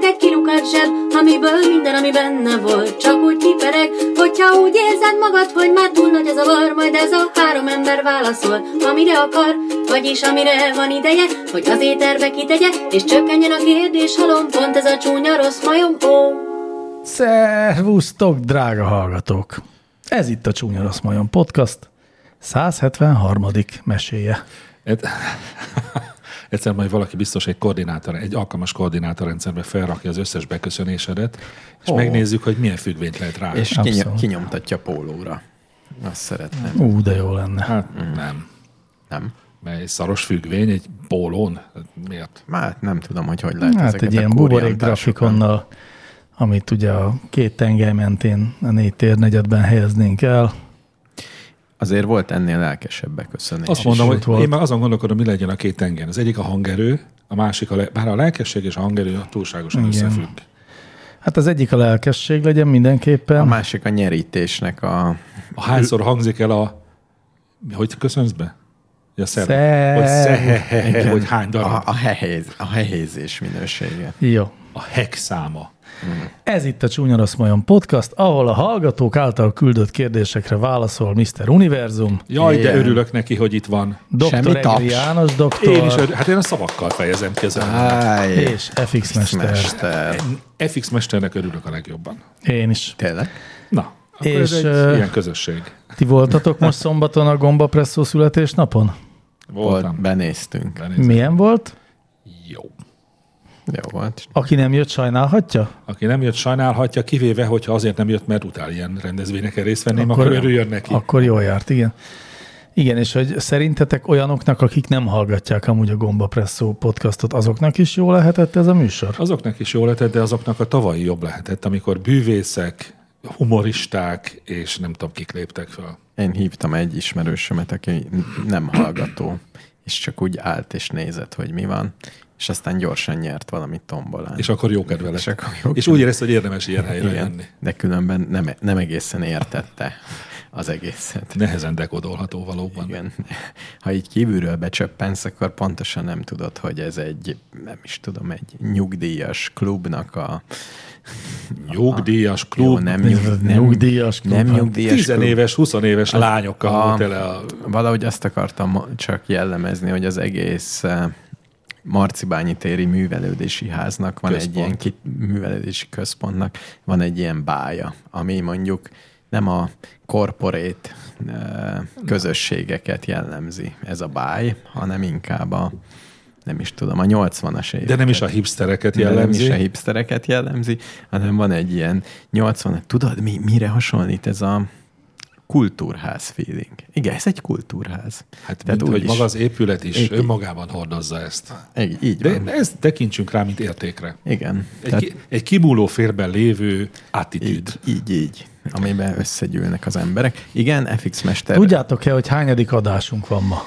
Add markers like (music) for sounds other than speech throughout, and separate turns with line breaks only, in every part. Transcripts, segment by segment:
egy kilukat zseb, amiből minden, ami benne volt, csak úgy kipereg, hogyha úgy érzed magad, hogy már túl nagy az a var, majd ez a három ember válaszol, amire akar, vagyis amire van ideje, hogy az éterbe kitegye, és csökkenjen a kérdés halom, pont ez a csúnya rossz majom, ó.
Szervusztok, drága hallgatók! Ez itt a Csúnya Rossz Majom Podcast 173. meséje.
Egy, (laughs) egyszer majd valaki biztos egy koordinátor, egy alkalmas koordinátorrendszerbe felrakja az összes beköszönésedet, és
Ó.
oh. megnézzük, hogy milyen függvényt lehet rá.
És
Abszolút.
kiny- kinyomtatja pólóra. Azt szeretném.
Ú, de jó lenne.
Hát mm. nem.
Nem.
Mert egy szaros függvény egy pólón, Hát miért?
Már nem tudom, hogy hogy lehet
Hát
ezeket
egy
a
ilyen buborék
kóriantásokat.
grafikonnal, amit ugye a két tengely mentén a négy térnegyedben helyeznénk el.
Azért volt ennél lelkesebb beköszönés.
Azt
is.
mondom,
is
hogy
volt.
volt. én már azon gondolkodom, mi legyen a két tengen. Az egyik a hangerő, a másik a, le- bár a lelkesség és a hangerő túlságosan
Igen.
Igen. összefügg.
Hát az egyik a lelkesség legyen
A
mindenképpen.
másik a nyerítésnek a...
A hányszor hangzik el a... mi- Hogy köszönsz be? Ja, szerv.
Szerv.
Hogy, szerv.
Igen.
hogy hány darab.
A,
A,
a, hehéz, a hehézés minősége.
Jó.
a hek száma.
Ez itt a Csúnya Rossz Majom Podcast, ahol a hallgatók által küldött kérdésekre válaszol Mr. Univerzum,
Jaj, de
Igen.
örülök neki, hogy itt van.
Semmi
Dr. Egri
taps.
János doktor
Én is, örül- hát én a szavakkal fejezem ki az elmúlt.
Áj,
és FX Mester.
mester.
FX Mesternek örülök a legjobban.
Én is.
Tényleg?
Na, akkor és,
És,
ez egy
ö,
ilyen közösség.
Ti voltatok most szombaton a gombapresszó születésnapon?
Voltam.
Volt, benéztünk.
Benézek.
Milyen volt?
Jó.
Jó volt.
Aki nem jött, sajnálhatja?
Aki nem jött, sajnálhatja, kivéve, hogyha azért nem jött, mert utál ilyen rendezvényeken részt venném,
Akkor
akkor,
nem.
akkor örüljön neki.
Akkor jól járt, igen. Igen, és hogy szerintetek olyanoknak, akik nem hallgatják amúgy a Gombapresszó podcastot, azoknak is jó lehetett ez a műsor?
Azoknak is jó lehetett, de azoknak a tavalyi jobb lehetett, amikor bűvészek, humoristák, és nem tudom, kik léptek fel.
Én hívtam egy ismerősömet, aki n- nem hallgató, és csak úgy állt és nézett, hogy mi van, és aztán gyorsan nyert valami tombolán.
És akkor jó kedve lett.
És akkor jó
és
kedve.
úgy érezte, hogy érdemes ilyen helyre Igen.
Igen,
jönni.
de különben nem, nem egészen értette az egészet.
Nehezen dekodolható valóban.
Igen. Ha így kívülről becsöppensz, akkor pontosan nem tudod, hogy ez egy, nem is tudom, egy nyugdíjas klubnak a...
Jogdíjas klub,
Jó, nem, nyug, nem,
Nyugdíjas klub.
Nem nyugdíjas
10
klub.
éves, 20 éves lányokkal
a-
volt tele a...
Valahogy azt akartam csak jellemezni, hogy az egész eh, Marcibányi téri művelődési háznak van
Központ.
egy ilyen kit, művelődési központnak, van egy ilyen bája, ami mondjuk nem a korporét eh, közösségeket jellemzi ez a báj, hanem inkább a, nem is tudom, a 80-as évek.
De nem is a hipstereket
De nem
jellemzi.
is a hipstereket jellemzi, hanem van egy ilyen 80 Tudod, mi, mire hasonlít ez a kultúrház feeling? Igen, ez egy kultúrház.
Hát
Tehát
mint, hogy
úgy
maga
is. Ah,
az épület is
Így-
önmagában hordozza ezt.
Így, így
De
van.
ezt tekintsünk rá, mint értékre.
Igen.
Egy, ki, egy kibúló férben lévő attitűd.
így, így, így, amiben összegyűlnek az emberek. Igen, FX Mester
Tudjátok-e, hogy hányadik adásunk van ma?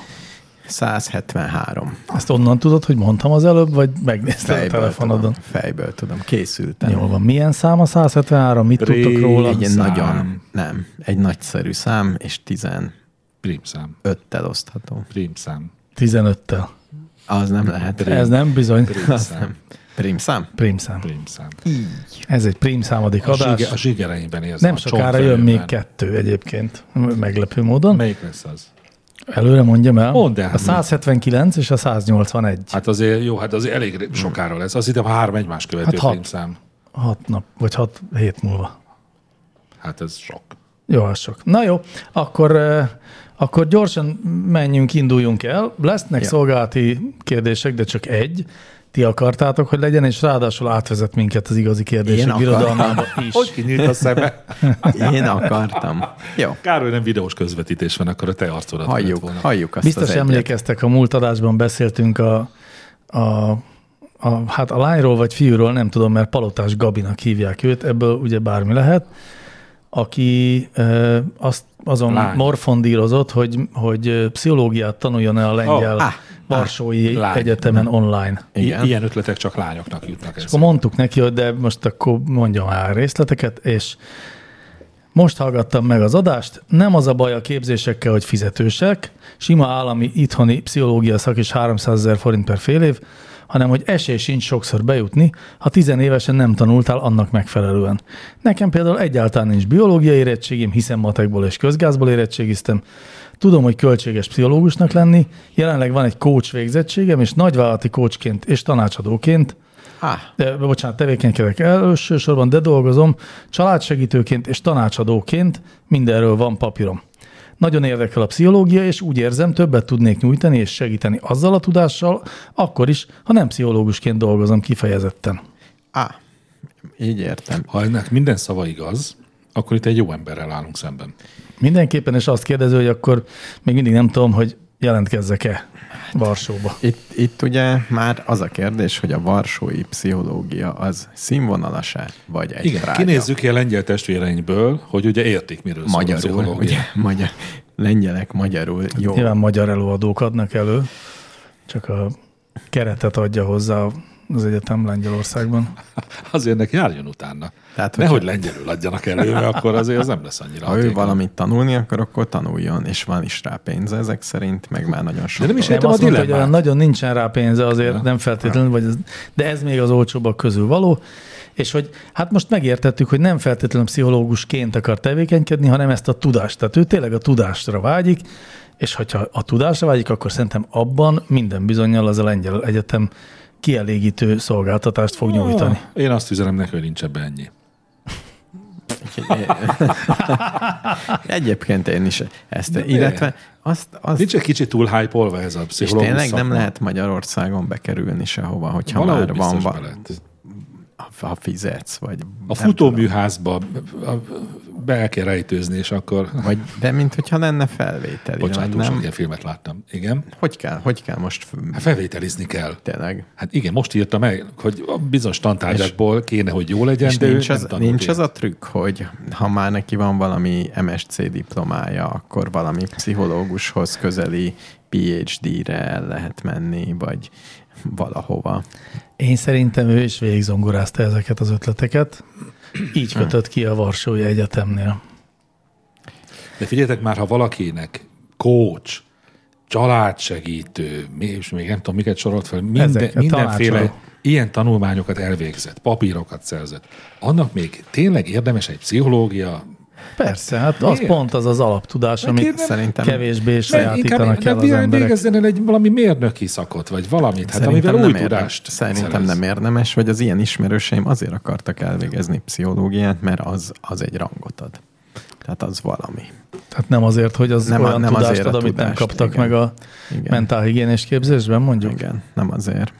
173.
Ezt onnan tudod, hogy mondtam az előbb, vagy megnézted a telefonodon?
tudom, fejből tudom, készültem.
Jól van. Milyen szám a 173? Mit
Ré-
tudtok róla?
Egy ilyen
Szám.
nagyon, nem, egy nagyszerű szám, és 15-tel
Prímszám.
osztható.
Prímszám.
15-tel.
Az nem lehet.
Ez nem bizony.
Prímszám.
Prim szám?
Prímszám.
Prímszám.
Ez egy prímszámadik
A, zsige,
adás.
a zsigereimben érzem.
Nem
a
sokára jön még
csontvejemben.
kettő egyébként, meglepő módon.
Melyik lesz az?
Előre mondjam el.
Mondd el.
A 179 és a 181.
Hát azért jó, hát azért elég sokára lesz. Azt hittem három egymás követő
Hát
hát
hat.
prímszám.
Hat nap, vagy hat hét múlva.
Hát ez sok.
Jó, az sok. Na jó, akkor, eh, akkor gyorsan menjünk, induljunk el. Lesznek ja. szolgálati kérdések, de csak egy. Ti akartátok, hogy legyen, és ráadásul átvezet minket az igazi kérdések
akartam.
birodalmába is.
Hogy kinyílt a szeme?
(laughs) Én akartam. Jó,
Kár, hogy nem videós közvetítés van, akkor a te arcodat kellett
halljuk,
volna.
halljuk azt
Biztos
az egyet.
emlékeztek, a múlt adásban beszéltünk a, a, a, hát a lányról vagy fiúról, nem tudom, mert Palotás Gabinak hívják őt, ebből ugye bármi lehet, aki ö, azt, azon
Lány.
Lány. morfondírozott, hogy, hogy ö, pszichológiát tanuljon-e a lengyel
Ó,
oh,
á,
ah, Varsói ah,
lány.
Egyetemen online.
I-
Igen.
Ilyen ötletek csak lányoknak jutnak.
És akkor mondtuk neki, hogy de most akkor mondjam már részleteket, és most hallgattam meg az adást, nem az a baj a képzésekkel, hogy fizetősek, sima állami itthoni pszichológia szak is 300 ezer forint per fél év, hanem hogy esély sincs sokszor bejutni, ha tizenévesen nem tanultál annak megfelelően. Nekem például egyáltalán nincs biológiai érettségim, hiszen matekból és közgázból érettségiztem, Tudom, hogy költséges pszichológusnak lenni, jelenleg van egy coach végzettségem, és nagyvállalati coachként és tanácsadóként
Ah,
de, bocsánat, tevékenykedek elsősorban, de dolgozom családsegítőként és tanácsadóként, mindenről van papírom. Nagyon érdekel a pszichológia, és úgy érzem, többet tudnék nyújtani és segíteni azzal a tudással, akkor is, ha nem pszichológusként dolgozom kifejezetten.
ah, így értem.
Ha ennek minden szava igaz, akkor itt egy jó emberrel állunk szemben.
Mindenképpen, és azt kérdező, hogy akkor még mindig nem tudom, hogy jelentkezzek-e Varsóba.
Itt, itt ugye már az a kérdés, hogy a varsói pszichológia az színvonalas-e, vagy egy
Igen,
trágya?
kinézzük ki a lengyel testvéreinkből, hogy ugye értik, miről szól a
Magyarul,
pszichológia.
ugye, magyar, lengyelek magyarul, jó.
Nyilván magyar előadók adnak elő, csak a keretet adja hozzá az egyetem Lengyelországban.
(laughs) Azért nek járjon utána.
Tehát,
Tehát, Nehogy
hogyha-
lengyelül adjanak elő, mert akkor azért az nem lesz annyira
(laughs) Ha ő
hatékony.
valamit tanulni akar, akkor tanuljon, és van is rá pénze ezek szerint, meg már nagyon sok. (laughs)
De nem is
dolog.
értem
Nem,
a
azt mondta, hogy
dilemmát.
olyan nagyon nincsen rá pénze, azért ja. nem feltétlenül, vagy ez, de ez még az olcsóbbak közül való, és hogy hát most megértettük, hogy nem feltétlenül pszichológusként akar tevékenykedni, hanem ezt a tudást. Tehát ő tényleg a tudásra vágyik, és hogyha a tudásra vágyik, akkor szerintem abban minden bizonyal az a lengyel egyetem kielégítő szolgáltatást fog nyújtani.
Én azt üzenem neki, hogy nincs ebben ennyi.
Egyébként én is ezt, illetve azt, azt
Nincs egy kicsit túl hype ez a
és
pszichológus
tényleg nem
szakma?
lehet Magyarországon bekerülni sehova, hogyha
Valahogy
már van,
biztos
va-
be lehet.
ha fizetsz, vagy
A futóműházba a- be el kell rejtőzni, és akkor...
Vagy, de mint hogyha lenne felvételi,
Bocsánat,
vagy
túl sok
nem?
ilyen filmet láttam. Igen.
Hogy kell, hogy kell most f-
Hát felvételizni kell.
tényleg?
Hát igen, most írta meg, hogy a bizonyos tantárgyakból kéne, hogy jó legyen,
És
de
nincs,
ő
az,
nem tanult
nincs
ilyet.
az a trükk, hogy ha már neki van valami MSC diplomája, akkor valami pszichológushoz közeli PhD-re el lehet menni, vagy valahova.
Én szerintem ő is végigzongorázta ezeket az ötleteket, így
Hm.
kötött ki a Varsói Egyetemnél.
De figyeljetek már, ha valakinek coach, családsegítő, mi- és még nem tudom, miket sorolt fel, minden,
Ezek, a
mindenféle
tanácsadó.
ilyen tanulmányokat elvégzett, papírokat szerzett, annak még tényleg érdemes egy pszichológia,
Persze, hát az
Miért?
pont az az alaptudás, amit
Szerintem
kevésbé
Nem,
sajátítanak el
nem
az
vége-
emberek.
végezzen el egy valami mérnöki szakot, vagy valamit, hát
Szerintem
amivel új
nem, érdemes,
tudást
szerintem
szerez.
nem érdemes, vagy az ilyen ismerőseim azért akartak elvégezni pszichológiát, mert az, az egy rangot ad. Tehát az valami.
Tehát Hát nem azért, hogy az
Nem
nem,
a-
olyan
nem
nem tudást
azért a
ad, amit nem
tudást,
kaptak
igen.
meg a
Igen.
mentálhigiénés képzésben, mondjuk. Igen.
Igen, nem azért.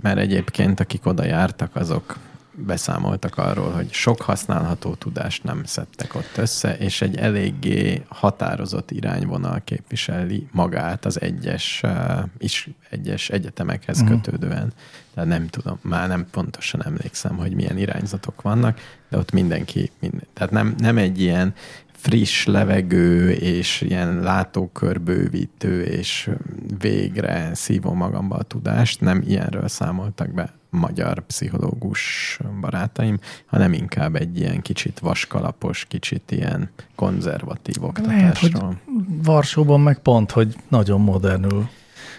Mert egyébként akik oda jártak, azok beszámoltak arról, hogy sok használható tudást nem szedtek ott össze, és egy eléggé határozott irányvonal képviseli magát az egyes, eh, is, egyes egyetemekhez kötődően. De nem tudom, már nem pontosan emlékszem, hogy milyen irányzatok vannak, de ott mindenki, minden, tehát nem, nem egy ilyen friss levegő, és ilyen látókörbővítő, és végre szívom magamba a tudást, nem ilyenről számoltak be magyar pszichológus barátaim, hanem inkább egy ilyen kicsit vaskalapos, kicsit ilyen konzervatív
Lehet, hogy
oktatásról.
Varsóban meg pont, hogy nagyon modernül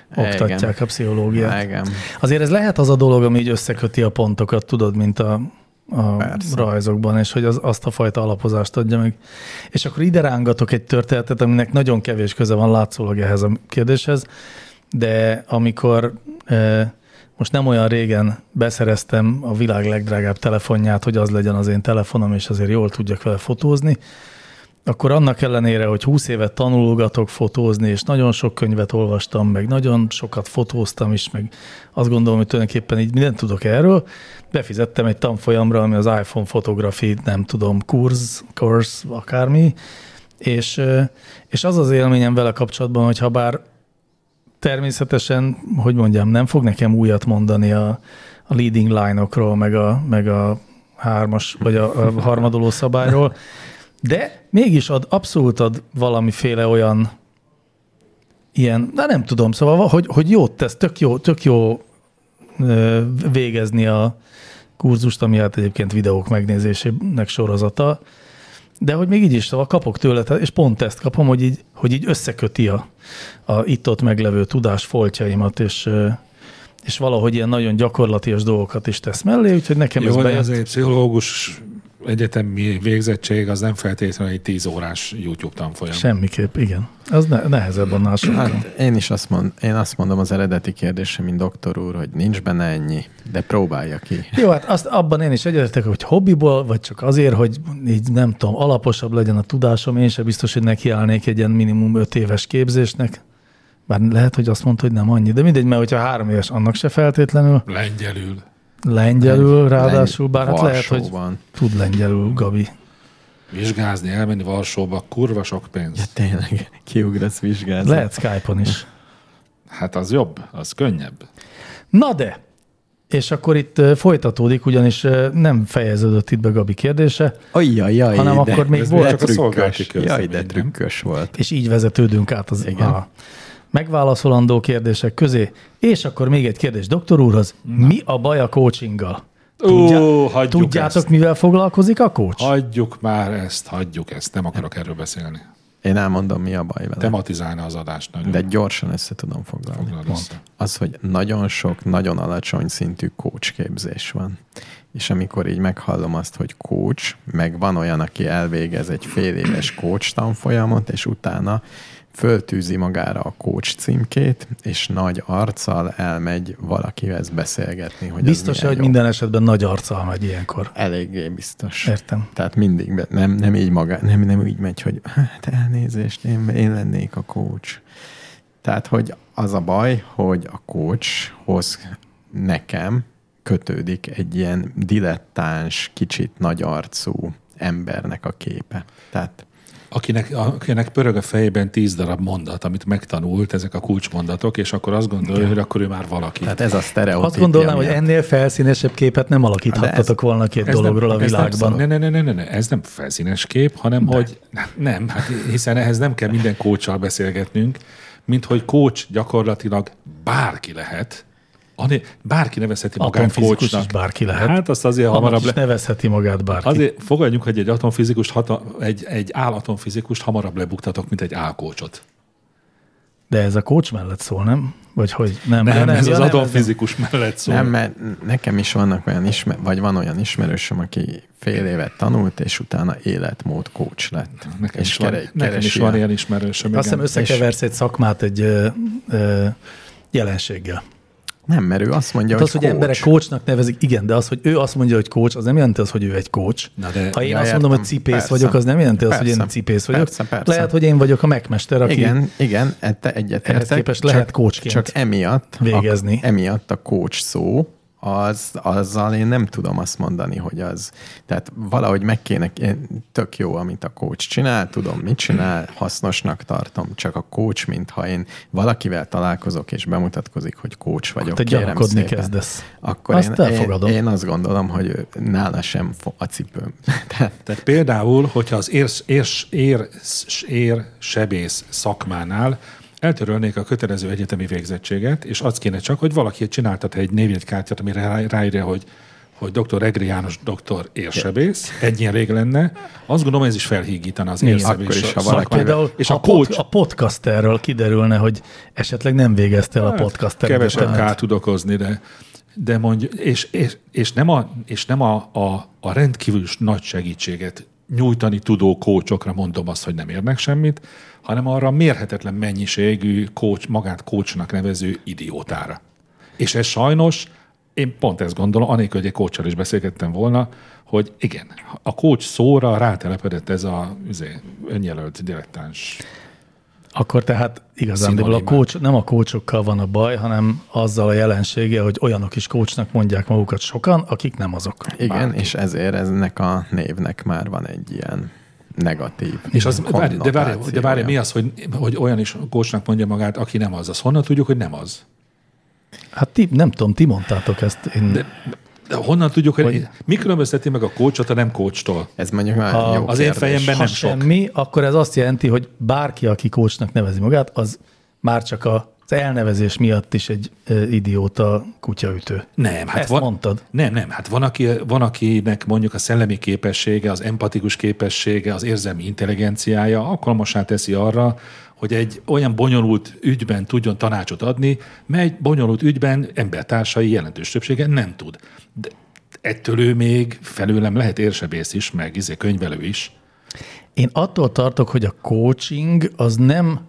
E, Igen. E,
oktatják a pszichológiát.
Igen.
Azért ez lehet az a dolog, ami így összeköti a pontokat, tudod, mint a, a
Persze.
rajzokban, és hogy az, azt a fajta alapozást adja meg. És akkor ide rángatok egy történetet, aminek nagyon kevés köze van látszólag ehhez a kérdéshez, de amikor e, most nem olyan régen beszereztem a világ legdrágább telefonját, hogy az legyen az én telefonom, és azért jól tudjak vele fotózni, akkor annak ellenére, hogy 20 évet tanulgatok fotózni, és nagyon sok könyvet olvastam, meg nagyon sokat fotóztam is, meg azt gondolom, hogy tulajdonképpen így mindent tudok erről, befizettem egy tanfolyamra, ami az iPhone fotografi, nem tudom, kurz, kurz, akármi, és, ö, és az az élményem vele kapcsolatban, hogy ha bár természetesen, hogy mondjam, nem fog nekem újat mondani a, a leading line-okról, meg a, meg a hármas, vagy a, a harmadoló szabályról, de mégis ad, abszolút ad valamiféle olyan ilyen, de nem tudom, szóval, hogy, hogy jót tesz, tök jó, tök jó ö, végezni a kurzust, ami hát egyébként videók megnézésének sorozata, de hogy még így is, szóval kapok tőle, tehát- és pont ezt kapom, hogy így, hogy így összeköti a, a itt-ott meglevő tudás foltjaimat, és, ö, és valahogy ilyen nagyon gyakorlatias dolgokat is tesz mellé, úgyhogy nekem
Jó,
ez
de
bejött.
azért pszichológus egyetemi végzettség az nem feltétlenül egy 10 órás YouTube tanfolyam.
Semmiképp, igen. Az ne, nehezebb annál sokkal.
Hát én is azt, mond, én azt mondom az eredeti kérdésre, mint doktor úr, hogy nincs benne ennyi, de próbálja ki. (laughs)
Jó, hát azt abban én is egyetértek, hogy hobbiból, vagy csak azért, hogy így nem tudom, alaposabb legyen a tudásom, én sem biztos, hogy nekiállnék egy ilyen minimum öt éves képzésnek. Bár lehet, hogy azt mondta, hogy nem annyi, de mindegy, mert hogyha három éves, annak se feltétlenül.
Lengyelül.
Lengyelül ráadásul,
Lengy-
bár hát lehet, hogy
Varsóban.
tud lengyelül, Gabi.
Vizsgázni, elmenni Varsóba, kurva sok pénz.
Ja, tényleg, kiugrasz vizsgálni.
Lehet Skype-on is.
Hát az jobb, az könnyebb.
Na de, és akkor itt ö, folytatódik, ugyanis ö, nem fejeződött itt be Gabi kérdése,
Ajjaj, jaj,
hanem
de,
akkor még
ez
volt,
Csak a szolgálati
trükkös.
közlemény,
Jaj, de
nem?
trükkös volt.
és így vezetődünk át az
Igen.
a megválaszolandó kérdések közé. És akkor még egy kérdés doktor úrhoz. Mi a baj a coachinggal?
Ó, hagyjuk
tudjátok,
ezt.
mivel foglalkozik a coach?
Hagyjuk már ezt, hagyjuk ezt, nem akarok erről beszélni.
Én elmondom, mi a baj vele.
Tematizálna az adást nagyon.
de gyorsan össze tudom foglalni.
Foglald össze.
az, hogy nagyon sok, nagyon alacsony szintű coachképzés van. És amikor így meghallom azt, hogy coach, meg van olyan, aki elvégez egy fél éves coach tanfolyamot, és utána föltűzi magára a coach címkét, és nagy arccal elmegy valakihez beszélgetni, hogy
Biztos, hogy
ez milyen jó.
minden esetben nagy arccal megy ilyenkor.
Eléggé biztos.
Értem.
Tehát mindig, be, nem, nem így maga, nem, nem úgy megy, hogy hát elnézést, én, én lennék a coach. Tehát, hogy az a baj, hogy a coachhoz nekem kötődik egy ilyen dilettáns, kicsit nagyarcú embernek a képe. Tehát
Akinek, akinek pörög a fejében tíz darab mondat, amit megtanult, ezek a kulcsmondatok, és akkor azt gondolja, hogy akkor ő már valaki.
tehát ez a sztereotípia.
Azt gondolnám, hogy
miatt.
ennél felszínesebb képet nem alakíthattatok volna két dologról a
ez
világban.
Nem, ne, ne, ne, ne, ne, ez nem felszínes kép, hanem De. hogy nem, nem, hát hiszen ehhez nem kell minden kócsal beszélgetnünk, mint hogy kócs gyakorlatilag bárki lehet, Anél- bárki nevezheti magát
Atomfizikus is
kócsnak.
bárki lehet.
Hát azt azért
Annak
hamarabb
is
le...
nevezheti magát bárki.
Azért fogadjunk, hogy egy atomfizikust, hata, egy, egy állatomfizikust hamarabb lebuktatok, mint egy álkócsot.
De ez a coach mellett szól, nem? Vagy hogy nem?
Nem,
ja,
nem ez
ja,
az
nem,
atomfizikus mellett szól.
Nem, mert nekem is vannak olyan ismer, vagy van olyan ismerősöm, aki fél évet tanult, és utána életmód coach lett.
Nekem,
és
is van,
kere-
nekem is
keresi
van
a-
ilyen ismerősöm.
Azt hiszem
igen.
összekeversz egy szakmát egy ö, ö, jelenséggel.
Nem, mert ő azt mondja,
Ja, Hát
hogy
az, hogy
coach.
emberek coachnak nevezik, igen, de az, hogy ő azt mondja, hogy coach, az nem jelenti az, hogy ő egy coach.
Na de-
ha én
Ja,
azt
értem.
mondom, hogy cipész
Persze.
vagyok, az nem jelenti azt, hogy én
Persze.
cipész vagyok.
Persze, persze.
Lehet, hogy én vagyok a megmester, aki
Igen, igen, e- ette egyetértek.
Ehhez képest lehet coachként
Csak emiatt,
végezni.
A, emiatt a coach szó, az, azzal én nem tudom azt mondani, hogy az. Tehát valahogy meg kéne, én- tök jó, amit a coach csinál, tudom, mit csinál, hasznosnak tartom, csak a coach, mintha én valakivel találkozok, és bemutatkozik, hogy coach vagyok,
te
kérem
gyanakodni
szépen.
kezdesz.
Akkor
Azt
én,
elfogadom.
Én, én azt gondolom, hogy ő- nála sem fo- a cipőm. (laughs) Tehát
Tehát például, hogyha az érsz, érs, ér, ér sebész szakmánál eltörölnék a kötelező egyetemi végzettséget, és az kéne csak, hogy valaki csináltat egy névjegykártyát, amire rá- ráírja, hogy hogy dr. Egri János doktor érsebész, egy ilyen rég lenne, azt gondolom ez is felhígítana az
Akkor
érsebész
is, ha valaki-
szakmát.
Szóval Például,
És
ha
a coach
a podcasterről kiderülne, hogy esetleg nem végezte el a podcaster
Kevesebb
egyetemet.
kárt Hát, tud okozni, de, de mondjuk, és, és, és nem, a, és nem a, a, a rendkívül nagy segítséget nyújtani tudó kócsokra mondom azt, hogy nem érnek semmit, hanem arra a mérhetetlen mennyiségű coach, magát kócsnak nevező idiótára. És ez sajnos, én pont ezt gondolom, anélkül, hogy egy kócsal is beszélgettem volna, hogy igen, a kócs szóra rátelepedett ez a izé, önjelölt dilettáns
Akkor tehát igazándiból a
Szinonimák.
coach, nem a kócsokkal van a baj, hanem azzal a jelensége, hogy olyanok is coachnak mondják magukat sokan, akik nem azok.
Igen, és ezért ennek a névnek már van egy ilyen negatív
És az, várj, de várj, de várj,
konnotációja.
mi az, hogy, hogy olyan is kócsnak mondja magát, aki nem az? Azt honnan tudjuk, hogy nem az?
Hát ti, nem tudom, ti mondtátok ezt. Én, De,
De honnan tudjuk, hogy, hogy mi különbözteti meg a kócsot a nem kócstól?
Ez mondjuk nagyon jó
Az én
kérdés.
fejemben
ha
nem sok.
semmi, akkor ez azt jelenti, hogy bárki, aki coachnak nevezi magát, az már csak a az elnevezés miatt is egy ö, idióta kutyaütő.
Nem, hát
Ezt
van,
mondtad.
Nem, nem, hát van, aki, van, akinek mondjuk a szellemi képessége, az empatikus képessége, az érzelmi intelligenciája alkalmasá teszi arra, hogy egy olyan bonyolult ügyben tudjon tanácsot adni, mely bonyolult ügyben embertársai jelentős többsége nem tud. De ettől ő még felőlem lehet érsebész is, meg izé könyvelő is.
Én attól tartok, hogy a coaching az nem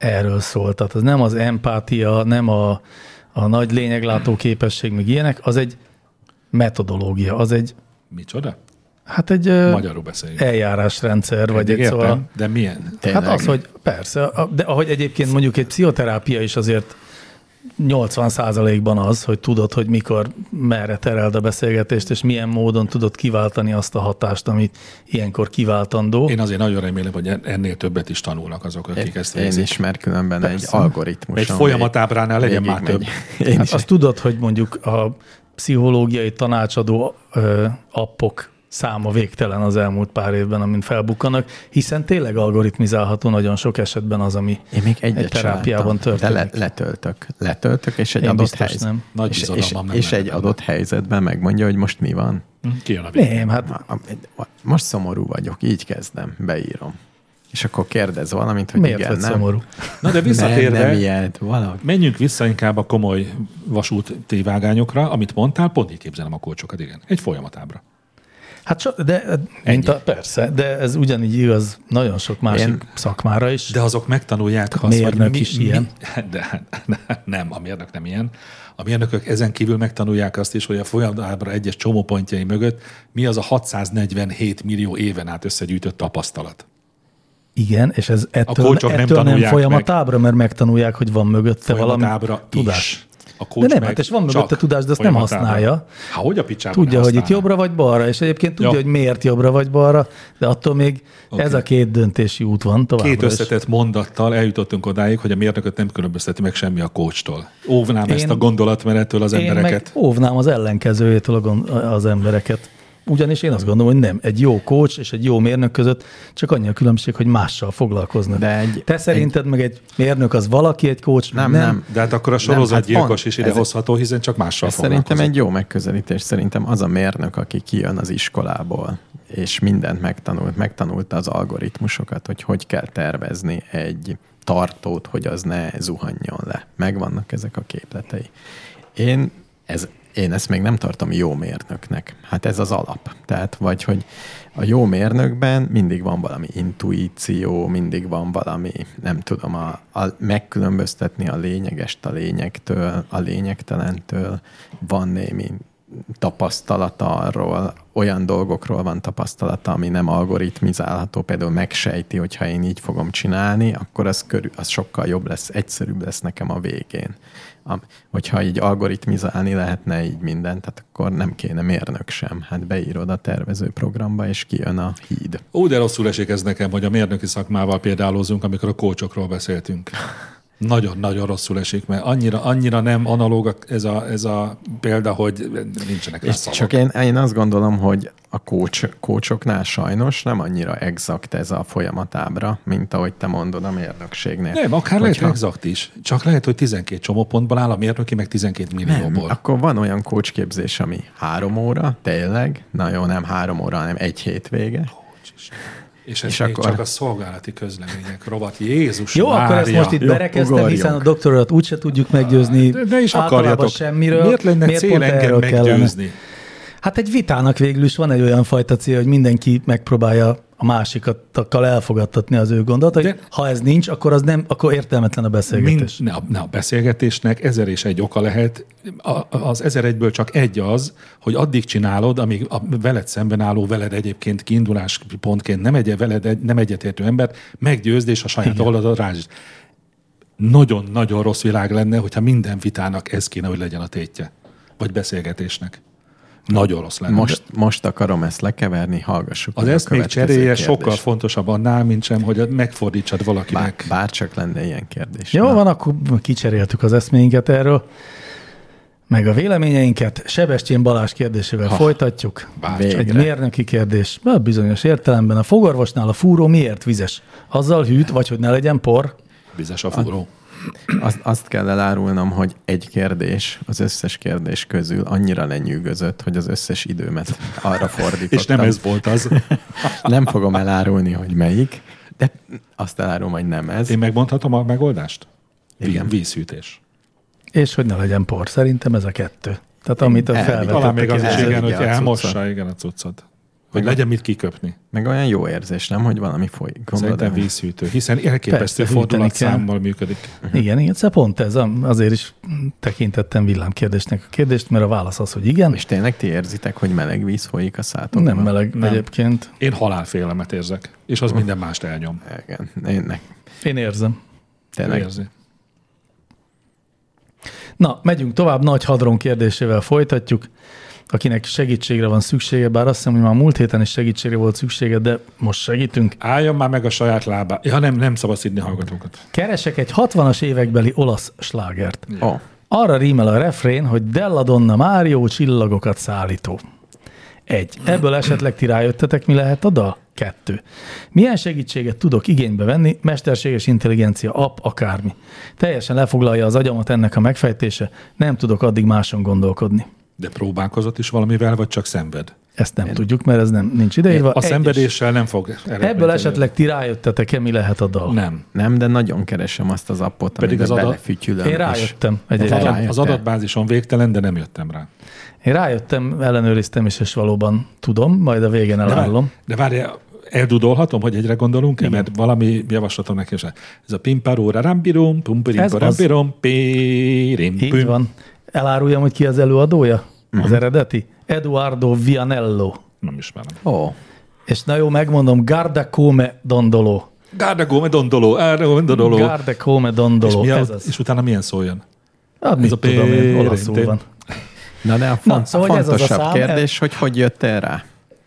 erről szól, tehát az nem az empátia, nem a, a nagy lényeglátó képesség, meg ilyenek, az egy metodológia, az egy,
Micsoda?
hát egy ö,
Magyarul beszéljünk.
e,
eljárásrendszer, vagy egy
Értem,
szóval...
De milyen?
Tényleg.
Hát az, hogy persze, a- de ahogy egyébként mondjuk egy pszichoterápia is azért 80%-ban az, hogy tudod, hogy mikor merre tereld a beszélgetést, és milyen módon tudod kiváltani azt a hatást, amit ilyenkor kiváltandó.
Én azért nagyon remélem, hogy ennél többet is tanulnak azok, akik ezt
Én
végzik.
is, mert különben
Persze.
egy algoritmus.
Egy folyamatábránál legyen már több. Hát,
Én is.
Hát Azt tudod, hogy mondjuk a pszichológiai tanácsadó ö, appok száma végtelen az elmúlt pár évben, amin felbukkanak, hiszen tényleg algoritmizálható nagyon sok esetben az, ami
Én még egyet
egy terápiában
csináltam,
történik.
De le, letöltök. Letöltök, és egy
Én
adott
biztos
helyzet.
nem.
Nagy
és, és,
bizalommal nem
és egy
mennek bele.
adott helyzetben megmondja, hogy most mi van.
Kijön a vége.
Nem, hát
A- a- Most szomorú vagyok, így kezdem, beírom. És akkor kérdez valamit, hogy
miért
igen,
vagy
nem.
szomorú?
Na de visszatérve,
Nem, nem ilyet, valami.
Menjünk vissza inkább a komoly vasúti vágányokra, amit mondtál, pont így képzelem a kócsokat, igen. Egy folyamatábra.
Hát so, de, mint a, persze, de ez ugyanígy igaz nagyon sok másik
Én-
szakmára is.
De azok megtanulják azt,
mérnök is ilyen.
De, (laughs) hát nem, a mérnök nem ilyen. A mérnökök ezen kívül megtanulják azt is, hogy a folyamatábra egyes csomópontjai mögött mi az a 647 millió éven át összegyűjtött tapasztalat.
Igen, és ez ettől,
kócsok nem
ettől nem,
tanulják
folyamatábra, mert megtanulják, hogy van mögötte valami
Folyamatábra
tudás.
is. A coach
nem,
meg
hát és van
csak
mögötte tudás, de azt nem
folyamatábra.
használja.
Há, hogy a picsában
Tudja,
ne
hogy itt
használná?
jobbra vagy balra, és egyébként tudja,
Ja.
hogy miért jobbra vagy balra, de attól még
Oké.
okay. ez a két döntési út van továbbra
Két
is.
összetett mondattal eljutottunk odáig, hogy a mérnököt nem különbözteti meg semmi a kócstól. Óvnám Én...
Én-
ezt a gondolatmenettől az
Én meg
embereket.
óvnám az ellenkezőjétől a gond- az embereket. Ugyanis én azt gondolom, hogy nem. Egy jó coach és egy jó mérnök között csak annyi a különbség, hogy mással foglalkoznak.
De egy-
Te szerinted meg egy mérnök az valaki, egy coach
Nem,
Hm. nem.
nem.
De hát akkor a
Nem,
sorozatgyilkos
hát
is
pont.
ide hozható, hiszen csak mással
Ez szerintem
foglalkozik.
egy jó megközelítés. Szerintem az a mérnök, aki kijön az iskolából, és mindent megtanult, megtanulta az algoritmusokat, hogy hogy kell tervezni egy tartót, hogy az ne zuhanjon le. Megvannak ezek a képletei. Én, ez, én ezt még nem tartom jó mérnöknek. Hát ez az alap. Tehát vagy, hogy a jó mérnökben mindig van valami intuíció, mindig van valami, nem tudom, a, a megkülönböztetni a lényegest a lényegtől, a lényegtelentől, van némi tapasztalata arról, olyan dolgokról van tapasztalata, ami nem algoritmizálható, például megsejti, hogyha én így fogom csinálni, akkor az, körül, az sokkal jobb lesz, egyszerűbb lesz nekem a végén. Am- Hogyha így algoritmizálni lehetne így mindent, hát akkor nem kéne mérnök sem. Hát beírod a tervező programba, és kijön a híd.
Ó, de rosszul esik ez nekem, hogy a mérnöki szakmával példálózunk, amikor a kócsokról beszéltünk. Nagyon-nagyon rosszul esik, mert annyira, annyira nem analóg a- ez a, ez a példa, hogy nincsenek rá
És
szavak.
csak én, én azt gondolom, hogy a coach, coachoknál sajnos nem annyira exakt ez a folyamatábra, mint ahogy te mondod a mérnökségnél.
Nem, akár lehet
Hogyha-
exakt is. Csak lehet, hogy 12 csomópontból áll a mérnöki, meg 12 millióból.
Akkor van olyan coachképzés, ami három óra, tényleg, na jó, nem három óra, hanem egy hétvége.
És ez és
És
még
akkor-
csak a szolgálati közlemények rovat. Jézus
Jó,
Mária.
akkor ezt most itt berekeztem,
ugorjunk.
hiszen a doktorat úgyse tudjuk meggyőzni.
De ne is
általában
akarjatok.
semmiről.
Miért lenne
Miért
cél
pont
engem
erről kellene?
meggyőzni?
Hát egy vitának végül is van egy olyan fajta cél, hogy mindenki megpróbálja a másikakkal elfogadtatni az ő gondolatait.
De-
De... Ha ez nincs, akkor az nem, akkor értelmetlen a
Mind,
beszélgetés.
ne, a, ne, a beszélgetésnek ezer és egy oka lehet. A, az ezer egyből csak egy az, hogy addig csinálod, amíg a veled szemben álló, veled egyébként kiindulás pontként nem, egy, veled egy, nem egyetértő embert meggyőzd, és a saját oldaladra rázsd. Nagyon-nagyon rossz világ lenne, hogyha minden vitának ez kéne, hogy legyen a tétje. Vagy beszélgetésnek. Nagyon rossz lenne.
Most, most akarom ezt lekeverni, hallgassuk.
Az
meg a
eszmék
következő
cseréje
kérdést.
sokkal fontosabb annál, mint sem, hogy megfordítsad
Bár,
valakinek.
bár csak lenne ilyen kérdés.
Jó
Na,
van, akkor kicseréltük az eszméinket erről, meg a véleményeinket. Sebestyén Balázs kérdésével ha, folytatjuk.
végre.
Egy mérnöki kérdés. Na, bizonyos értelemben a fogorvosnál a fúró miért vizes? Azzal hűt, vagy hogy ne legyen por?
Vizes a fúró.
azt, azt kell elárulnom, hogy egy kérdés az összes kérdés közül annyira lenyűgözött, hogy az összes időmet
(laughs)
arra fordítottam.
És nem ez volt az.
Nem fogom elárulni, hogy melyik, de azt elárulom, hogy nem ez.
Én megmondhatom a megoldást?
Igen.
Igen. Vízhűtés.
És hogy ne legyen por, szerintem ez a kettő. Tehát amit a
Elvi.
Talán még az
felvetettek.
is
elvigy
igen, hogy
a cuccot.
elmossa, igen, a cuccot. Hogy legyen mit kiköpni.
Meg olyan jó érzés, nem, hogy valami folyik. Gondolod,
Szerintem
hogy-
vízhűtő, hiszen elképesztő
Persze, hűteni
fordulatszámmal működik.
Igen, igen, szóval pont ez, am- azért is tekintettem villámkérdésnek a kérdést, mert a válasz az, hogy igen,
És tényleg ti érzitek, hogy meleg víz folyik a szátokban?
nem meleg
Nem.
egyébként.
Én halálfélelmet érzek, és
Hm.
az minden mást elnyom.
Igen, én ne,
Én érzem.
tényleg.
Érzi.
Na, megyünk tovább, nagy hadron kérdésével folytatjuk. Akinek segítségre van szüksége, bár azt hiszem, hogy már múlt héten is segítségre volt szüksége, de most segítünk.
Álljon már meg a saját lábá. Ja nem, nem szabad szidni hallgatókat.
Keresek egy 60-as évekbeli olasz slágert.
Ó, oh,
Arra rímel a refrén, hogy Della Donna Mário csillagokat szállító. Egy. Ebből esetleg ti rájöttetek, mi lehet a dal? Kettő. Milyen segítséget tudok igénybe venni, mesterséges intelligencia, app, akármi. Teljesen lefoglalja az agyamat ennek a megfejtése, nem tudok addig máson gondolkodni.
De próbálkozott is valamivel, vagy csak szenved?
Ezt nem tudjuk, mert ez nem nincs ideírva.
A
Egyes.
szenvedéssel nem fog
Ebből
eredményt
esetleg ti rájöttetek-e, mi lehet a dal?
elérni. Nem.
nem, de nagyon keresem azt az appot,
Pedig
Pedig
az
az
adat-
belefütyülöm.
Én
és-
rájöttem
Az,
egyébként.
Te
adat,
rájöttél?
az adatbázison végtelen, de nem jöttem rá.
Én rájöttem, ellenőriztem is, és valóban tudom, majd a végén
De, várj,
elállom.
de várj, eldudolhatom, hogy egyre gondolunk -e? Mert valami javaslatom neki is. Ez a pimparó, rambirom,
Ez
pumpirim,
az.
rambirom, pirim,
Így
püm.
van. Eláruljam, hogy ki az előadója?
Mhm.
Az eredeti? Eduardo Vianello.
Nem ismerem.
Ó, oh,
És na jó, megmondom, Garda Come Dondolo.
Gárda góme dondoló, gárda góme dondoló.
Garda Come
És,
Dondolo.
mi a,
ez az.
és utána milyen szó jön?
Hát mit
a
tudom én,
pérén,
olaszul
tén-
van.
na de a, font,
szóval
a
ez az a
fontosabb
szám,
kérdés, hogy hogy jöttél rá?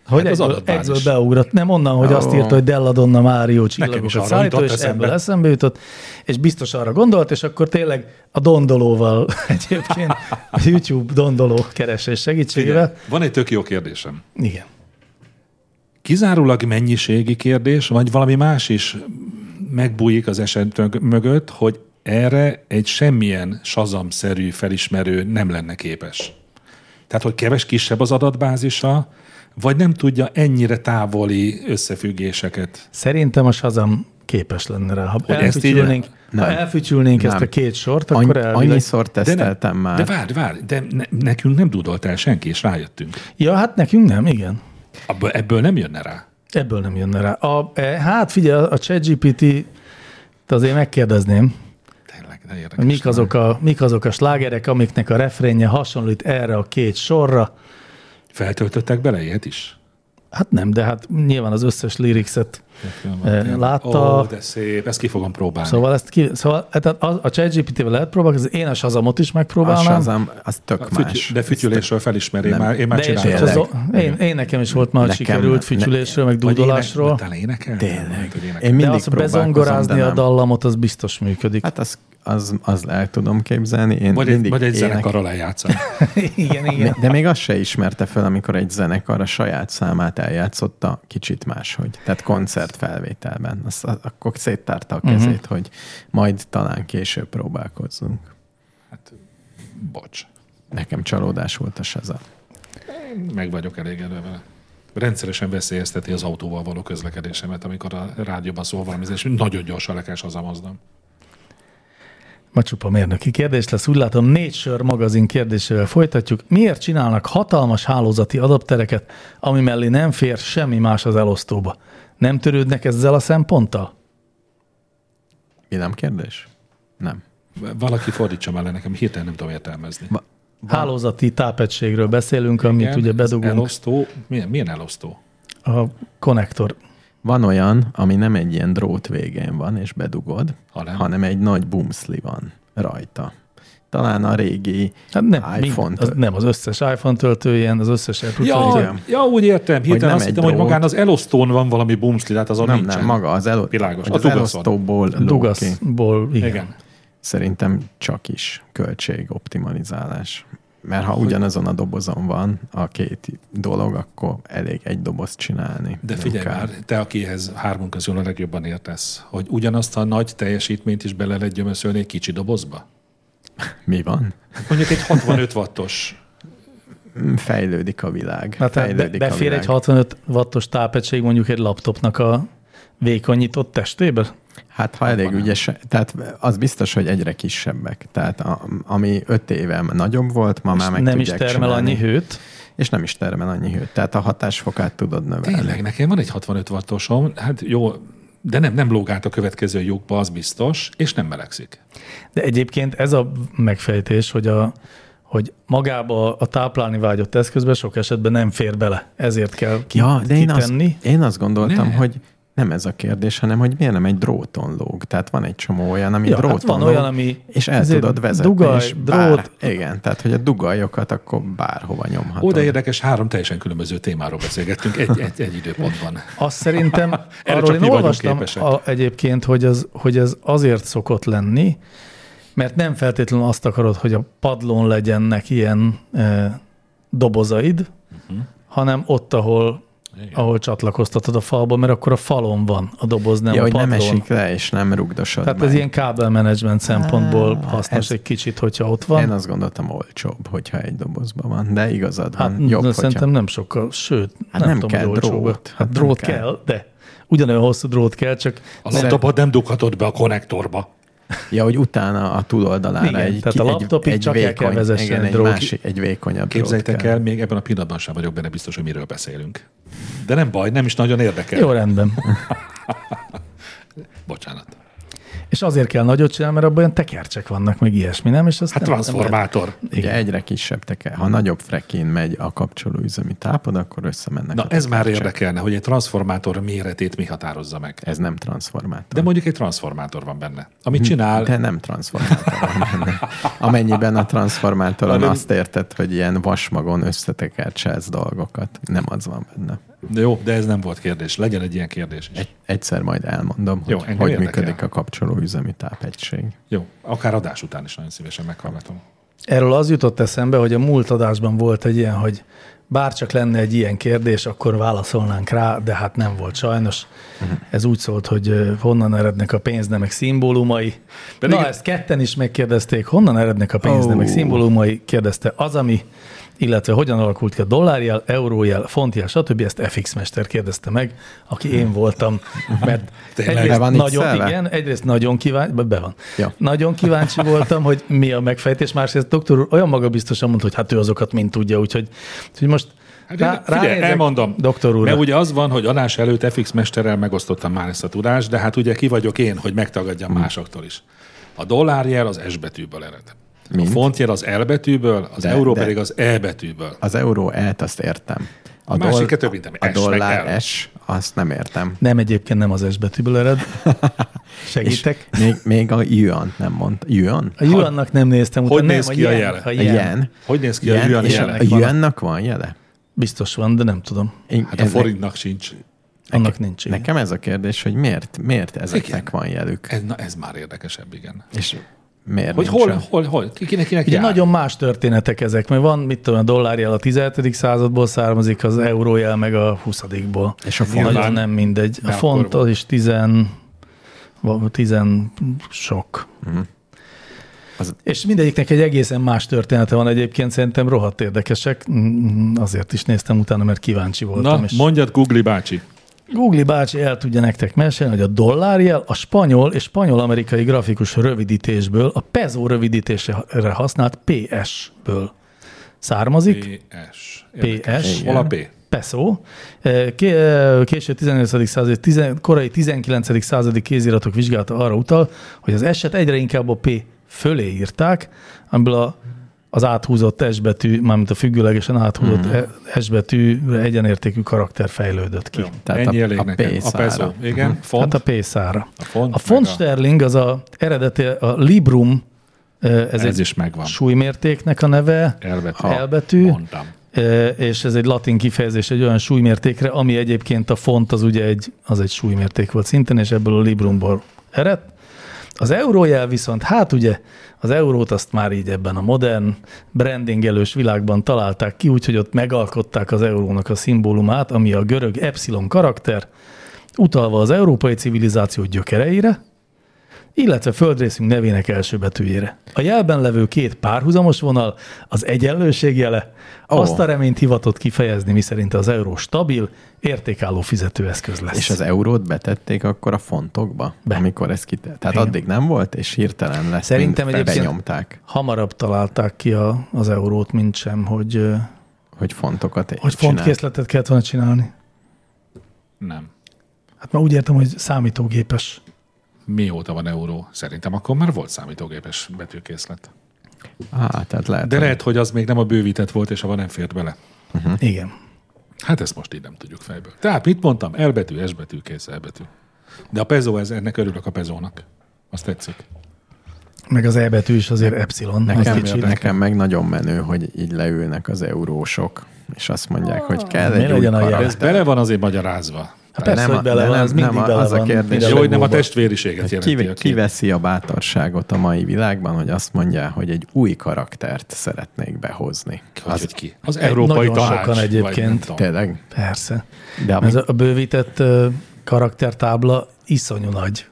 Hogy
Hát az
egyből,
adatbázis.
egyből beugrott. Nem onnan, hogy azt
Ó.
írta, hogy Della Donna Mário
is
csillagokat
arra
szállító,
jutott
és
eszembe.
ebből eszembe jutott, és biztos arra gondolt, és akkor tényleg a dondolóval (laughs) egyébként,
(laughs)
a YouTube dondoló keresés segítségével.
Van egy tök jó kérdésem.
Igen.
Kizárólag mennyiségi kérdés, vagy valami más is megbújik az eset mög- mögött, hogy erre egy semmilyen sazamszerű felismerő nem lenne képes. Tehát, hogy keves kisebb az adatbázisa, vagy nem tudja ennyire távoli összefüggéseket.
Szerintem a Shazam képes lenne rá. Ha
ezt így-
elfütyülnénk, ha
Nem.
elfütyülnénk ezt
Nem.
a két sort,
Annyi,
akkor elvileg...
annyiszor
De nem-
teszteltem már.
De várj, várj, de ne, nekünk nem dudolt el senki, és rájöttünk.
Ja, hát nekünk nem, igen.
Ebből, ebből nem jönne rá.
Ebből nem jönne rá. A, e, hát figyelj, a ChatGPT azért megkérdezném,
Tényleg, de érdekes.
hogy mik azok, a, mik azok a slágerek, amiknek a refrénje hasonlít erre a két sorra.
Feltöltöttek bele ilyet is?
Hát nem, de hát nyilván az összes lyricset eh, látta.
Ó, de szép, ezt ki fogom próbálni.
Szóval, ezt ki, szóval hát a, a ChatGPT-vel lehet próbálkozni, én a Shazamot is
a
megpróbálnám.
Shazam, az tök más.
Fütyü, de fütyülésről felismeri, én már, én már
De és
csináltam.
és az,
Tényleg.
én, én nekem is volt már
Nekem
sikerült
nem.
fütyülésről, meg
Vagy
dúdolásról.
Ének, talán énekel? Tényleg. Hogy énekel.
Én mindig
De azt
próbálkozom,
bezongorázni
de
a
nem.
dallamot, az biztos működik. Hát,
Hát az, az, az el tudom képzelni. Én
Vagy egy,
mindig
vagy egy
ének-
zenekarral
(laughs)
eljátszani.
igen, igen.
De még azt se ismerte fel, amikor egy zenekar a saját számát eljátszotta kicsit máshogy. Tehát koncertfelvételben. Azt, a- akkor széttárta a
Mhm.
kezét, uh-huh. hogy majd talán később próbálkozzunk.
Bocs.
Nekem csalódás volt a Shazam.
Meg vagyok elégedve vele. Rendszeresen veszélyezteti az autóval való közlekedésemet, amikor a rádióban szól valami, és nagyon gyorsan lekes az amazdam.
Ma csupa mérnöki kérdés lesz, úgy látom Nature magazin kérdésével folytatjuk. Miért csinálnak hatalmas hálózati adaptereket, ami mellé nem fér semmi más az elosztóba? Nem törődnek ezzel a szemponttal?
Vilám kérdés? Nem.
Valaki fordítsa már le nekem, hirtelen nem tudom értelmezni.
Va-
Hálózati tápegységről beszélünk, amit
Igen,
ugye
ez
bedugunk
Elosztó, milyen, milyen elosztó?
a konnektor.
Van olyan, ami nem egy ilyen drót végén van, és bedugod,
Hanem?
hanem, hanem egy nagy bumszli van rajta. Talán a régi
Hát nem,
iPhone
mind, az, nem, az összes iPhone töltőjén, az összes Apple töltőjén.
Ja,
Igen.
ja, úgy értem. Hirtelen
nem
azt
egy
hittem, hogy
drót.
magán az elosztón van valami bumszli, tehát azon
Nem,
nincsen.
nem, maga az, elo-
Világos.
hogy
A
az
dugaszon.
elosztóból ló ki.
Dugaszból, igen. igen.
Igen.
Szerintem csak is költségoptimalizálás. Mert ha ugyanazon a dobozon van a két dolog, akkor elég egy dobozt csinálni.
De figyelj
Inkább.
már, te, akihez hármunk közül a legjobban értesz, hogy ugyanazt a nagy teljesítményt is bele lehet gyömöszölni egy kicsi dobozba? Hát
Mi van?
Mondjuk egy
(laughs)
65 wattos.
Mm, Fejlődik a világ.
Na, tehát Hát, be,
Fejlődik a
befér
világ.
egy 65 wattos tápegység mondjuk egy laptopnak a vékonyított testébe?
Hát ha elég ügyes, tehát az biztos, hogy egyre kisebbek. Tehát a, ami öt éve nagyobb volt, ma már meg
Nem is
tudják
termel
csinálni,
annyi hőt.
És nem is termel annyi hőt. Tehát a hatásfokát tudod növelni.
Tényleg, nekem van egy 65 wattosom, hát jó, de nem, nem lóg át a következő lyukba, az biztos, és nem melegszik.
Hát De egyébként ez a megfejtés, hogy, a, hogy magába a táplálni vágyott eszközbe sok esetben nem fér bele. Ezért kell ki,
ja, de én azt,
kitenni.
én azt gondoltam,
Ne.
ne. hogy nem ez a kérdés, hanem hogy miért nem egy dróton lóg. Tehát van egy csomó olyan, ami
Ja,
ja,
hát
dróton
van
lóg,
olyan, ami
és el
azért
tudod vezetni.
dugaj,
és bár,
drót.
Igen, tehát hogy a dugajokat akkor bárhova nyomhatod.
Ó, de érdekes, három teljesen különböző témáról beszélgettünk egy, egy, egy
(laughs)
időpontban.
Azt szerintem,
(laughs) Erre
arról
csak mi
én
vagyunk
olvastam
képesek.
a, egyébként, hogy ez, hogy ez azért szokott lenni, mert nem feltétlenül azt akarod, hogy a padlón legyenek ilyen e, dobozaid, uh-huh.
Mhm.
hanem ott, ahol, ahol csatlakoztatod a falba, mert akkor a falon van a doboz, nem
ja,
a
hogy
padlón.
nem esik le, és nem rugdosod
Tehát
meg.
ez ilyen kábelmenedzsment szempontból hasznos
ez-
egy kicsit, hogyha ott van.
Én azt gondoltam olcsóbb, hogyha egy dobozban van, de igazad van.
Hát
jobb,
Jobb,
hogyha...
szerintem nem sokkal, sőt, hát nem,
nem
tudom,
kell
hogy olcsóbb.
drót.
Hát,
Hát nem
drót kell.
kell.
kell, de ugyanolyan hosszú drót kell, csak
A laptopot nem dughatod be a konnektorba.
Ja, hogy utána a túloldalára
Igen,
egy,
tehát
ki-
a
egy,
laptopig
egy
csak el kell
vékony,
vezessen
igen,
egy
egy,
drót.
másik, egy vékonyabb drót
Képzeljétek
kell.
el, még ebben a pillanatban sem vagyok benne biztos, hogy miről beszélünk. De nem baj, nem is nagyon érdekel.
jó rendben.
Bocsánat.
(laughs) És azért kell nagyot csinálni, mert abban olyan tekercsek vannak, meg ilyesmi, nem? És azt
Hát
nem, Nem lehet.
transformátor.
Ugye egyre kisebb teker. Ha nagyobb frekén megy a kapcsolóüzemi tápod, akkor összemennek.
Na
a
ez már
tekercsek.
érdekelne, hogy egy transformátor méretét mi határozza meg.
Ez nem transformátor.
De mondjuk egy transformátor van benne. Amit csinál,
Mhm. De nem transformátor van benne. Amennyiben a transformátoron
Hanem-
azt érted, hogy ilyen vasmagon összetekercselsz dolgokat. Nem az van benne.
de jó, de ez nem volt kérdés. Legyen egy ilyen kérdés is.
Egy, egyszer majd elmondom,
Jó,
hogy,
engem
hogy
érdekel.
működik a kapcsolóüzemi tápegység.
Jó, akár adás után is nagyon szívesen meghallgatom.
Erről az jutott eszembe, hogy a múlt adásban volt egy ilyen, hogy bárcsak lenne egy ilyen kérdés, akkor válaszolnánk rá, de hát nem volt sajnos. Ez úgy szólt, hogy ö, honnan erednek a pénznemek szimbólumai.
Pedig-
Na, ezt ketten is megkérdezték, honnan erednek a pénznemek
Ó.
szimbólumai, kérdezte az, ami, illetve hogyan alakult ki a dollárjel, eurójel, fontjel, stb. Ezt FX Mester kérdezte meg, aki én voltam, mert
Tényleg?
egyrészt
Be van
nagyon,
x-elve?
igen, egyrészt nagyon kíváncsi, be van.
Ja.
Nagyon
(laughs)
kíváncsi voltam, hogy mi a megfejtés, másrészt doktor úr olyan magabiztosan mondta, hogy hát ő azokat mind tudja, úgyhogy, úgyhogy most
Hát Rá, figyelj, elmondom.
doktor úr.
Mert ugye az van, hogy adás előtt FX mesterrel megosztottam már ezt a tudást, de hát ugye ki vagyok én, hogy megtagadjam
Mhm.
másoktól is. A dollárjel az S betűből ered.
Mint?
A fontjel az L betűből, az
De-
euró
de-
pedig az E betűből.
Az euró et azt értem. A,
másik kettő minden,
a
S meg el.
dollár S, azt nem értem.
Nem, egyébként nem az S betűből
(laughs)
ered. Segítek.
És még, még a yuan nem mondta. Yuan?
A Juannak nem néztem utána.
Hogy
nem,
néz ki a
yen,
jel?
A
A
yen.
yen.
Hogy néz ki a
Yen-
yuan
yen-
jele?
A yuannak van jele?
Biztos van, de nem tudom.
Én-
Hát a
ezek-
forintnak sincs.
Annak nincs. igen.
Nekem ez a kérdés, hogy miért, miért ezeknek
Igen.
van jelük?
Ez, na, ez már érdekesebb, igen.
És miért
Hogy
nincsen?
hol, hol, hol, ki- kinek, kinek
Ugye
jár?
nagyon más történetek ezek, mert van, mit tudom, a dollárjel a 17. századból származik, az eurójel meg a 20-ból.
És a font,
Nagyon
Nyilván.
nem mindegy. A
De
font
akkor-
az is 10, val- 10 sok.
Az-
És mindegyiknek egy egészen más története van egyébként, szerintem rohadt érdekesek. Mm, Azért is néztem utána, mert kíváncsi voltam.
Na,
és
mondjad, Google bácsi.
Google bácsi el tudja nektek mesélni, hogy a dollárjel a spanyol és spanyol-amerikai grafikus rövidítésből, a peso rövidítésre használt PS-ből származik.
PS.
PS.
Hol a P?
Peso. Ké- ö, Késő 18. század, tizen- korai 19. századi kéziratok vizsgálata arra utal, hogy az eset egyre inkább a P fölé írták, amiből a, az áthúzott S betű, mármint a függőlegesen áthúzott
Hmm.
mm. S betűre egyenértékű karakter fejlődött ki.
Tehát
Ennyi
a-
elég
a
nekem. A
pészára.
peso. Igen, font.
Hát a pészára.
A font
A font
meg a-
sterling az a eredeti, a librum, ö, ez,
Ez
ez egy
is megvan.
súlymértéknek a neve,
Elbetű.
elbetű,
Mondtam.
Ö, és ez egy latin kifejezés egy olyan súlymértékre, ami egyébként a font az ugye egy, az egy súlymérték volt szinten, és ebből a librumból eredt. Az eurójel viszont, hát ugye az eurót azt már így ebben a modern brandingelős világban találták ki, úgyhogy ott megalkották az eurónak a szimbólumát, ami a görög epsilon karakter, utalva az európai civilizáció gyökereire, illetve földrészünk nevének első betűjére. A jelben levő két párhuzamos vonal az egyenlőség jele,
Ó.
oh. azt a reményt hivatott kifejezni, miszerint az euró stabil, értékálló fizetőeszköz lesz.
És az e- eurót betették akkor a fontokba, Be.
Be.
amikor ezt kitett. Tehát
Igen.
addig nem volt, és hirtelen lesz.
Szerintem
mint
egyébként-
benyomták,
hamarabb találták ki a, az eurót, mint sem, hogy, ö,
hogy fontokat
hogy
csinált.
fontkészletet kellett volna csinálni.
Nem.
Hát már úgy értem, hogy számítógépes.
Mióta van euró? Szerintem akkor már volt számítógépes betűkészlet.
Á, tehát lehet,
De
hogy-
lehet, hogy az még nem a bővített volt, és abban nem fért bele.
Hm.
Igen.
Hát ezt most így nem tudjuk fejből. Tehát mit mondtam? Elbetű, S betű, kész, elbetű. De a pezó, ez, ennek örülök a pezónak. Azt tetszik.
Meg az E betű is azért epsilon.
Nekem,
az kicsi.
nekem meg nagyon menő, hogy így leülnek az eurósok, és azt mondják, hogy kell
Mi
egy új
legyen a
karakter.
jel?
Ez bele van azért magyarázva.
Hát persze,
nem
nem,
a-
hogy bele
de
van,
nem-
ez
nem
mindig
a-
bele
az a
van.
kérdés,
minden
Jó, hogy nem a
logóban.
testvériséget jelenti.
Ki,
a két.
kiveszi a bátorságot a mai világban, hogy azt mondja, hogy egy új karaktert szeretnék behozni.
Hogy, hogy ki? Az Európai
nagyon
Tanács.
sokan
vagy
egyébként.
nem tudom.
Tényleg?
Persze.
De ami,
Ez a a bővített ö, karaktertábla iszonyú nagy.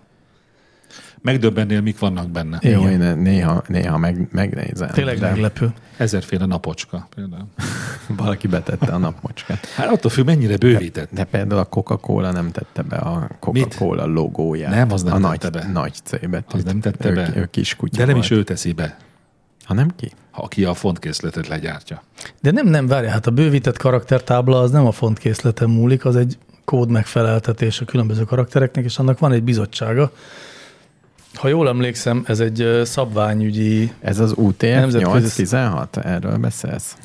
Megdöbbennél, mik vannak benne.
jó,
igen.
én néha, néha meg, megnézem.
Tényleg
de
meglepő.
Ezerféle napocska például.
valaki betette a napmocskát.
Hát attól függ, mennyire bővített.
De például a Coca-Cola nem tette be a Coca-Cola logóját.
Nem, az nem
a
tette
nagy,
be.
Nagy C betűt.
Az nem tette
ő,
be.
Ő kis kutya
De nem
volt.
is ő teszi be,
Ha nem ki?
ha aki a fontkészletet legyártja.
De nem, nem, várj, hát a bővített karaktertábla az nem a fontkészleten múlik, az egy kód megfeleltetés a különböző karaktereknek, és annak van egy bizottsága. Ha jól emlékszem, ez egy ö, szabványügyi...
Ez az UTF
Nemzetközi-
816? Erről beszélsz?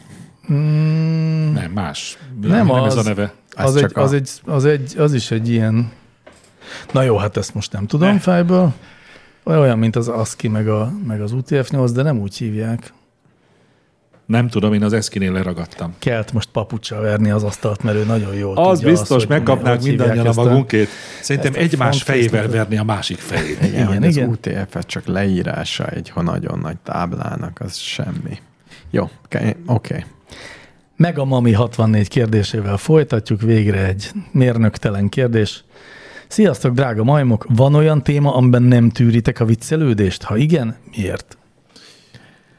Mm,
Nem, más. Nem,
Nem
nem
az.
ez a neve.
Ez
az, egy,
csak a-
az, egy, az, egy, az is egy ilyen... Na jó, hát ezt most nem tudom
Ne.
ne. fejből. Olyan, mint az ASCII meg, a, meg az UTF-8, de nem úgy hívják.
Nem tudom, én az eszkinél leragadtam.
Kelt most papucsa verni az asztalt, mert ő nagyon jól
Az
tudja
biztos,
azt, hogy
megkapnák
hogy hívják
mindannyian a
ezt
magunkét. Szerintem
ezt a
egymás fejével
fontkészletet.
verni a másik fejét.
Igen,
Igen,
igen, igen.
igen.
az UTF -e csak leírása egy ha nagyon nagy táblának, az semmi. Jó, oké. Okay.
Meg a Mami 64 kérdésével folytatjuk, végre egy mérnöktelen kérdés. Sziasztok, drága majmok! Van olyan téma, amiben nem tűritek a viccelődést? Ha igen, miért?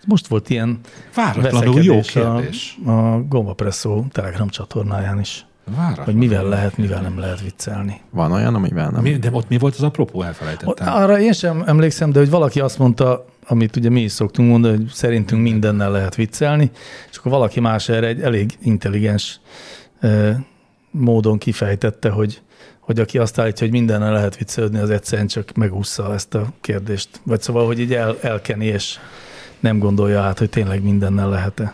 Most volt ilyen
Váratlanul jó
veszekedés a,
kérdés.
a Gombapresszó Telegram csatornáján is, hogy
Váratlanul.
mivel lehet, mivel nem lehet viccelni.
Van olyan, amivel nem...
Mi, de ott mi volt az apropó?
Ott,
Elfelejtettem.
arra én sem emlékszem, de hogy valaki azt mondta, amit ugye mi is szoktunk mondani, hogy szerintünk mindennel lehet viccelni, és akkor valaki más erre egy elég intelligens ö, módon kifejtette, hogy, hogy aki azt állítja, hogy mindennel lehet viccelődni, az egyszerűen csak megúszza ezt a kérdést. Vagy szóval, hogy így el, elkeni, és nem gondolja át, hogy tényleg mindennel lehet-e.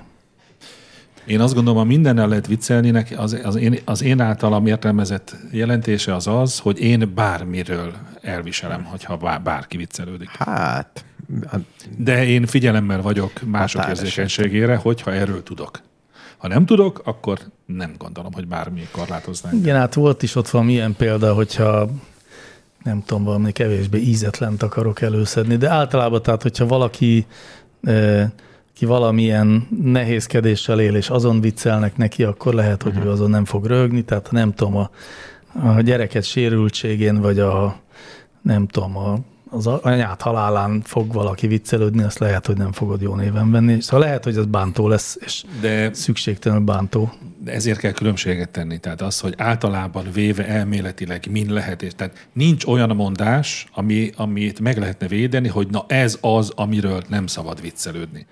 Én azt gondolom, ha mindennel lehet viccelni, neki- az, az, én, az én általam értelmezett jelentése az az, hogy én bármiről elviselem, hogyha bár, bárki viccelődik.
Hát, a-
De én figyelemmel vagyok mások
Határeset.
érzékenységére, hogyha erről tudok. Ha nem tudok, akkor nem gondolom, hogy bármi korlátozná. engem.
Igen, hát volt is ott van ilyen példa, hogyha nem tudom, valami kevésbé ízetlent akarok előszedni, de általában tehát, hogyha valaki eh, ki valamilyen nehézkedéssel él, és azon viccelnek neki, akkor lehet, hogy ő azon nem fog rögni, tehát ha nem tudom, a, a gyereket sérültségén, vagy a nem tudom, a, az anyát halálán fog valaki viccelődni, azt lehet, hogy nem fogod jó néven venni. Szóval lehet, hogy ez bántó lesz, és
De
szükségtelenül bántó.
ezért kell különbséget tenni. Tehát az, hogy általában véve elméletileg min lehet. és- Tehát nincs olyan mondás, ami, amit meg lehetne védeni, hogy na ez az, amiről nem szabad viccelődni.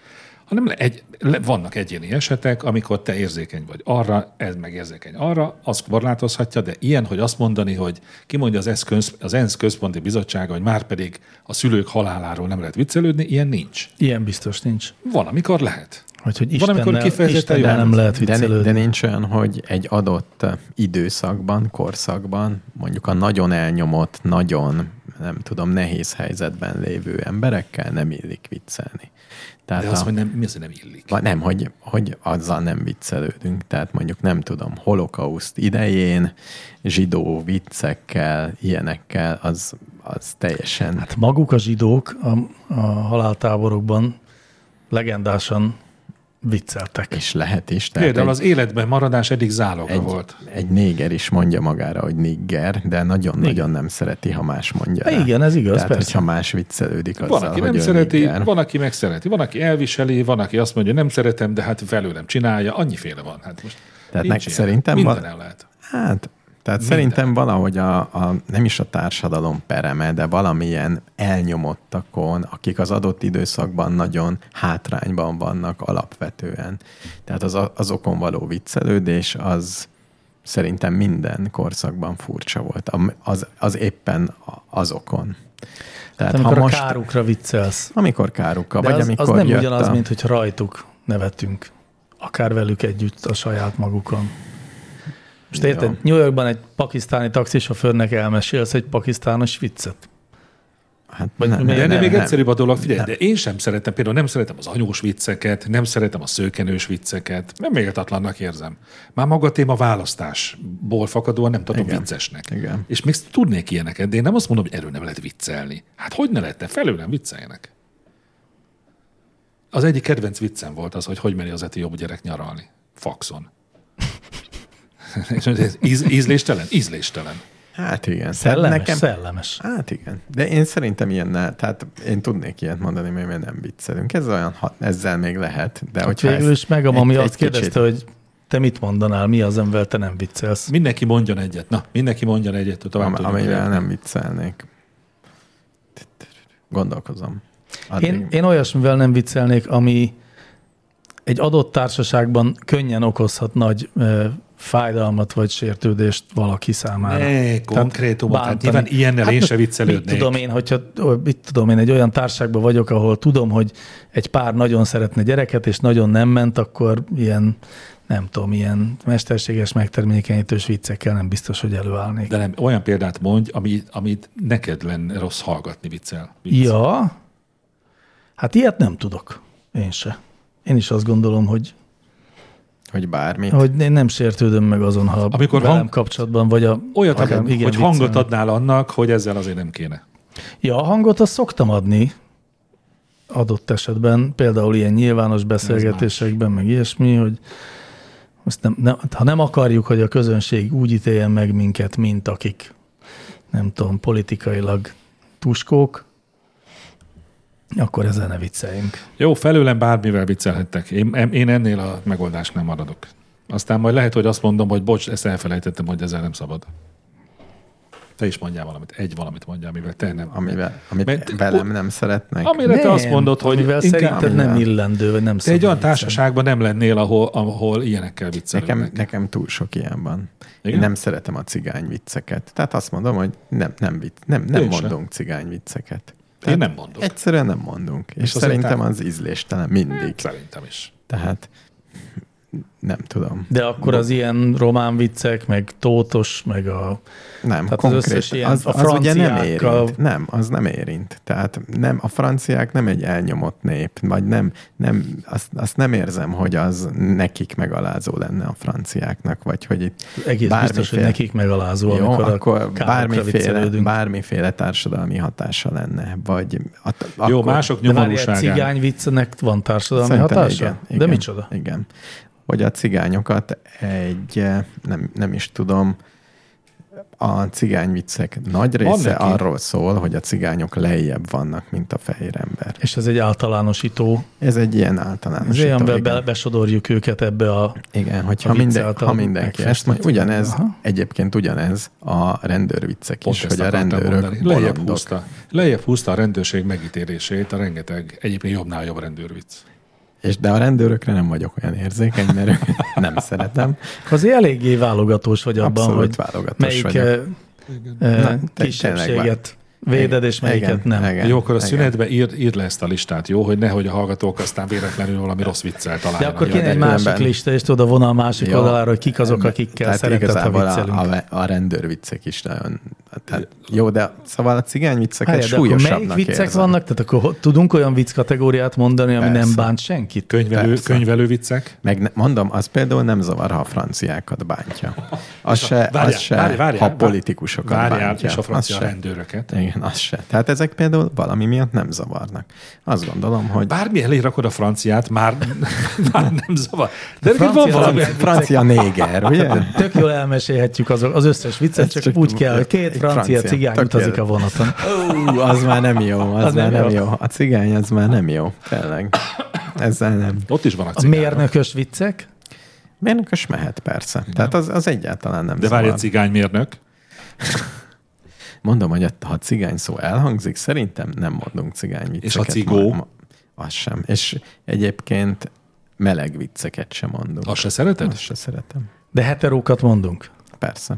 Hanem le- egy, le, vannak egyéni esetek, amikor te érzékeny vagy arra, ez meg érzékeny arra, az korlátozhatja, de ilyen, hogy azt mondani, hogy kimondja az, ENSZ köz, az ENSZ központi bizottsága, hogy már pedig a szülők haláláról nem lehet viccelődni, ilyen nincs.
Ilyen biztos nincs.
Van, amikor lehet.
Hogy, hogy
Van, amikor
Istennel,
kifejezetten
Istennel
jól
nem lehet
de, ni-
viccelődni.
de nincs olyan, hogy egy adott eh, időszakban, korszakban, mondjuk a nagyon elnyomott, nagyon, nem tudom, nehéz helyzetben lévő emberekkel nem illik viccelni. Tehát
De az, hogy nem, mi az, hogy nem illik.
Va- Nem, hogy, hogy azzal nem viccelődünk. Tehát mondjuk nem tudom, holokauszt idején, zsidó viccekkel, ilyenekkel, az, az teljesen.
Hát maguk a zsidók a, a haláltáborokban legendásan vicceltek.
És lehet is. Tehát
Például
egy-
az életben maradás eddig záloga
egy,
volt.
egy néger is mondja magára, hogy nigger, de nagyon-nagyon nem szereti, ha más mondja
Hát
rá.
igen, ez igaz,
Tehát,
persze.
hogyha más viccelődik azzal,
Van, aki
hogy
nem
ő
szereti,
nigger.
van, aki megszereti, van, aki elviseli, van, aki azt mondja, nem szeretem, de hát velőlem csinálja, annyiféle van. Hát most
Tehát
nincs
nek-
ilyen.
szerintem van-
Minden el lehet.
Hát, tehát Minden. szerintem valahogy a, a, nem is a társadalom pereme, de valamilyen elnyomottakon, akik az adott időszakban nagyon hátrányban vannak alapvetően. Tehát az, azokon való viccelődés az szerintem minden korszakban furcsa volt. Am- Az, az éppen a- azokon. Tehát
Tehát, Hát, amikor a kárukra viccelsz.
amikor kárukkal,
De
vagy
az,
amikor
az nem
jött
ugyanaz,
a...
mint hogy rajtuk nevetünk. Akár velük együtt a saját magukon. Most
Jó.
érted, New Yorkban egy pakisztáni taxisofőrnek elmesélsz egy pakisztános viccet.
Hát
Vagy
nem,
még-
De
nem,
ennél
nem,
még
nem.
egyszerűbb a dolog, figyelj, de én sem szeretem, például nem szeretem az anyós vicceket, nem szeretem a szőkenős vicceket, nem méltatlannak érzem. Már maga a téma választásból fakadóan nem tartom
Igen.
viccesnek.
Igen.
És még tudnék ilyeneket, de én nem azt mondom, hogy erről nem lehet viccelni. Hát hogy ne lehetne, felőlem vicceljenek. Az egyik kedvenc viccem volt az, hogy hogy meri az eti jobb gyerek nyaralni. Faxon. (laughs) És ez íz, ízléstelen? Ízléstelen.
Hát igen.
Szellemes,
Nekem,
szellemes.
Hát igen. De én szerintem ilyennel, tehát én tudnék ilyet mondani, mert mi nem viccelünk. Ez olyan, ha, ezzel még lehet. De
Hogy
hogyha
Hát végül
ezt
is meg a mami
Hát egy-
azt
egy kicsit-
kérdezte, hogy te mit mondanál, mi az, amivel te nem viccelsz.
Mindenki mondjon egyet. Na, mindenki mondjon egyet, hogy tovább
am,
tudjunk
amivel
lépni.
nem viccelnék. Gondolkozom.
Hát
Addig-
Én, én olyasmivel nem viccelnék, ami egy adott társaságban könnyen okozhat nagy ö, fájdalmat vagy sértődést valaki számára.
Ne, konkrétumot, hát
bántani.
nyilván ilyennel én
most
se viccelődnék.
Mit tudom én, hogyha, ö, mit tudom én, egy olyan társágban vagyok, ahol tudom, hogy egy pár nagyon szeretne gyereket, és nagyon nem ment, akkor ilyen, nem tudom, ilyen mesterséges megtermékenyítős viccekkel nem biztos, hogy előállnék.
De nem, olyan példát mondj, ami, amit neked lenne rossz hallgatni viccel. Vicc.
Ja, hát ilyet nem tudok. Én se. Én is azt gondolom, hogy,
Hogy bármi.
hogy én nem sértődöm meg azon, ha
Amikor
Amikor velem
hang-
hang... kapcsolatban, vagy a...
Olyat,
akár-
hogy, hogy
viccelni.
hangot adnál annak, hogy ezzel azért nem kéne.
Ja, a hangot azt szoktam adni adott esetben, például ilyen nyilvános beszélgetésekben, meg ilyesmi, hogy most nem, nem, ha nem akarjuk, hogy a közönség úgy ítéljen meg minket, mint akik, nem tudom, politikailag tuskók, akkor ezzel ne vicceljünk.
Jó, felőlem bármivel viccelhettek. Én, em- én ennél a megoldásnál maradok. Aztán majd lehet, hogy azt mondom, hogy bocs, ezt elfelejtettem, hogy ezzel nem szabad. Te is mondjál valamit, egy valamit mondjál, amivel te nem.
Amivel, amit
Mert-
velem nem szeretnek.
Amire te azt mondod, hogy
Mivel
inkább
szerinted nem
Amivel.
illendő, vagy nem
te egy
szabad
olyan
viccelni.
társaságban nem lennél, ahol, ahol ilyenekkel viccelődnek.
Nekem, nekem túl sok ilyen van.
Igen?
Igen? Én nem szeretem a cigány vicceket. Tehát azt mondom, hogy nem, nem, vic- nem, nem
Én sem.
mondunk cigány vicceket.
Én
Tehát
nem mondok.
Egyszerűen nem mondunk. És, és
azért
szerintem
el-
az ízléstelen mindig.
Szerintem is.
Tehát nem tudom.
De akkor az ilyen román viccek, meg tótos, meg a...
Nem,
Tehát az
konkrét,
összes ilyen-
az,
a
az ugye nem
franciákkal-
érint. Nem, az nem érint. Tehát nem, a franciák nem egy elnyomott nép, vagy nem, nem azt, azt nem érzem, hogy az nekik megalázó lenne a franciáknak, vagy hogy itt
Egész Bármiféle. biztos, hogy
Bármiféle.
nekik megalázó,
jó,
amikor a
akkor
károkra
bármiféle,
viccelődünk.
bármiféle társadalmi hatása lenne, vagy a,
Jó,
akkor,
mások
De várj, egy
nyomorúságán.
cigány viccnek van társadalmi
Szerintem
hatása?
igen,
De
igen,
micsoda?
Igen. Hogy a cigányokat egy, eh, nem, nem is tudom, a cigány viccek nagy
Van
része
neki.
arról szól, hogy a cigányok lejjebb vannak, mint a fehér ember.
És ez egy általánosító.
Ez egy ilyen
Ez
általános.
olyan,
dolog,
be, besodorjuk őket ebbe a...
igen,
a
hogyha
vicc
minden,
által
ha mindenki ezt mondja,
megfestett.
ugyanez,
Aha.
Aha. egyébként ugyanez a rendőrviccek
Pont
is,
ezt
hogy a
akartam
rendőrök
mondani. lejjebb
bolondok.
húzta, lejjebb húzta a rendőrség megítélését a rengeteg, egyébként jobbnál jobb rendőrvic.
És de a rendőrökre nem vagyok olyan érzékeny, mert
(laughs)
őket nem szeretem.
Azért eléggé válogatós vagy abban,
Abszolút
hogy
válogatós
melyik eh,
vagyok.
vagyok.
Na,
Na,
te- tényleg
kisebbséget véded, és melyiket
Igen,
nem.
igen,
Jó, akkor a
igen.
szünetbe ír, ír le ezt a listát, jó? Hogy nehogy a hallgatók aztán véletlenül valami rossz viccel
De
találjanak.
akkor
Jaj,
kéne egy
különben-
másik lista, és tudod a vonal másik
Jó.
oldalára, hogy kik azok, akikkel
Tehát
szeretett, ha
igazából
viccelünk.
a, a, a rendőrviccek is nagyon Tehát, jó, de szóval a cigány vicceket
Helye,
Helye,
de akkor melyik
súlyosabbnak
viccek
érzem.
vannak? Tehát akkor ho- tudunk olyan vicc kategóriát mondani, ami
Persze.
nem bánt senkit?
Könyvelő,
Persze.
könyvelő viccek.
Meg ne, mondom, az például nem zavar, ha a franciákat bántja. Az se,
Várjál,
az se
várjál, várjál,
ha
várjál.
politikusokat
Várjál,
bántja.
és a francia
az se.
rendőröket.
Igen, az se. Tehát ezek például valami miatt nem zavarnak. Azt gondolom, hogy
Bármi elé rakod a franciát, már, már nem zavar. De neked
francia
van valami.
az-
francia néger, ugye?
Tök jól elmesélhetjük azok, az összes viccet,
Ez
csak,
csak
úgy kell, hogy két
egy
francia,
francia.
cigány
Tök
utazik
jó.
a vonaton.
(laughs) Ú, az már nem jó, az, az már nem jó. jó. A cigány az már nem jó, tényleg. Ezzel nem.
Ott is van a
A
cigány.
mérnökös viccek?
Mérnökös mehet, persze. Tehát az, az egyáltalán nem
De várj, a
zavar.
cigánymérnök.
Mondom, hogy ha a cigány szó elhangzik, szerintem nem mondunk cigány vicceket.
a cigó?
Ma- ma- Az sem. És egyébként meleg vicceket sem mondunk.
Azt se szereted?
Azt se szeretem.
De heterókat mondunk.
Persze.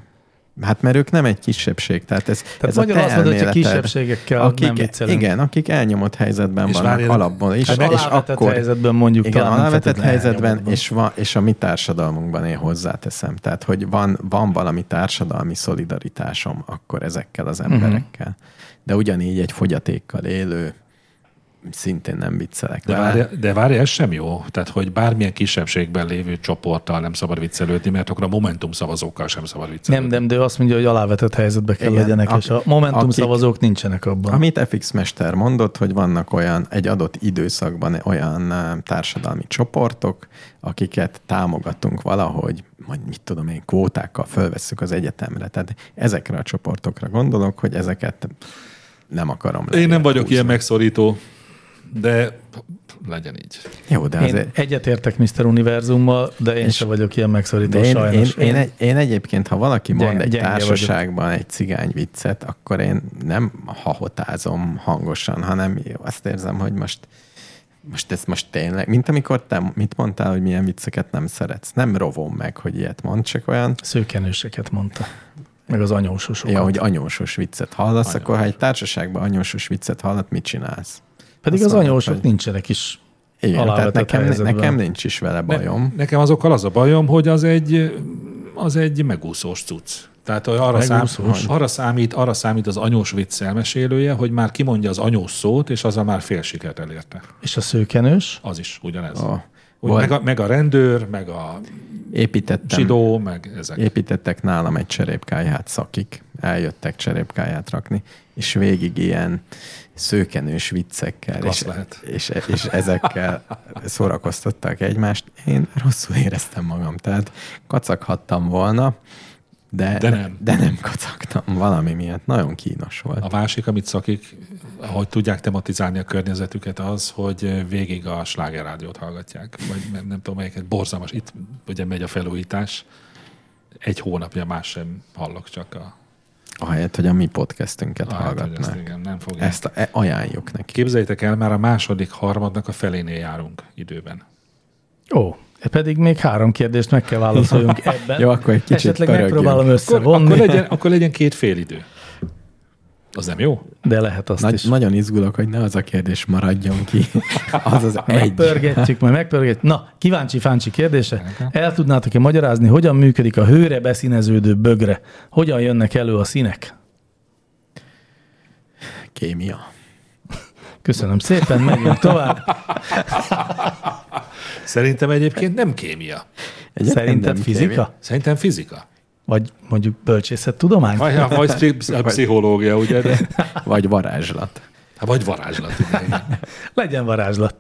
Hát mert ők nem egy kisebbség, tehát ez, tehát ez
magyarul
a te
azt mondod, hogy csak
elméleted.
kisebbségekkel
akik,
nem viccelünk.
Igen, akik elnyomott helyzetben
És
és vannak
várjanak-
alapból is.
És, hát
és
akkor,
akkor,
helyzetben mondjuk
igen,
talán nem
alávetett
feltétlenül
helyzetben,
elnyomódban.
és, va, és a mi társadalmunkban én hozzáteszem. Tehát, hogy van, van valami társadalmi szolidaritásom akkor ezekkel az emberekkel. De ugyanígy egy fogyatékkal élő, szintén nem viccelek
De
vele.
várj, de várj, ez sem jó. Tehát, hogy bármilyen kisebbségben lévő csoporttal nem szabad viccelődni, mert akkor a Momentum szavazókkal sem szabad viccelődni.
Nem, nem, de ő azt mondja, hogy alávetett helyzetbe kell
Igen,
legyenek,
ak-
és a Momentum
akik-
szavazók nincsenek abban.
Amit FX Mester mondott, hogy vannak olyan, egy adott időszakban olyan eh, társadalmi csoportok, akiket támogatunk valahogy, majd mit tudom én, kvótákkal fölvesszük az egyetemre. Tehát ezekre a csoportokra gondolok, hogy ezeket nem akarom.
Én nem
lejjebb
vagyok
húzni.
ilyen megszorító, de legyen így.
Jó, de
Én
azért...
egyetértek Mr. Univerzummal, de én
És-
sem vagyok ilyen megszorító,
De én, én,
sajnos.
én, egy- én egyébként, ha valaki mond
Gyenge-
egy
gyenge vagyok.
társaságban egy cigány viccet, akkor én nem hahotázom hangosan, hanem azt érzem, hogy most most ez most tényleg, mint amikor te mit mondtál, hogy milyen vicceket nem szeretsz. Nem rovom meg, hogy ilyet mond, csak olyan,
Szőkenőseket mondta. Meg az anyósosokat.
ja, hogy anyósos viccet hallasz, akkor ha egy társaságban anyósos viccet hallat, mit csinálsz?
Pedig
azt
az
mondod,
anyósok
hogy-
nincsenek is.
Igen, tehát
Alávetett
nekem,
helyzetben.
nekem nincs is vele bajom.
Nekem azokkal az a bajom, hogy az egy, az egy megúszós cucc. Tehát hogy arra, szám,
Megúszós?
arra, számít, arra számít az anyós vicc elmesélője, hogy már kimondja az anyós szót, és azzal már fél sikert elérte.
És a szőkenős?
Az is ugyanez.
Ó,
Ah.
Úgy,
volt-
meg, a, meg a rendőr, meg a
Építettem,
zsidó, meg ezek.
építettek nálam egy cserépkáját szakik, eljöttek cserépkáját rakni, és végig ilyen szőkenős viccekkel,
Klassz
és,
lehet.
és, és ezekkel szórakoztatták egymást. Én rosszul éreztem magam, tehát kacaghattam volna, de,
De nem.
de nem kacagtam valami miatt. Nagyon kínos volt.
A másik, amit szakik, ahogy tudják tematizálni a környezetüket, az, hogy végig a slágerrádiót hallgatják, vagy nem, nem tudom melyiket, borzalmas. Itt ugye megy a felújítás, egy hónapja más sem hallok, csak a...
Ahelyett, hogy a mi podcastünket
Hát, hogy ezt
hallgatnak.
igen, nem fogják.
Ezt a, e- ajánljuk neki.
Képzeljétek el, már a második harmadnak a felénél járunk időben.
Ó, e pedig még három kérdést meg kell
(laughs)
válaszoljunk ebben.
Jó, akkor egy kicsit
Esetleg
pörögjünk.
megpróbálom
Szóval
Akkor,
összevonni,
akkor, legyen, akkor legyen két fél idő. Az nem jó?
de lehet azt
Nagy,
is.
nagyon izgulok, hogy ne az a kérdés maradjon
(laughs)
ki. Az az egy.
Megpörgetjük, majd megpörgetjük. Na, kíváncsi fáncsi kérdése. El tudnátok-e magyarázni, hogyan működik a hőre beszíneződő bögre? Hogyan jönnek elő a színek?
Kémia.
Köszönöm szépen, menjünk
(laughs)
tovább.
Szerintem egyébként nem kémia.
Egyébként
Szerinted
nem
fizika?
Szerintem fizika.
Vagy mondjuk bölcsészettudomány?
Vagy, vagy pszich- pszichológia, ugye? De,
kémia, Vagy varázslat.
vagy varázslat. Ugye? igen.
Legyen varázslat.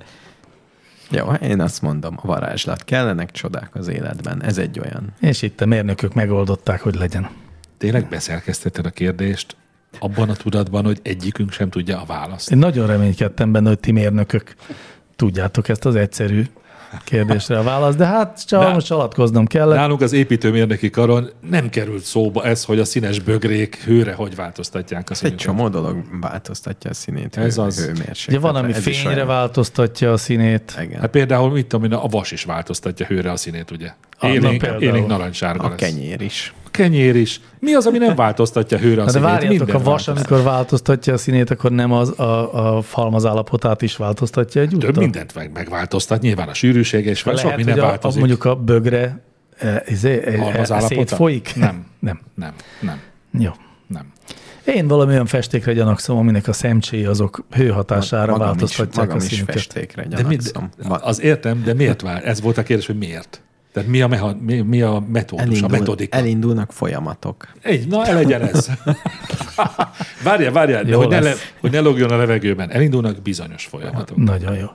Jó, én azt mondom, a varázslat. Kellenek csodák az életben. Ez egy olyan.
És itt a mérnökök megoldották, hogy legyen.
Tényleg beszerkesztetted a kérdést abban a tudatban, hogy egyikünk sem tudja a választ.
Én nagyon reménykedtem benne, hogy ti mérnökök tudjátok ezt az egyszerű kérdésre a választ, de hát csak
De-
most alatkoznom kellett.
Nálunk az építőmérnöki karon nem került szóba ez, hogy a színes bögrék hőre hogy változtatják a
Egy
színüket.
csomó dolog változtatja a színét.
Ez
hő-
az.
hőmérsékletre.
Ugye van, ami
Ez is
fényre
olyan.
változtatja a színét.
Igen.
Hát például, mit tudom én, a vas is változtatja hőre a színét, ugye?
na
Élénk,
például.
élénk narancssárga
A
lesz.
kenyér is.
A kenyér is. Mi az, ami nem változtatja hőre a
Na Hát de
színét?
várjátok,
Minden
a vas,
változtat.
amikor változtatja a színét, akkor nem az a, a falmaz állapotát is változtatja egy
Több
úton?
mindent meg, megváltoztat, nyilván a sűrűsége és
Lehet,
sok minden
hogy a, a,
változik.
mondjuk a bögre e, izé, e,
Halmaz
e,
állapota?
szétfolyik?
Nem.
Nem.
Nem, nem,
Jó.
nem.
Én valami olyan festékre gyanakszom, aminek a szemcséi azok hőhatására
Magam is,
változtatják
magam
a
is
színüket.
festékre
De mit,
gyanakszom.
az értem, de miért vár? Ez volt a kérdés, hogy miért? Tehát mi a, meha, mi, mi a metódus, a metodika?
elindulnak folyamatok.
Egy, na, legyen ez. várjál, várjál, de
Jó
hogy ne, le,
lesz.
hogy ne logjon a levegőben. Elindulnak bizonyos folyamatok.
Nagyon jó.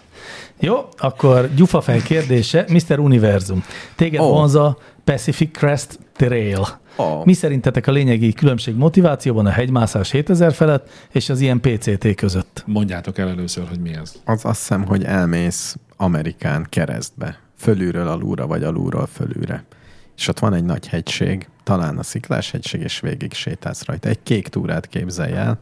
Jó, akkor gyufafej kérdése, Mr. Univerzum. Téged
Ó.
oh. vonz a Pacific Crest Trail.
Ó.
Mi szerintetek a lényegi különbség motivációban a hegymászás 7000 felett és az ilyen PCT között?
Mondjátok el először, hogy mi ez.
Az azt hiszem, hogy elmész Amerikán keresztbe, fölülről alulra, vagy alulról fölülre. És ott van egy nagy hegység, talán a sziklás hegység, és végig sétálsz rajta. Egy kék túrát képzelj el,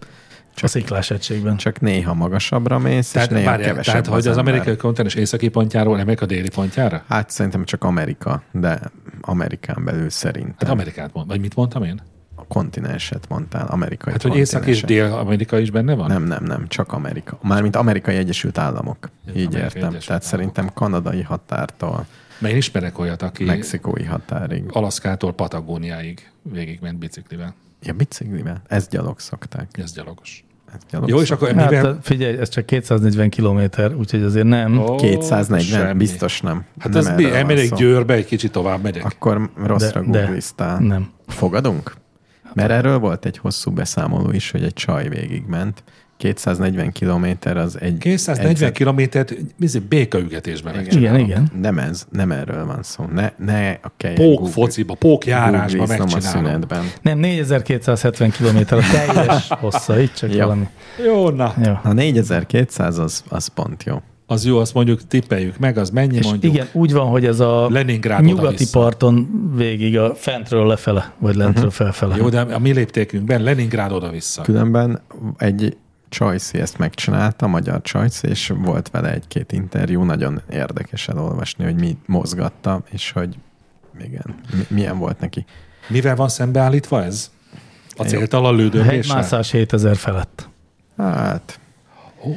Csak, a sziklás egységben.
csak néha magasabbra mész,
Tehát,
és néha
várjál,
kevesebb
tehát hogy az
ember.
amerikai kontinens északi pontjáról emelk a déli pontjára?
Hát szerintem csak Amerika, de Amerikán belül szerintem.
Hát Amerikát mond, vagy mit mondtam én?
a kontinenset mondtál, amerikai
Hát, hogy Észak és
kontinenset.
Dél-Amerika is benne van?
Nem, nem, nem, csak Amerika. Mármint Amerikai Egyesült Államok. Így
Amerikai
értem.
Egyesült
Tehát
Államok.
szerintem kanadai határtól
Mert én ismerek olyat, aki
mexikói határig.
Alaszkától Patagóniáig végigment biciklivel.
Ja, biciklivel. Ezt gyalog szokták.
Ez gyalogos.
Ezt gyalog
Jó, és
szokták.
akkor
Hát
mivel...
mivel... figyelj, ez csak 240 kilométer, úgyhogy azért nem.
Ó,
240,
semmi.
biztos nem.
Hát
nem
az mi?
erről van
Elmegyek
szó.
Győrbe, egy kicsit tovább megyek.
Akkor rosszra
De- de.
googliztál.
Nem.
Fogadunk? Mert erről volt egy hosszú beszámoló is, hogy egy csaj végigment. 240 kilométer az egy...
240 kilométert izé, békaügetésben
Igen.
megcsinálom.
Igen, igen.
Nem, ez, nem erről van szó. Ne, ne a kelljen
Pók
Google-
fociba, pók járásba
googliznom a
megcsinálom.
szünetben.
Nem, 4270 kilométer a teljes hossza, itt csak
Jó.
valami.
Jó, na.
Jó.
A 4200 az, az pont jó.
Az jó, azt mondjuk tippeljük meg, az mennyi
És
mondjuk.
igen, úgy van, hogy ez a
Leningrád
nyugati
oda-vissza.
parton végig a fentről lefele, vagy lentről felfele.
Mhm. Jó, de a mi léptékünkben Leningrád oda-vissza.
Különben egy Csajci ezt megcsinálta, magyar Csajci, és volt vele egy-két interjú, nagyon érdekes elolvasni, hogy mi mozgatta, és hogy igen, mi- milyen volt neki.
Mivel van szembeállítva ez? A
Jó.
céltalan lődöméssel?
Hegymászás 7000 felett.
Hát,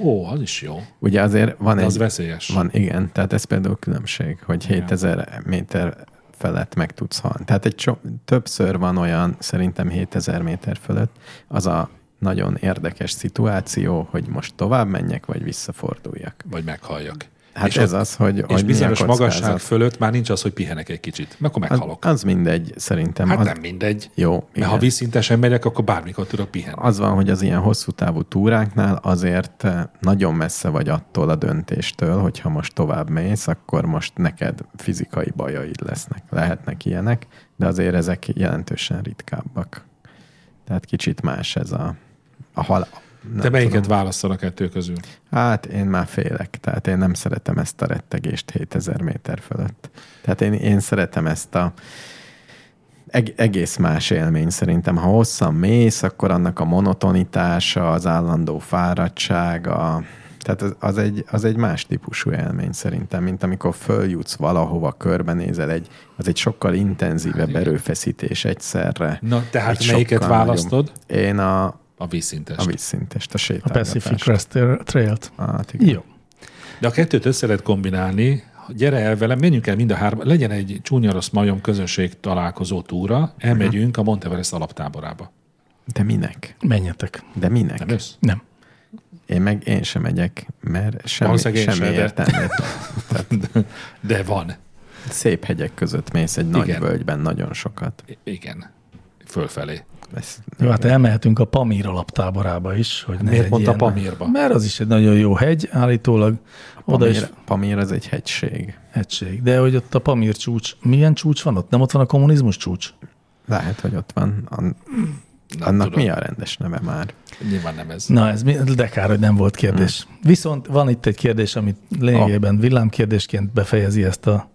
Ó, az is jó.
ugye azért van
De az
egy...
veszélyes.
Van, igen, tehát ez például különbség, hogy 7000 méter felett meg tudsz halni. Tehát egy cso- többször van olyan, szerintem 7000 méter fölött, az a nagyon érdekes szituáció, hogy most tovább menjek, vagy visszaforduljak.
Vagy meghalljak.
Hát
és
és ez
ott-
az, hogy...
És
hogy mi a
bizonyos
kockázat.
magasság fölött már nincs az, hogy pihenek egy kicsit. Mert akkor
Az,
meghalok.
az mindegy, szerintem.
Hát
az,
nem mindegy.
Jó,
Mert
igen.
ha vízszintesen megyek, akkor bármikor tudok pihenni.
Az van, hogy az ilyen hosszú távú túráknál azért eh, nagyon messze vagy attól a döntéstől, hogyha most tovább mész, akkor most neked fizikai bajaid lesznek. Lehetnek ilyenek, de azért ezek jelentősen ritkábbak. Tehát kicsit más ez a, a hal... nem
Te melyiket
tudom.
válaszol a kettő közül?
Hát én már félek, tehát én nem szeretem ezt a rettegést 7000 méter fölött. Tehát én, én szeretem ezt a eg- egész más élmény szerintem. Ha hosszan mész, akkor annak a monotonitása, az állandó fáradtsága, tehát az, az, egy, az egy más típusú élmény szerintem, mint amikor följutsz valahova, körbenézel, egy, az egy sokkal intenzívebb erőfeszítés egyszerre.
Na, tehát
Egy
melyiket
sokkal
választod?
Nagyobb. Én a,
A vízszintest.
a vízszintest, a
A
sétálgatást.
Pacific Crest Trail-t.
Hát, igen.
Jó.
De a kettőt össze lehet kombinálni, gyere el velem, menjünk el mind a hárma, legyen egy csúnya rossz majom közönség találkozó túra, elmegyünk a Monteverest alaptáborába.
De minek?
Menjetek.
De minek?
Nem jössz?
Nem.
Én meg én sem megyek, mert semmi,
Valószínűleg én
semmi
sem, de-
értelme.
De van.
Szép hegyek között mész egy nagy
Igen.
völgyben nagyon sokat.
I- Igen. Fölfelé.
Ez,
Jó, hát elmehetünk a Pamír alaptáborába is. Hogy ne
Miért
egy
pont a
ilyen-
Pamírba?
Mert az is egy nagyon jó hegy, állítólag. Oda is
Pamír, Pamír az egy hegység.
hegység. De hogy ott a Pamír csúcs, milyen csúcs van ott? Nem ott van a kommunizmus csúcs?
Lehet, hogy ott van. An,
Nem
annak
tudom.
mi a rendes neve már?
Nyilván nem ez.
Na, ez mi, de kár, hogy nem volt kérdés. Hmm. Viszont van itt egy kérdés, amit lényegében villámkérdésként befejezi ezt a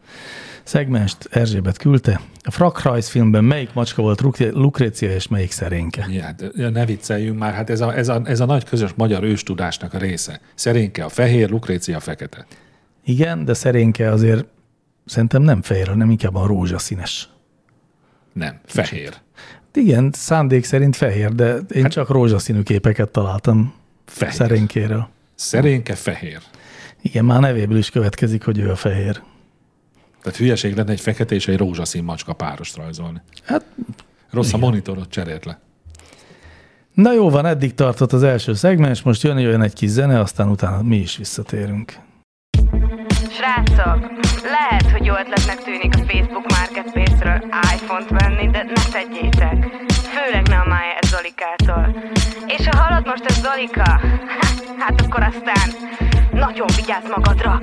szegmest. Erzsébet küldte. A Frakrajz filmben melyik macska volt Lukre- Lukrécia és melyik szerénke?
Ja, hát, ja, ne vicceljünk már, hát ez a, ez, a, ez a nagy közös magyar őstudásnak a része. Szerénke a fehér, Lukrécia a fekete.
Igen, de szerénke azért szerintem nem fehér, hanem inkább a rózsaszínes.
Nem, fehér.
Igen, szándék szerint fehér, de én csak rózsaszínű képeket találtam
Fehér.
szerénkéről.
Szerénke fehér.
Igen, már nevéből is következik, hogy ő a fehér.
Tehát hülyeség lenne egy fekete és egy rózsaszín macska párost rajzolni.
Hát
Rossz a monitorot cserélt le.
Na jó van, eddig tartott az első szegmens, most jön, jön egy kis zene, aztán utána mi is visszatérünk.
Srácok, lehet, hogy jó ötletnek tűnik a Facebook Marketplace-ről iPhone-t venni, de ne tegyétek. Főleg ne a máját Zolikától. És ha hallod most ez Zolika, (laughs) ha, hát akkor aztán nagyon vigyázz magadra.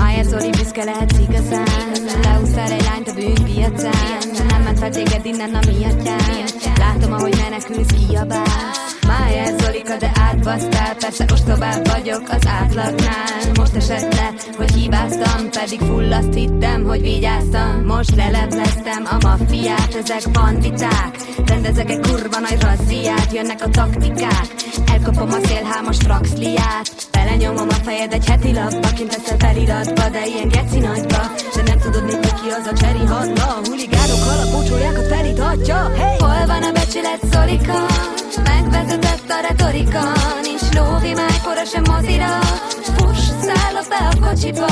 Máját Zoli büszke lehetsz igazán Lehúztál egy lányt a bűnpiacán Nem ment fel téged innen a miattján Látom, ahogy menekülsz, kiabálsz Máját Zolika, de átbasztál Persze ostobább vagyok az átlagnál Most esett le, hogy hibáztam Pedig full azt hittem, hogy vigyáztam Most lelepleztem a maffiát Ezek banditák Rendezek egy kurva nagy razziát Jönnek a taktikák Elkapom a szélhámos fraxliát Belenyomom a fejed egy heti lapba Kint leszel feliratba, de ilyen geci nagyba De nem tudod még, hogy ki az a cseri hadla A huligárok halapócsoljákat felítatja hey! Hol van a becsület szolika? Megvezetett a retorika Nincs lóvi májkora sem mozira Fuss, szállok be a kocsiba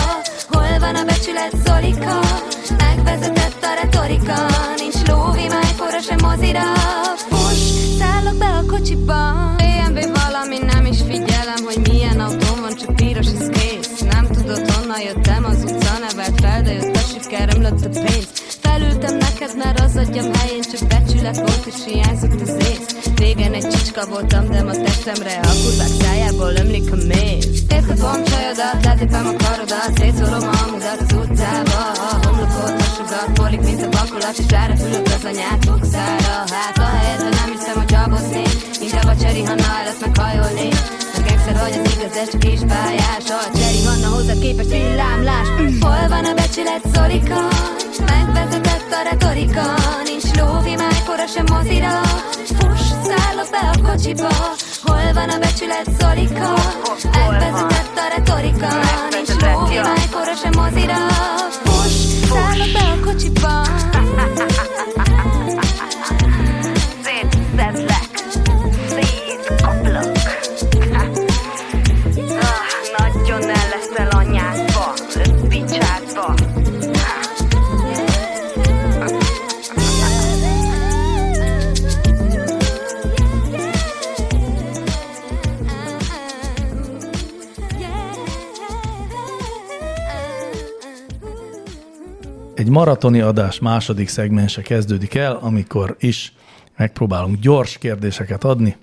Hol van a becsület szolika? Megvezetett a retorika Nincs lóvi májkora sem mozira Fuss, szállok be a kocsiba BMW valami nem is figyelem, hogy milyen autón van, csak piros és kész Nem tudod honnan jöttem, az utca nevelt fel, de jött a siker, ömlött a pénz Felültem neked, mert az agyam helyén csak becsület volt, és hiányzott az ész Régen egy csicska voltam, de ma testemre a kurvák szájából ömlik a méz Tépkapom csajodat, letépem a karodat, szétszórom a hamudat az utcába A homlokot a sugat, porik, mint a vakulat, és rárepülök az anyát bukszára Hát a helyedre nem hiszem, hogy abozni, inkább a cseri, ha nálat meghajolni Meg egyszer, hogy az igaz, ez csak is pályás A cseri, Hanna hozzád képest villámlás mm. Hol van a becsület szolika? Megvezetett a retorika Nincs lóvi, májkora sem mozira Fuss, szállok be a kocsiba Hol van a becsület szolika? Megvezetett a retorika Nincs lóvi, májkora sem mozira Fuss, szállok be a kocsiba
Szétszedlek, szétkaplak. (laughs) Ah, nagyon el leszel anyádba, picsádba.
Egy maratoni adás második szegmense kezdődik el, amikor is megpróbálunk gyors kérdéseket adni,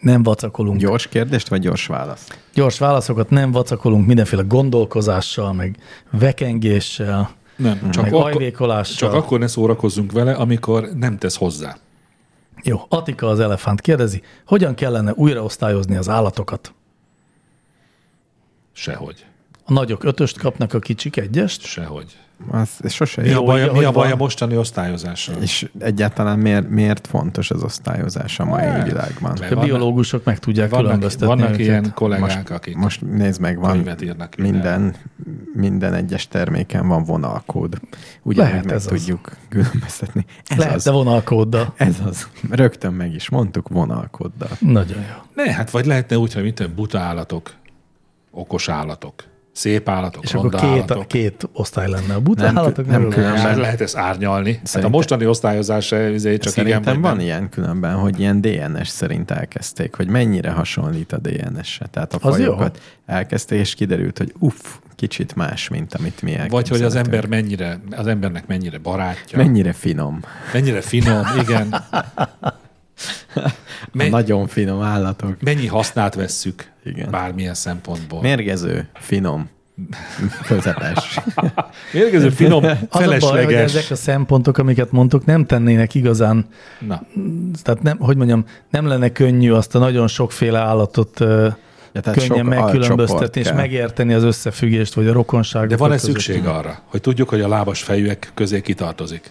nem vacakolunk.
Gyors kérdést, vagy gyors választ?
Gyors válaszokat nem vacakolunk mindenféle gondolkozással, meg vekengéssel,
Nem, csak,
meg
akkor,
ajvékolással.
csak akkor ne szórakozzunk vele, amikor nem tesz hozzá.
Jó, Atika az elefánt kérdezi, hogyan kellene újraosztályozni az állatokat?
Sehogy.
A nagyok ötöst kapnak, a kicsik egyest?
Sehogy.
Az ez sose
Mi
jó.
a baj,
hogy-
mi a,
hogy
baj
van.
a mostani osztályozással?
És egyáltalán miért, miért fontos az osztályozás a mai
Hát,
világban?
mert
A
Vannak-
biológusok meg tudják
Vannak,
különböztetni.
vannak
őket.
ilyen kollégák,
Most,
akik
most nézd meg, van
könyvet írnak. ide.
minden, minden egyes terméken van vonalkód. Ugye
Lehet,
Lehet, meg
ez az.
tudjuk különböztetni. Ez
Lehet,
az.
de vonalkóddal.
Ez az. Rögtön meg is mondtuk vonalkoddal.
Nagyon jó.
Ne, hát vagy lehetne úgy, hogy mint buta állatok, okos állatok, szép állatok,
És
ronda
akkor két,
állatok.
két osztály lenne. A buta
Nem,
állatok
nem
meg a-
külön.
Hát
Különben-
lehet ezt árnyalni. Hát a
Szerintem-
mostani osztályozás eh, izé, csak igen,
Szerintem
vagy
van
nem.
ilyen különben, hogy ilyen DNS szerint elkezdték, hogy mennyire hasonlít a DNS-re. Tehát a
Az
fajokat elkezdték, és kiderült, hogy uff, kicsit más, mint amit mi
Vagy hogy az
elképzeltünk.
ember mennyire, az embernek mennyire barátja, mennyire,
Mennyire finom.
mennyire finom,
(laughs)
igen.
Men...
Men-
Nagyon finom állatok.
Mennyi hasznát vesszük
Igen.
bármilyen szempontból.
Mérgező, finom,
(laughs)
közepes.
Mérgező,
(laughs)
finom,
Az a baj, hogy
felesleges.
ezek a szempontok, amiket mondtuk, nem tennének igazán
Na,
tehát nem, hogy mondjam, nem lenne könnyű azt a nagyon sokféle állatot ö,
Ja, tehát
könnyen
sok alcsoport
megkülönböztetni, és
kell.
megérteni az összefüggést, vagy a rokonságot.
de van-e szükség arra, hogy tudjuk, hogy a lábas fejűek közé kitartozik?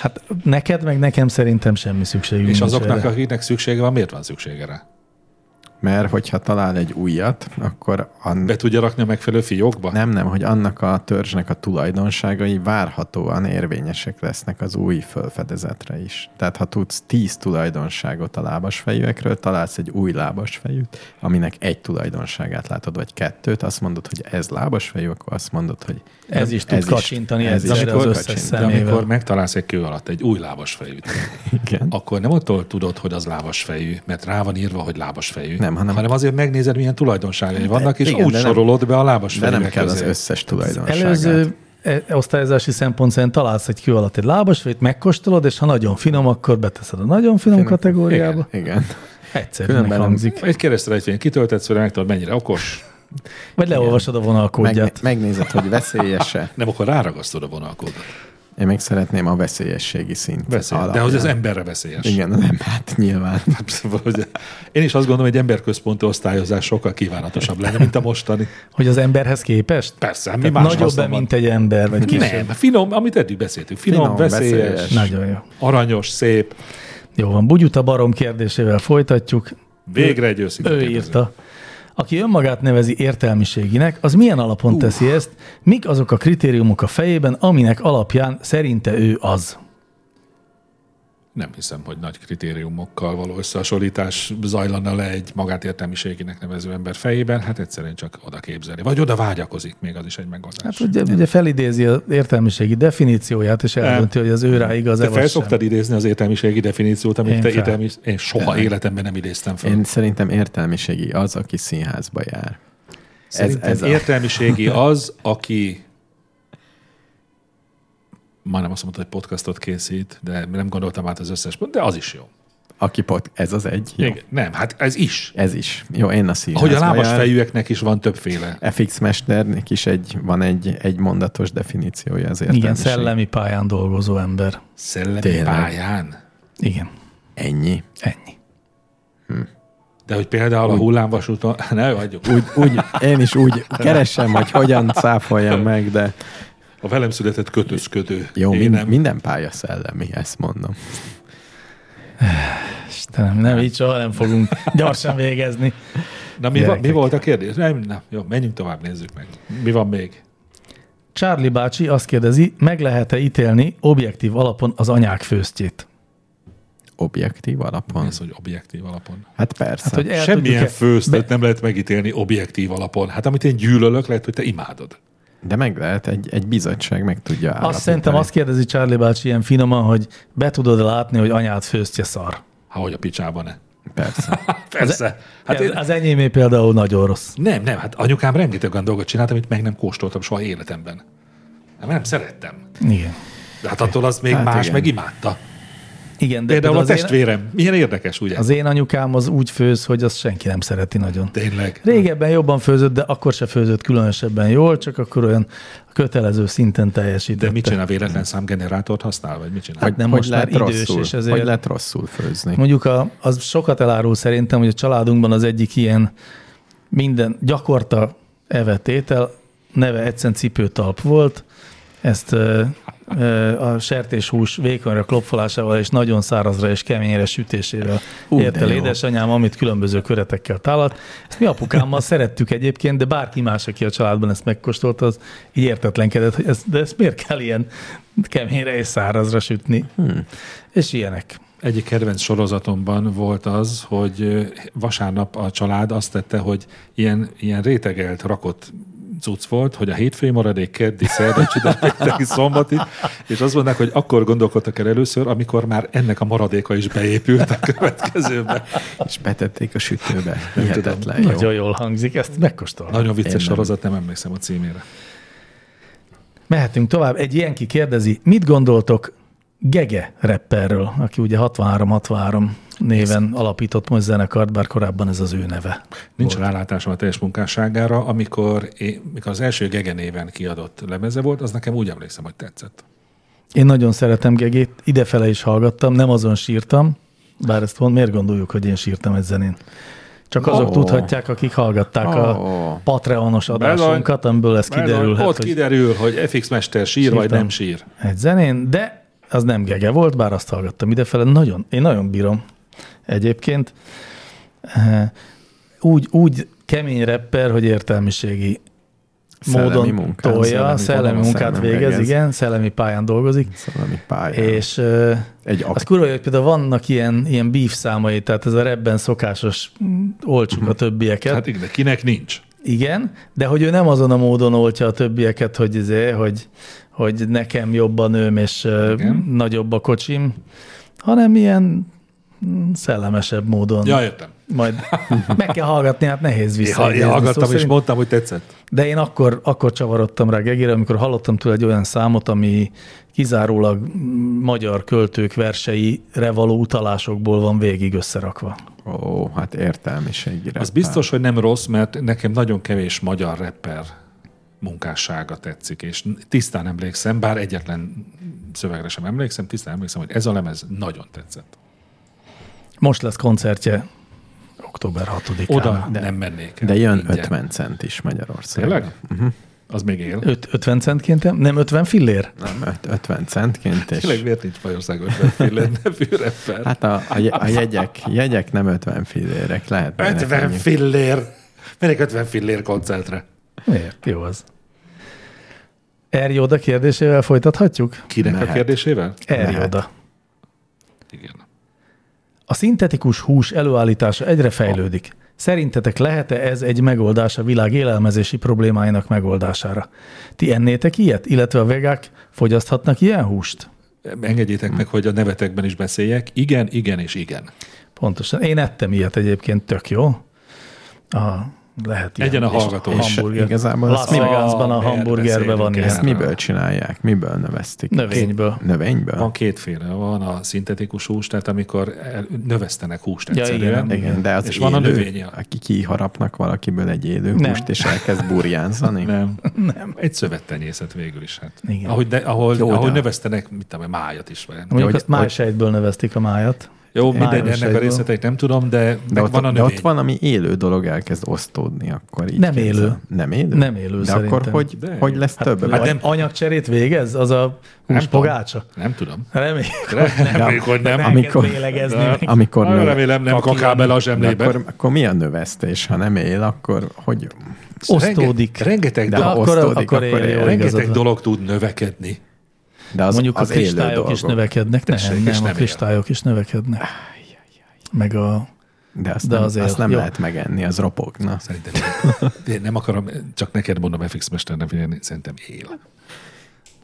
Hát neked, meg nekem szerintem semmi szükségünk
És
nincs
azoknak,
erre.
akiknek szüksége van, miért van szüksége rá?
mert hogyha talál egy újat, akkor an...
Be tudja rakni a megfelelő fiókba?
nem, nem, hogy annak a törzsnek a tulajdonságai várhatóan érvényesek lesznek az új fölfedezetre is. Tehát ha tudsz tíz tulajdonságot a lábasfejűekről, találsz egy új lábasfejűt, aminek egy tulajdonságát látod, vagy kettőt, azt mondod, hogy ez lábasfejű, akkor azt mondod, hogy
Ez is tud kacsintani egyszerre
tud
az összes
kacsintani.
De
Szemével.
amikor megtalálsz egy kő alatt egy új
(laughs)
lábasfejűt,
Igen.
akkor nem attól tudod, hogy az lábasfejű, mert rá van írva, hogy lábasfejű.
Nem, hanem-
hanem azért megnézed, milyen tulajdonságai vannak, és
igen,
úgy
de nem-
sorolod be a
De
lábasfejűek
nem kell az
közé.
összes tulajdonságát.
Előző e- osztályozási szempont szerint találsz egy kő alatt egy lábasfejét, megkóstolod, és ha nagyon finom, akkor beteszed a nagyon finom,
Finom.
kategóriába. (laughs)
Igen.
Egyszerűen
Különben nem-
hangzik.
Egy keresztrejtvény kitöltetsz, hogy megtudod, mennyire okos.
Vagy leolvasod a
Meg,
vonalkódját.
megnézed, hogy veszélyese.
Nem, akkor ráragasztod a vonalkódot.
Én még szeretném a veszélyességi szint.
Veszélyes. De
alapján.
hogy az emberre veszélyes.
Igen, nem, hát nyilván.
Valahogy- Én is azt gondolom, hogy egy emberközpontú osztályozás sokkal kívánatosabb lenne, mint a mostani.
Hogy az emberhez képest?
Persze, hát mi
Tehát
más
nagyobb-e,
haszna van?
mint egy ember, vagy kisebb?
Nem, finom, amit eddig beszéltünk. Finom,
Finom,
finom veszélyes,
veszélyes.
veszélyes,
Nagyon jó.
aranyos, szép.
Jó van, Bugyuta Barom kérdésével folytatjuk.
Végre egy őszinte
Ő
kérdező.
írta. Aki önmagát nevezi értelmiséginek, az milyen alapon teszi ezt? Mik azok a kritériumok a fejében, aminek alapján szerinte ő az?
Nem hiszem, hogy nagy kritériumokkal való összehasonlítás zajlana le egy magát értelmiségének nevező ember fejében, hát egyszerűen csak oda képzeli. Vagy oda vágyakozik, még az is egy megoldás.
Hát ugye, ugye felidézi az értelmiségi definícióját, és eldönti, hogy az ő rá igaz-e
te fel
vagy sem.
szoktad idézni az értelmiségi definíciót, amit
Én
én te
fel.
értelmis... Én soha életemben nem idéztem fel.
Én szerintem értelmiségi az, aki színházba jár. Ez,
Szerintem
ez a,
értelmiségi az, aki már nem azt mondta, hogy podcastot készít, de nem gondoltam át az összes, de az is jó.
aki pot, ez az egy. Jó.
Igen. Nem, hát ez is.
Ez is. Jó, én a színházba
Ahogy a lábas
jár.
fejűeknek is van többféle.
FX mesternek is egy, van egy, egy mondatos definíciója az
Igen,
értelmiség.
szellemi pályán dolgozó ember.
Szellemi
Tényleg.
pályán.
Igen,
Ennyi.
ennyi.
De hogy például a hullámvasúton, (laughs) ne hagyjuk,
Úgy, úgy, én is úgy keresem, hogy hogyan cáfoljam meg, de
a velem született kötözködő.
jó,
Én
mind,
nem.
minden pálya szellemi, ezt mondom.
Istenem, nem, így soha nem fogunk gyorsan végezni.
Na mi, va, mi
Gyerekek.
volt a kérdés? Nem, nem, jó, menjünk tovább, nézzük meg. Mi van még?
Charlie bácsi azt kérdezi, meg lehet-e ítélni objektív alapon az anyák főztjét?
Objektív alapon.
Ez, hogy objektív alapon.
Hát persze.
Hát, hogy el
Semmilyen
tudjuk-e-
főztet nem lehet megítélni objektív alapon. Hát amit én gyűlölök, lehet, hogy te imádod.
De meg lehet, egy, egy bizottság meg tudja
Azt
állapítani.
szerintem azt kérdezi Charlie bácsi ilyen finoman, hogy be tudod látni, hogy anyád főztje szar.
Hát hogy a picsában-e? (laughs)
Persze.
Persze. Hát
Hát
én,
az enyémé például nagyon rossz.
nem, nem, hát anyukám rengeteg olyan dolgot csinált, amit meg nem kóstoltam soha életemben. Nem, nem szerettem.
Igen.
De hát attól az még
Hát
hát más
igen.
igen. meg imádta.
Igen, de
Például a
az én,
testvérem. Milyen érdekes, ugye?
az én anyukám az úgy főz, hogy azt senki nem szereti nagyon.
Tényleg.
Régebben jobban főzött, de akkor se főzött különösebben jól, csak akkor olyan kötelező szinten teljesítette.
De mit csinál, véletlen számgenerátort használ, vagy mit csinál?
Hát nem,
hogy
most már
lehet
idős,
rosszul,
és ezért-
Hogy lehet rosszul főzni?
Mondjuk a, az sokat elárul szerintem, hogy a családunkban az egyik ilyen minden gyakorta evett étel, neve egyszerűen cipőtalp volt, ezt ö, ö, a sertéshús vékonyra klopfolásával és nagyon szárazra és keményre sütésével
Ú, de
érte el
jó.
édesanyám, amit különböző köretekkel tálalt. Ezt mi
(laughs)
apukámmal szerettük egyébként, de bárki más, aki a családban ezt megkóstolta, az így értetlenkedett, hogy ez, de ezt miért kell ilyen keményre és szárazra sütni. Hmm. És ilyenek.
Egyik kedvenc sorozatomban volt az, hogy ö, vasárnap a család azt tette, hogy ilyen, ilyen rétegelt rakott cucc volt, hogy a hétfői maradék keddi, szerda, (laughs) csütörtöki, szombati, és azt mondták, hogy akkor gondolkodtak el először, amikor már ennek a maradéka is beépült a következőbe.
És betették a sütőbe. Hihetetlen jó.
Nagyon jól hangzik, ezt megkóstolom.
Nagyon vicces
Én nem.
sorozat, nem emlékszem a címére.
Mehetünk tovább. Egy ilyen ki kérdezi, mit gondoltok Gege rapperről, aki ugye 63-63 néven alapított most zenekart, bár korábban ez az ő neve.
Nincs rálátásom a teljes munkásságára, amikor, én, mikor az első gegenéven kiadott lemeze volt, az nekem úgy emlékszem, hogy tetszett.
Én nagyon szeretem Gegét, idefele is hallgattam, nem azon sírtam, bár ezt mond, miért gondoljuk, hogy én sírtam egy zenén? Csak azok
Ó.
oh. tudhatják, akik hallgatták oh. a
Ó.
Patreonos adásunkat, amiből ez
Pardon,
kiderülhet,
Ott
hogy
kiderül, hogy FX Mester sír, vagy
Sírtam.
nem sír.
egy zenén, de az nem gege volt, bár azt hallgattam idefele. Nagyon, én nagyon bírom egyébként. Eh, úgy, úgy kemény rapper, hogy értelmiségi
Szellemi
módon
munkán,
tolja,
szellemi
szellemi
vonalon,
munkát
szellemi
végez,
vegez.
igen, szellemi pályán dolgozik,
Szellemi Szóval pályán.
és ö,
Egy
az
ak-
kurva, jó, hogy például vannak ilyen, ilyen beef számai, tehát ez a rebben szokásos, mm, olcsuk a
Mhm.
többieket.
Hát igen, de kinek nincs?
Igen, de hogy ő nem azon a módon oltja a többieket, hogy, izé, hogy, hogy nekem jobb a nőm és Igen.
Igen.
nagyobb a kocsim, hanem ilyen mm, szellemesebb módon.
Ja, értem.
Majd meg kell hallgatni, hát nehéz
Én, ha,
vissza. szóval
én hallgattam, és mondtam, hogy tetszett.
De én akkor, akkor csavarodtam rá Gegére, amikor hallottam tőle egy olyan számot, ami kizárólag mm, magyar költők verseire való utalásokból van végig összerakva.
Ó, hát értelmiségi
Az
rapper.
biztos, hogy nem rossz, mert nekem nagyon kevés magyar rapper munkássága tetszik, és tisztán emlékszem, bár egyetlen szövegre sem emlékszem, tisztán emlékszem, hogy ez a lemez nagyon tetszett.
Most lesz koncertje október 6-án.
Oda de, nem mennék. el
De jön
ingyen.
50 cent is Magyarországon.
Tényleg? Az még él.
Mhm. Öt- 50 centként, nem? nem 50 fillér?
Nem, öt- 50 centként,
Tényleg
és
miért nincs Magyarországon 50 fillér nevű rapper?
hát a, a, je- a jegyek, jegyek nem 50 fillérek, lehet. benne
50
ennyi.
fillér! Menjek 50 fillér koncertre.
Miért? Jó az. Erjóda kérdésével folytathatjuk?
Kinek a
Mehet.
kérdésével?
Erjóda.
Igen.
A szintetikus hús előállítása egyre fejlődik. Szerintetek lehet-e ez egy megoldás a világ élelmezési problémáinak megoldására? Ti ennétek ilyet? Illetve a vegák fogyaszthatnak ilyen húst?
Engedjétek meg, hogy a nevetekben is beszéljek. Igen, igen és igen.
Pontosan. Én ettem ilyet egyébként, tök jó. A, lehet ilyen.
Egyen a
És
hallgató.
És
hamburger.
igazából
Las
ezt, mi,
Vegasban a
Ah, miért
hamburgerben van
beszélünk
ilyen.
ezt
erről?
miből csinálják? Miből növesztik?
Növényből.
Növényből?
Van kétféle. Van a szintetikus hús, tehát amikor el, növesztenek húst
Ja,
egyszerűen.
igen,
Igen, de az
És
élő,
van a növénye.
Aki kiharapnak valakiből egy élő
Nem.
húst, és elkezd burjánzani.
Nem. nem. Egy szövettenyészet végül is. Hát.
Igen.
Ahogy, de, ahol,
Jó, de-
ahogy növesztenek, mit tudom, én, májat is. Vagy.
Mondjuk
Hogy-
azt májsejtből növesztik a májat.
Jó, mindegy,
május
ennek a
egyben.
részleteit nem tudom, de,
De
de
ott,
van a
de
növény.
ott valami élő dolog elkezd osztódni, akkor így
Nem
képzel-
élő.
Nem élő?
Nem élő
De
szerintem.
akkor hogy,
De-
hogy lesz
Hát,
több?
több.
Hát
Hát
nem-
nem, anyagcserét végez? Az a
Nem
húspogácsa?
Nem
(laughs)
tudom.
Reméljük,
Reméljük, hogy nem.
nem amikor,
Amikor-
kell bélegezni.
De-
meg.
amikor
Nagyon
nő,
remélem nem
Kaki-
kakál bele a
de
zsemlébe.
akkor, akkor mi a növesztés? Ha nem él, akkor hogy?
Osztódik.
Rengeteg,
De
dolog-
ha
akkor-
osztódik,
akkor
akkor,
él, jó.
él.
rengeteg
igazad van.
dolog tud növekedni.
De az,
Mondjuk
az
a
élő
kristályok is
dolgok.
növekednek.
Tessék,
Nem,
és
nem, a
nem él.
kristályok is növekednek. Meg a...
De azt
De
nem,
az él.
azt nem
Jó.
lehet megenni, az ropog. Na,
Szerintem én nem akarom, csak neked mondom, FX mesternek, hogy szerintem él.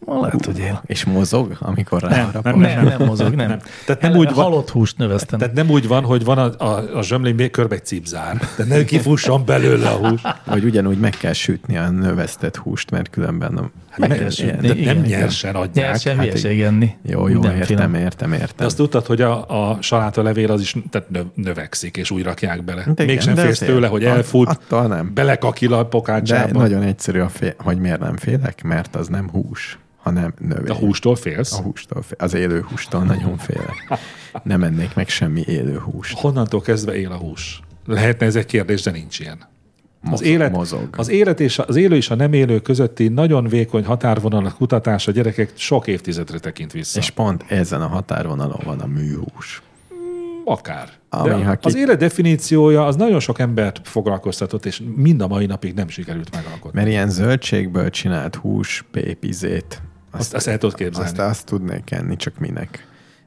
Ma lehet, hogy él.
és mozog, amikor ráharapod.
Nem, nem, nem mozog, nem.
Tehát nem
Eleve
úgy van-
halott húst növesztenek.
Tehát nem úgy van, hogy van a, a, a zsömlén még körbe egy cipzár. Tehát ne kifusson belőle a hús. Hát
Vagy ugyanúgy meg kell sütni a növesztett húst, mert különben a...
Hát meg
kell
kell
sütni,
sütni, de
igen,
nem
igen.
nyersen adják.
Nyersen
hát,
hülyeség enni.
Jó, jó,
Minden
értem,
finom.
értem, értem, értem.
de azt tudtad, hogy a, a salátalevél az is tehát nö- növekszik, és úgy rakják bele.
Hát igen,
Mégsem
de
félsz
azért.
tőle, hogy
At-
elfut,
attól nem.
belekakil a
De
pokácsába.
nagyon egyszerű, a fél, hogy miért nem félek, mert az nem hús, hanem növény.
a hústól félsz?
A hústól, fél- az élő hústól nagyon félek. Nem ennék meg semmi élő húst.
Honnantól kezdve él a hús? Lehetne ez egy kérdés, de nincs ilyen. Az
Mozog-
élet,
mozog.
az élet és a- az élő és a nem élő közötti nagyon vékony határvonalak kutatása gyerekek sok évtizedre tekint vissza.
És
És
pont ezen a határvonalon van a műhús.
akár.
Ami,
De
ha ki-
az élet definíciója az nagyon sok embert foglalkoztatott, és mind a mai napig nem sikerült megalkotni.
Mert ilyen zöldségből csinált hús, pépizét.
Azt, azt el tudod képzelni.
Azt, azt tudnék enni, csak minek.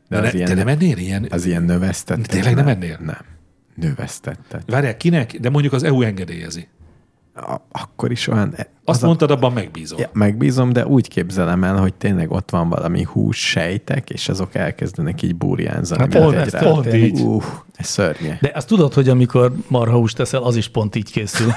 de, ne, de nem ennél ilyen?
az ilyen növesztettet.
Tényleg nem ennél?
Nem. Növesztettet.
Várjál, kinek? De mondjuk az EU engedélyezi.
A, akkor is olyan... Azt
Azt mondtad, abban megbízol.
Ja, megbízom, de úgy képzelem el, hogy tényleg ott van valami hús, sejtek, és azok elkezdenek így burjánzani.
Hát
mint
pont
egy
ez
rá.
történik.
Uh, ez szörnyű.
De azt tudod, hogy amikor marhahúst teszel, az is pont így készül.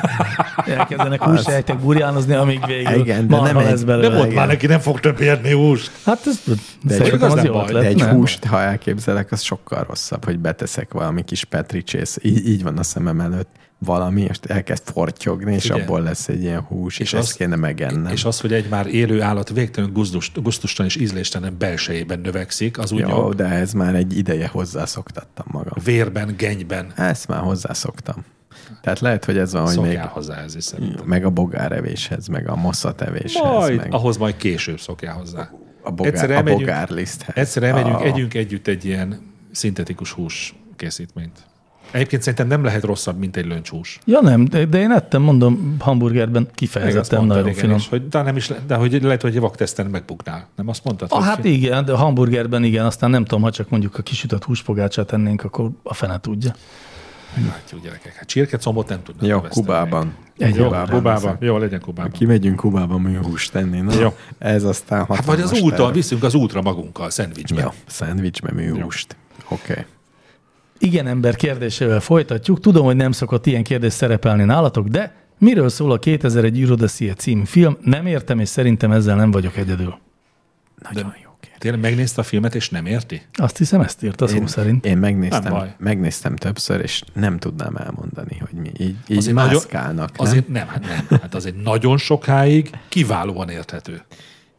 Elkezdenek húsejtek burjánozni, amíg végül
Igen,
Igen,
de
marha
nem egy-
lesz belőle.
De mondd már neki, nem fog több érni hús.
Hát ez
egy-
szerintem
az
az
nem
jó
baj,
ötlet.
De egy
nem?
húst, ha elképzelek, az sokkal rosszabb, hogy beteszek valami kis petricsész, így, így van a szemem előtt valami, és elkezd fortyogni, és
Figyelj.
abból lesz egy ilyen hús, és,
És
és ezt
azt-
kéne megennem.
És az, hogy egy már élő állat végtelenül gusztust- gusztustalan és ízléstelen belsejében növekszik, az úgy
Jó,
jó.
de ez már egy ideje hozzászoktattam magam.
vérben, genyben
Ezt már hozzászoktam. Tehát lehet, hogy ez van, hogy
szokjál
még
még... hozzá ez is szerintem.
meg a bogárevéshez, meg a mosszatevéshez,
Majd,
meg
ahhoz majd később szokjál hozzá.
a, bogár, Ah. a bogárliszthez.
egyszer elmegyünk,
A-
együnk együtt egy ilyen szintetikus hús készítményt. Egyébként szerintem nem lehet rosszabb, mint egy löncsús.
Ja nem, de, de én ettem, mondom, hamburgerben
Meg azt
kifejezetten
mondtad,
nagyon
igen,
finom.
És, hogy, de, nem is, le- de hogy lehet, hogy egy vakteszten megbuknál. Nem azt mondtad?
Ah,
hogy
hát igen, de a hamburgerben igen, aztán nem tudom, ha csak mondjuk a kisütött húspogácsát ennénk, akkor a fene tudja.
látjuk, gyerekek. Hát csirkecombot nem tudnak
Jó,
eveszteni.
Kubában.
Egy
Jó,
órára
Kubában. Jó, legyen Kubában.
Kimegyünk Kubába, mi húst tenni. Na,
Jó.
Ez aztán
Hát vagy az
hatalmas
úton,
terv.
viszünk az útra magunkkal, szendvicsbe.
Ja, szendvicsbe műhúst. Oké. Okay.
Igen, ember kérdésével folytatjuk. Tudom, hogy nem szokott ilyen kérdés szerepelni nálatok, de miről szól a 2001 Eurodessie című film? Nem értem, és szerintem ezzel nem vagyok egyedül.
Nagyon jó kérdés.
Tényleg megnézte a filmet, és nem érti?
Azt hiszem, ezt írta szó szerint.
Én
Nem baj.
megnéztem, megnéztem többször, és nem tudnám elmondani, hogy mi így, így azért
nagyon-
mászkálnak, nem?
Azért nem, hát nem. Hát azért nagyon sokáig kiválóan érthető.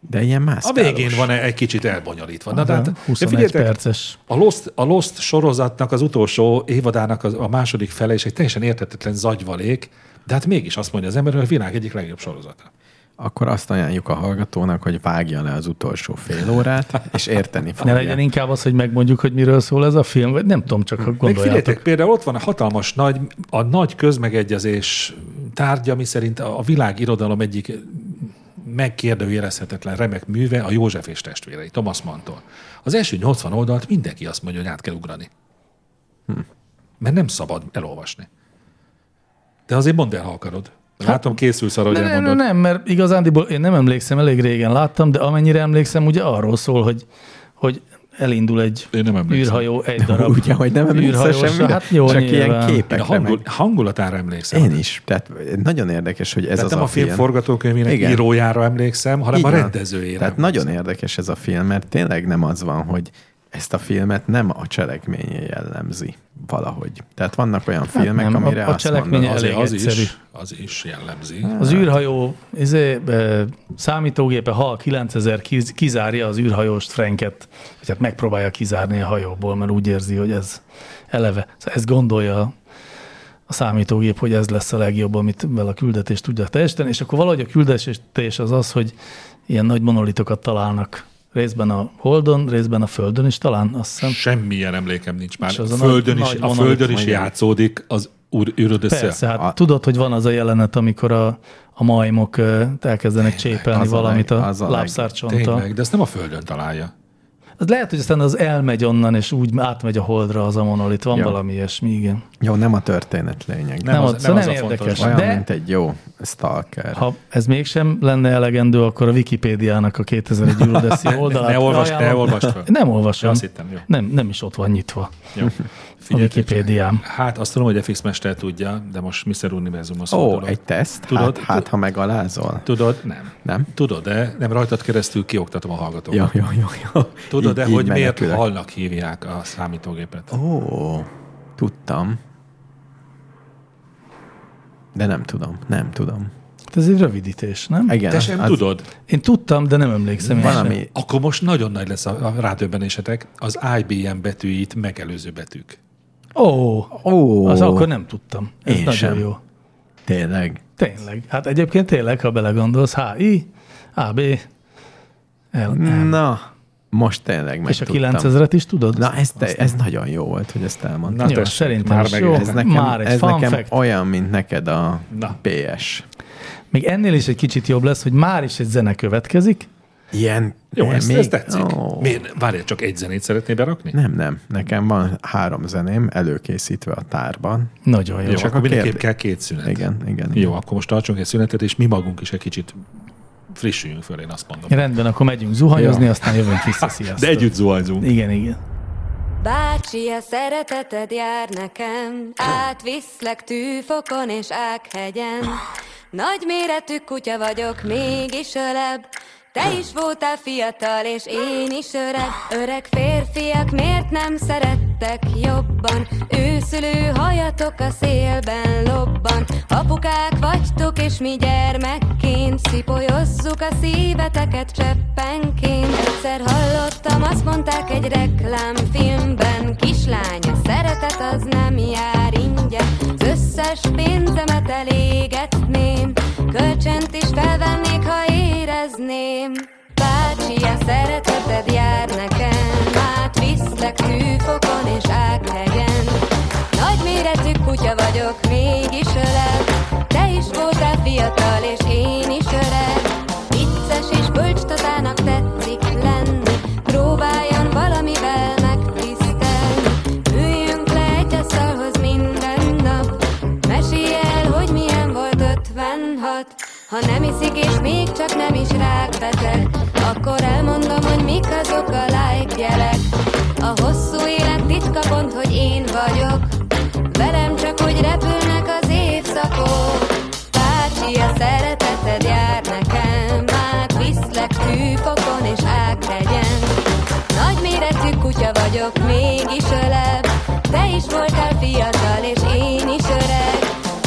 de ilyen
A
mászkálós.
végén van egy kicsit elbonyolítva. Na, de hát, de
21
figyeljetek,
perces.
A Lost, a Lost sorozatnak az utolsó évadának az, a második fele is egy teljesen értetetlen zagyvalék, de hát mégis azt mondja az ember, hogy a világ egyik legjobb sorozata.
Akkor azt ajánljuk a hallgatónak, hogy vágja le az utolsó fél órát, és érteni
Ne
Ah,
fogja.
legyen inkább az, hogy megmondjuk, hogy miről szól ez a film, vagy nem tudom, csak ha
Meg figyeljetek,
gondoljátok.
például ott van a hatalmas nagy, a nagy közmegegyezés tárgya, ami szerint a a világ irodalom egyik megkérdőjelezhetetlen remek műve a József és testvérei, Thomas Manton. Az első 80 oldalt mindenki azt mondja, hogy át kell ugrani. Hm. Mert nem szabad elolvasni. De azért mondd el, ha akarod. Látom, készülsz arra, hogy
Nem, nem,
elmondod.
nem, mert igazándiból én nem emlékszem, elég régen láttam, de amennyire emlékszem, ugye arról szól, hogy, hogy elindul egy
Én nem emlékszem.
űrhajó, egy darab
Ugye, hogy nem emlékszel
űrhajós,
semmire,
hát jó,
csak ilyen
nyilván.
képekre.
Én a hangul, hangulatára emlékszem.
Én is. Tehát nagyon érdekes, hogy ez
Tehát
az
nem a film forgatókönyvének
Igen.
írójára emlékszem, hanem
Így
a
van.
rendezőjére.
Tehát nagyon érdekes ez a film, mert tényleg nem az van, hogy ezt a filmet nem a cselekménye jellemzi valahogy. Tehát vannak olyan hát filmek,
nem,
nem,
a-
amire
a
a, azt
cselekménye
mondod,
elég
Azért az
egyszerű. Hát,
is, az is jellemzi.
Az
Hát.
űrhajó izé, ö, számítógépe HAL 9000 kiz- kizárja az űrhajóst Franket, vagy hát megpróbálja kizárni a hajóból, mert úgy érzi, hogy ez eleve, szóval ezt gondolja a számítógép, hogy ez lesz a legjobb, amit vele a küldetést tudja teljesíteni, és akkor valahogy a küldetés az az, hogy ilyen nagy monolitokat találnak részben a Holdon, részben a Földön is talán, azt hiszem.
Semmilyen emlékem nincs már.
És
A
az a
földön,
nagy-
is,
nagy
a
vonalat
földön is
mondjuk.
játszódik az úr
Persze,
űrödössze.
hát
A-
tudod, hogy van az a jelenet, amikor a, a majmok ö, elkezdenek csépelni
az a leg-
valamit a,
az a
a
leg-
lábszárcsonttal.
Tényleg, de ezt nem a földön találja.
Az lehet, hogy aztán az elmegy onnan, és úgy átmegy a holdra az a monolit. Van
Ja.
valami ilyesmi, igen.
Jó, nem a történet lényeg.
Nem,
Nem.
nem
az-
az,
nem
nem, nem
az a fontos.
érdekes.
Olyan,
de
mint egy jó stalker.
ha ez mégsem lenne elegendő, akkor a Wikipédiának a 2001 Eurodeszi oldalát
Ne olvasd, ne
ajánlom.
olvasd fel.
Nem olvasom.
Ja, azt hittem, jó.
Nem, nem is ott van nyitva
Jó.
a Wikipédiám.
Hát azt tudom, hogy FX Mester tudja, de most Mr. Univerzum az
Ó,
szól dolog.
egy teszt?
Tudod-
Tudod, hát, hát, ha megalázol.
Tudod, nem.
Nem?
Tudod, de nem rajtad keresztül kioktatom a hallgatókat.
Jó, jó, jó, jó.
Tudod, de
Így- így
hogy miért
menekülök.
halnak hívják a számítógépet?
Ó, tudtam. De nem tudom, nem tudom.
Hát Ez egy rövidítés, nem?
Igen,
Te sem
az-
tudod.
Én tudtam, de nem emlékszem. én sem.
Valami,
Akkor most nagyon nagy lesz a a rádöbbenésetek. Az IBM betűit megelőző betűk.
Ó,
ó,
az akkor nem tudtam. Ez
Én
nagyon
sem.
jó.
tényleg.
Tényleg. Hát egyébként tényleg, ha belegondolsz, HI, AB, L, E. M.
Na, most tényleg meg
És a 9000-et is tudod?
Na, ez, te, ez nagyon jó volt, hogy ezt elmondtad.
Na
Jó,
tessék,
szerintem
már
is
megérted.
jó.
ez nekem,
Már egy
ez
fun
nekem
fact.
olyan, mint neked a
Na.
Na. PS.
Még ennél is egy kicsit jobb lesz, hogy már is egy zene következik.
Ilyen.
Jó,
nem,
ez,
még-
ez tetszik.
Ó.
Miért? Várjál, csak egy zenét szeretné berakni?
Nem, nem. Nekem van három zeném előkészítve a tárban.
Nagyon jó.
Jó,
jó.
csak
Csak
akkor
a
mindenképp
kérdés-
kell két szünet.
Igen, igen.
Jó, akkor most tartsunk egy szünetet, és mi magunk is egy kicsit frissüljünk föl, én azt mondom.
Rendben, akkor megyünk zuhanyozni,
Jó.
aztán jövünk
(laughs)
vissza. Sziasztok.
De együtt zuhanyzunk.
Igen, igen.
Bácsi, a szereteted jár nekem, átviszlek tűfokon és ághegyen. Nagy méretű kutya vagyok, mégis örebb, te is voltál fiatal, és én is öreg. Öreg férfiak miért nem szerettek jobban? Őszülő hajatok a szélben lobban. Apukák vagytok, és mi gyermekként szipolyozzuk a szíveteket cseppenként. Egyszer hallottam, azt mondták egy reklámfilmben, kislány, a szeretet az nem jár ingyen. Az összes pénzemet elégetném, kölcsönt is felvennék, ha érezném. Bácsi, a szereteted jár hát nekem, átviszlek tűfokon és ághegyen. Nagy méretű szűk kutya vagyok, mégis ölem Te is voltál fiatal, és én is öreg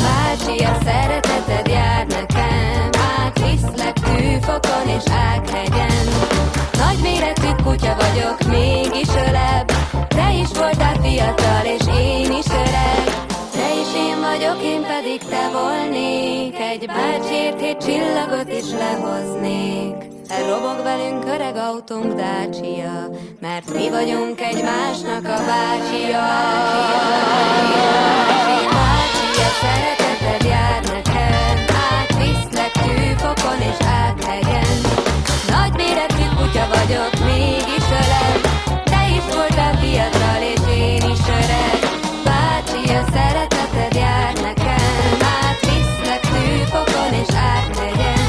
Bácsi, a szereteted jár nekem Átviszlek tűfokon és ághegyen Nagyméretű kutya vagyok, mégis ölem Te is voltál fiatal, és én is öreg Te is én vagyok, én pedig te volnék Egy bácsért hét csillagot is lehoznék Robog velünk öreg autónk dácsia, mert mi vagyunk egymásnak a bácsia. Bácsia, szereteted jár nekem, átviszlek tűfokon és áthegyen. Nagy méretű kutya vagyok, mégis ölem, te is voltál fiatal és én is öreg. Bácsia, szereteted jár nekem, átviszlek tűfokon és áthegyen.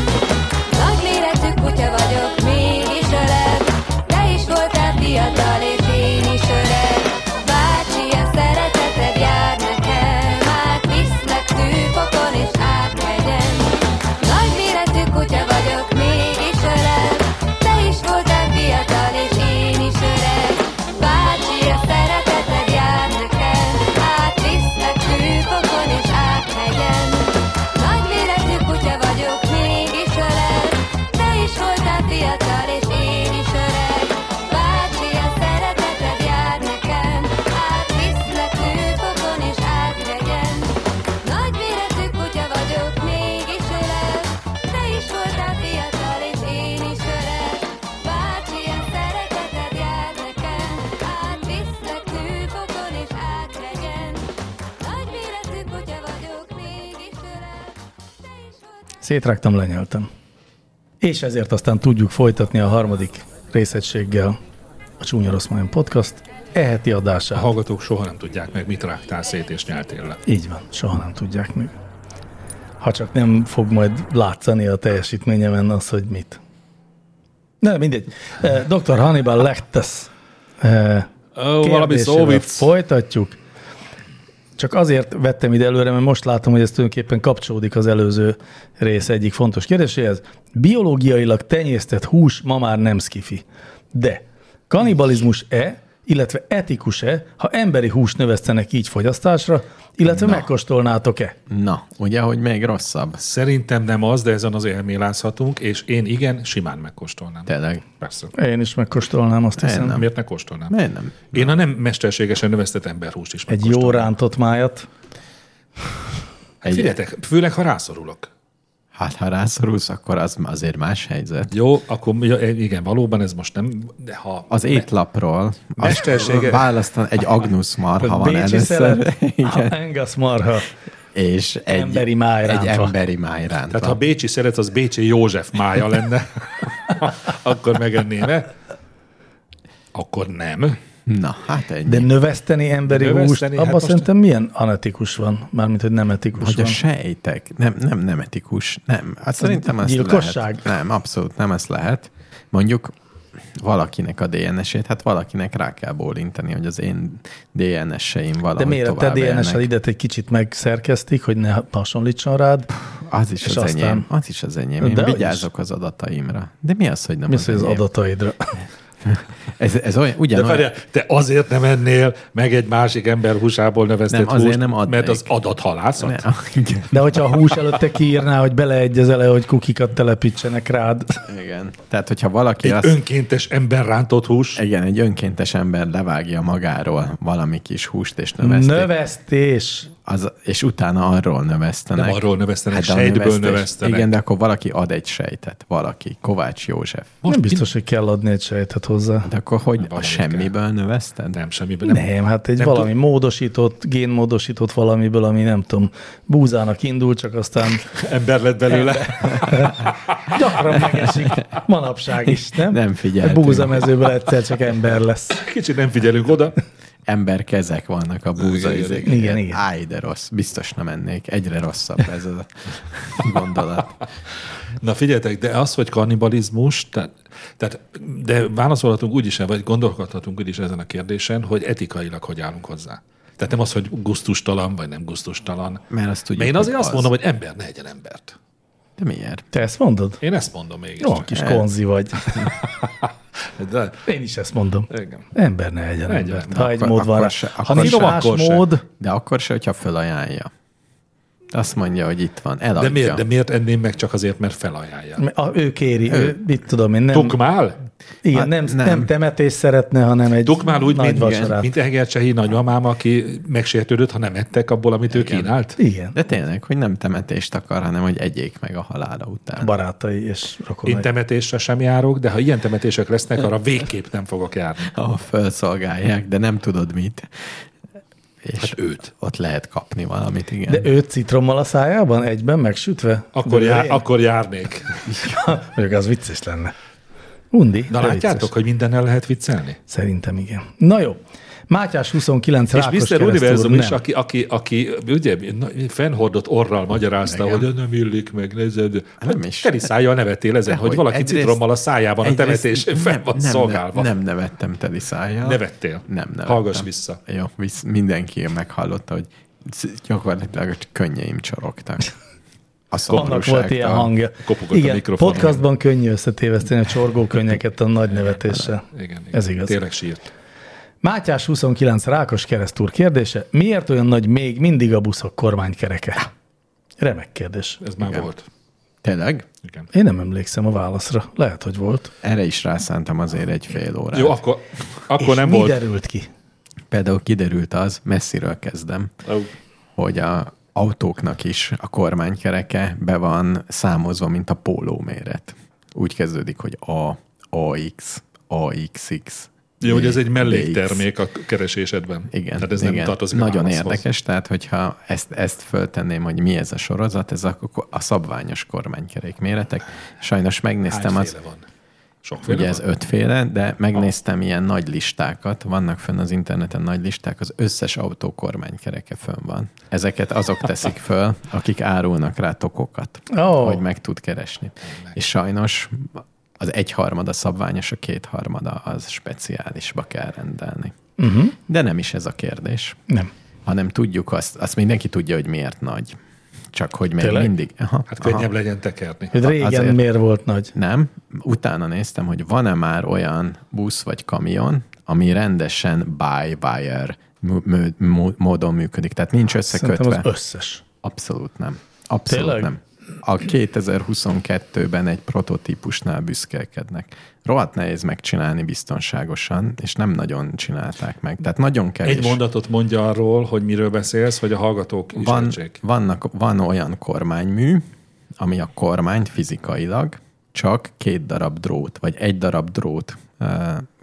Nagy méretű kutya vagyok, mégis öreg Te is voltál fiatal, és én is öreg Bácsi, a szereteted jár nekem Át viszlek tűfokon és áthegyen Nagy méretű kutya vagyok, mégis öreg Te is voltál fiatal, és én is öreg Bácsi, a szereteted jár nekem Át viszlek tűfokon és áthegyen Nagy méretű kutya vagyok, mégis öreg Te is voltál fiatal, és én is öreg Bácsi, a szereteted jár nekem Átviszlek tűfokon és áthegyen Nagy méretű kutya vagyok, mégis öreg Te is voltál fiatal, és én is öreg Bácsi, a szereteted jár nekem Átviszlek tűfokon és áthegyen Nagy méretű kutya vagyok, mégis öreg Te is voltál
Szétrágtam, lenyeltem. És ezért aztán tudjuk folytatni a harmadik részegységgel a Csúnya Rossz Majom Podcast e eheti
A
adását.
hallgatók soha nem tudják meg, mit rágtál szét és nyeltél le.
Így van, soha nem tudják meg. Ha csak nem fog majd látszani a teljesítményemen az, hogy mit. Nem, mindegy. Eh, Dr. Hannibal Lectes eh,
Ó, valami
kérdésével
szóvic.
Folytatjuk. Csak azért vettem ide előre, mert most látom, hogy ez tulajdonképpen kapcsolódik az előző rész egyik fontos kérdéséhez. Biológiailag tenyésztett hús ma már nem skifi. De kanibalizmus-e, illetve etikus-e, ha emberi húst növesztenek így fogyasztásra, illetve Na. megkóstolnátok-e?
Na, ugye, hogy még rosszabb?
Szerintem nem az, de ezen az elmélázhatunk, és én igen, simán megkóstolnám.
Tényleg.
Persze.
Én is megkóstolnám, azt hiszem.
nem.
Miért ne kóstolnám?
Miért nem?
Én a nem mesterségesen növesztett emberhúst is
Egy jó
megkóstolnám.
rántott májat.
Egy,
Figyeljetek, főleg, ha rászorulok.
Hát, ha rászorulsz, akkor az azért más helyzet.
Jó, akkor mi- ja, igen, valóban ez most nem, de ha...
Az étlapról
Mestersége-
választan egy Agnus marha van
Bécsi
először,
szelet,
(laughs) igen,
Angus marha.
és egy
Emberi máj
egy
rántva.
emberi máj rántva.
Tehát ha Bécsi szeret, az Bécsi József mája lenne, (laughs) akkor megenném -e? Akkor nem.
Na, hát egy.
De növeszteni emberi
Növeszteni,
növeszteni, húst,
hát
abban
most-
szerintem milyen anetikus van, mármint, hogy nem etikus
Hogy
van.
a sejtek, nem, nem, nem etikus, nem. Hát szerintem ezt
gyilkosság?
Lehet. Nem, abszolút nem ezt lehet. Mondjuk valakinek a DNS-ét, hát valakinek rá kell bólintani, hogy az én DNS-eim valahogy
De miért a te
tovább
DNS
élnek.
idet egy kicsit megszerkesztik, hogy ne hasonlítson rád?
Az is
És
az aztán... enyém,
aztán-
az is az enyém. Én
De hogy
vigyázok az adataimra. De mi az, hogy nem
Mi az, hogy az
enyém?
adataidra?
Ez, ez olyan,
De
ugyanolyan,
várjál, te azért nem ennél meg egy másik ember húsából növesztett
Nem, azért
húst,
nem adnék.
mert az hát adathalászat.
Ne, (laughs)
Nem.
igen.
De hogyha a hús előtte kiírná, hogy beleegyezele, hogy kukikat telepítsenek rád.
igen. Tehát, hogyha valaki
Egy
azt...
önkéntes ember rántott hús.
Igen, egy önkéntes ember levágja magáról valami kis húst, és növeszti.
Növesztés.
Az, és utána arról növesztenek. Hát
Nem arról növesztenek,
de a
sejtből
növesztés-
növesztenek.
Igen, de akkor valaki ad egy sejtet, valaki. Kovács József.
Most nem biztos, hogy kell adni egy sejtet hozzá.
De akkor hogy a
valamit
semmiből növeszted?
Nem, semmiben nem.
Nem, hát egy
Nem
nem valami tud... módosított, génmódosított valamiből, ami nem tudom, búzának indul, csak aztán
Ember lett belőle.
gyakran megesik manapság is, nem?
Nem figyeltünk.
A búzamezőből egyszer csak ember lesz.
Kicsit nem figyelünk oda.
Ember kezek vannak a búza
Igen,
izék.
igen, igen.
Áj, de rossz. Biztos nem ennék. Egyre rosszabb ez
(laughs)
a gondolat.
Na figyeljetek, de az, hogy kannibalizmus, tehát, tehát de válaszolhatunk úgy is, vagy gondolkodhatunk úgy is ezen a kérdésen, hogy etikailag hogy állunk hozzá. Tehát nem az, hogy gusztustalan, vagy nem gusztustalan.
Mert azt tudjuk,
Mert én azért
hogy
azt
az.
mondom, hogy ember ne egyen embert.
De miért?
Te ezt mondod?
Én ezt mondom mégis.
Jó, kis konzi vagy.
De,
Én is ezt mondom.
igen.
Ember ne legyen
Legyen.
embert, ha egy
Akkor-
mód van
akkor
rá.
se-
Ha
akkor
nincs
se.
más
Akkor se.
mód,
De akkor se, hogyha fölajánlja. Azt mondja, hogy itt van, eladja.
De miért, de miért enném meg csak azért, mert felajánlja?
a, ő kéri, ő, mit tudom én, nem,
Tukmál?
igen,
Hát
nem, nem.
nem.
nem temetés szeretne, hanem egy
Tukmál úgy,
nagy
mint,
vacsorát.
mint Egercsehi nagymamám, aki megsértődött, ha nem ettek abból, amit ő kínált.
Igen,
De tényleg, hogy nem temetést akar, hanem hogy egyék meg a halála után.
barátai és rokonai.
Én temetésre sem járok, de ha ilyen temetések lesznek, arra végképp nem fogok járni.
ahol felszolgálják, de nem tudod mit. És
Hát őt.
Ott lehet kapni valamit, igen.
De ő citrommal a szájában, egyben megsütve?
Akkor,
De
já,
én-
akkor járnék.
Mondjuk az vicces lenne. Undi,
Na
de
látjátok,
vicces.
hogy mindennel lehet viccelni?
Szerintem igen. Na jó. Mátyás 29
És
Rákos
Mr.
keresztúr,
Univerzum is,
nem.
aki, aki, aki ugye na- fennhordott orral magyarázta, Igen. hogy nem illik meg, ne zöld.
Hát Nem is.
Teri szájjal nevetél ezen, hogy
Dehogy.
valaki
Egyrészt-
citrommal a szájában a
egyrészt
temetésén fenn van
nem,
szolgálva.
Nem nevettem teli szájjal.
Nevettél?
Nem nevettem.
Hallgass vissza.
Jó, visz, mindenki meghallotta, hogy c- gyakorlatilag a könnyeim csorogtak.
(laughs)
A
annak volt ilyen
szomorúságtól.
hangja.
Kopogott a
Igen,
mikrofonon.
podcastban könnyű összetéveszteni a csorgókönnyeket a nagy nevetéssel.
(laughs) Igen, igen.
Ez igaz.
Tényleg sírt.
Mátyás 29 Rákos keresztúr kérdése. Miért olyan nagy még mindig a buszok kormánykereke? Remek kérdés.
Ez már
Igen.
volt.
Tényleg?
Igen.
Én nem emlékszem a válaszra. Lehet, hogy volt.
Erre is rászántam azért egy fél órát.
Jó, akkor, akkor
És
nem
mi
volt.
derült ki?
Például kiderült az, messziről kezdem,
Ó,
hogy a autóknak is a kormánykereke be van számozva, mint a póló méret. Úgy kezdődik, hogy A, AX, AXX.
Jó, hogy ez egy
DX.
melléktermék a keresésedben.
Igen,
Tehát ez
igen.
nem tartozik a
Nagyon
válaszhoz.
érdekes, tehát hogyha ezt, ezt föltenném, hogy mi ez a sorozat, ez a, a szabványos kormánykerék méretek. Sajnos megnéztem az,
Hányféle van? Sokféle
ugye
van?
ez ötféle, de megnéztem ilyen nagy listákat, vannak fönn az interneten nagy listák, az összes autó kormánykereke fönn van. Ezeket azok teszik föl, akik árulnak rá tokokat,
Ó.
oh. hogy meg tud keresni. És sajnos az egyharmada szabványos, a kétharmada az speciálisba kell rendelni. Uh-huh. De nem is ez a kérdés
Nem.
hanem tudjuk azt, azt mindenki tudja, hogy miért nagy. Csak hogy még
Tényleg?
mindig. Aha,
Hát
aha.
könnyebb legyen tekerni.
Hogy régen
azért.
miért volt nagy?
Nem, utána néztem, hogy van-e már olyan busz vagy kamion, ami rendesen by wire mű- mű- mú- módon működik. Tehát nincs
Szerintem
összekötve.
az összes.
Abszolút nem. Abszolút
Tényleg?
nem. A 2022-ben egy prototípusnál büszkélkednek. Rohadt nehéz megcsinálni biztonságosan, és nem nagyon csinálták meg. Tehát nagyon kevés.
Egy mondatot mondja arról, hogy miről beszélsz, hogy a hallgatók is
van,
értsék.
vannak, van olyan kormánymű, ami a kormányt fizikailag csak két darab drót, vagy egy darab drót ö,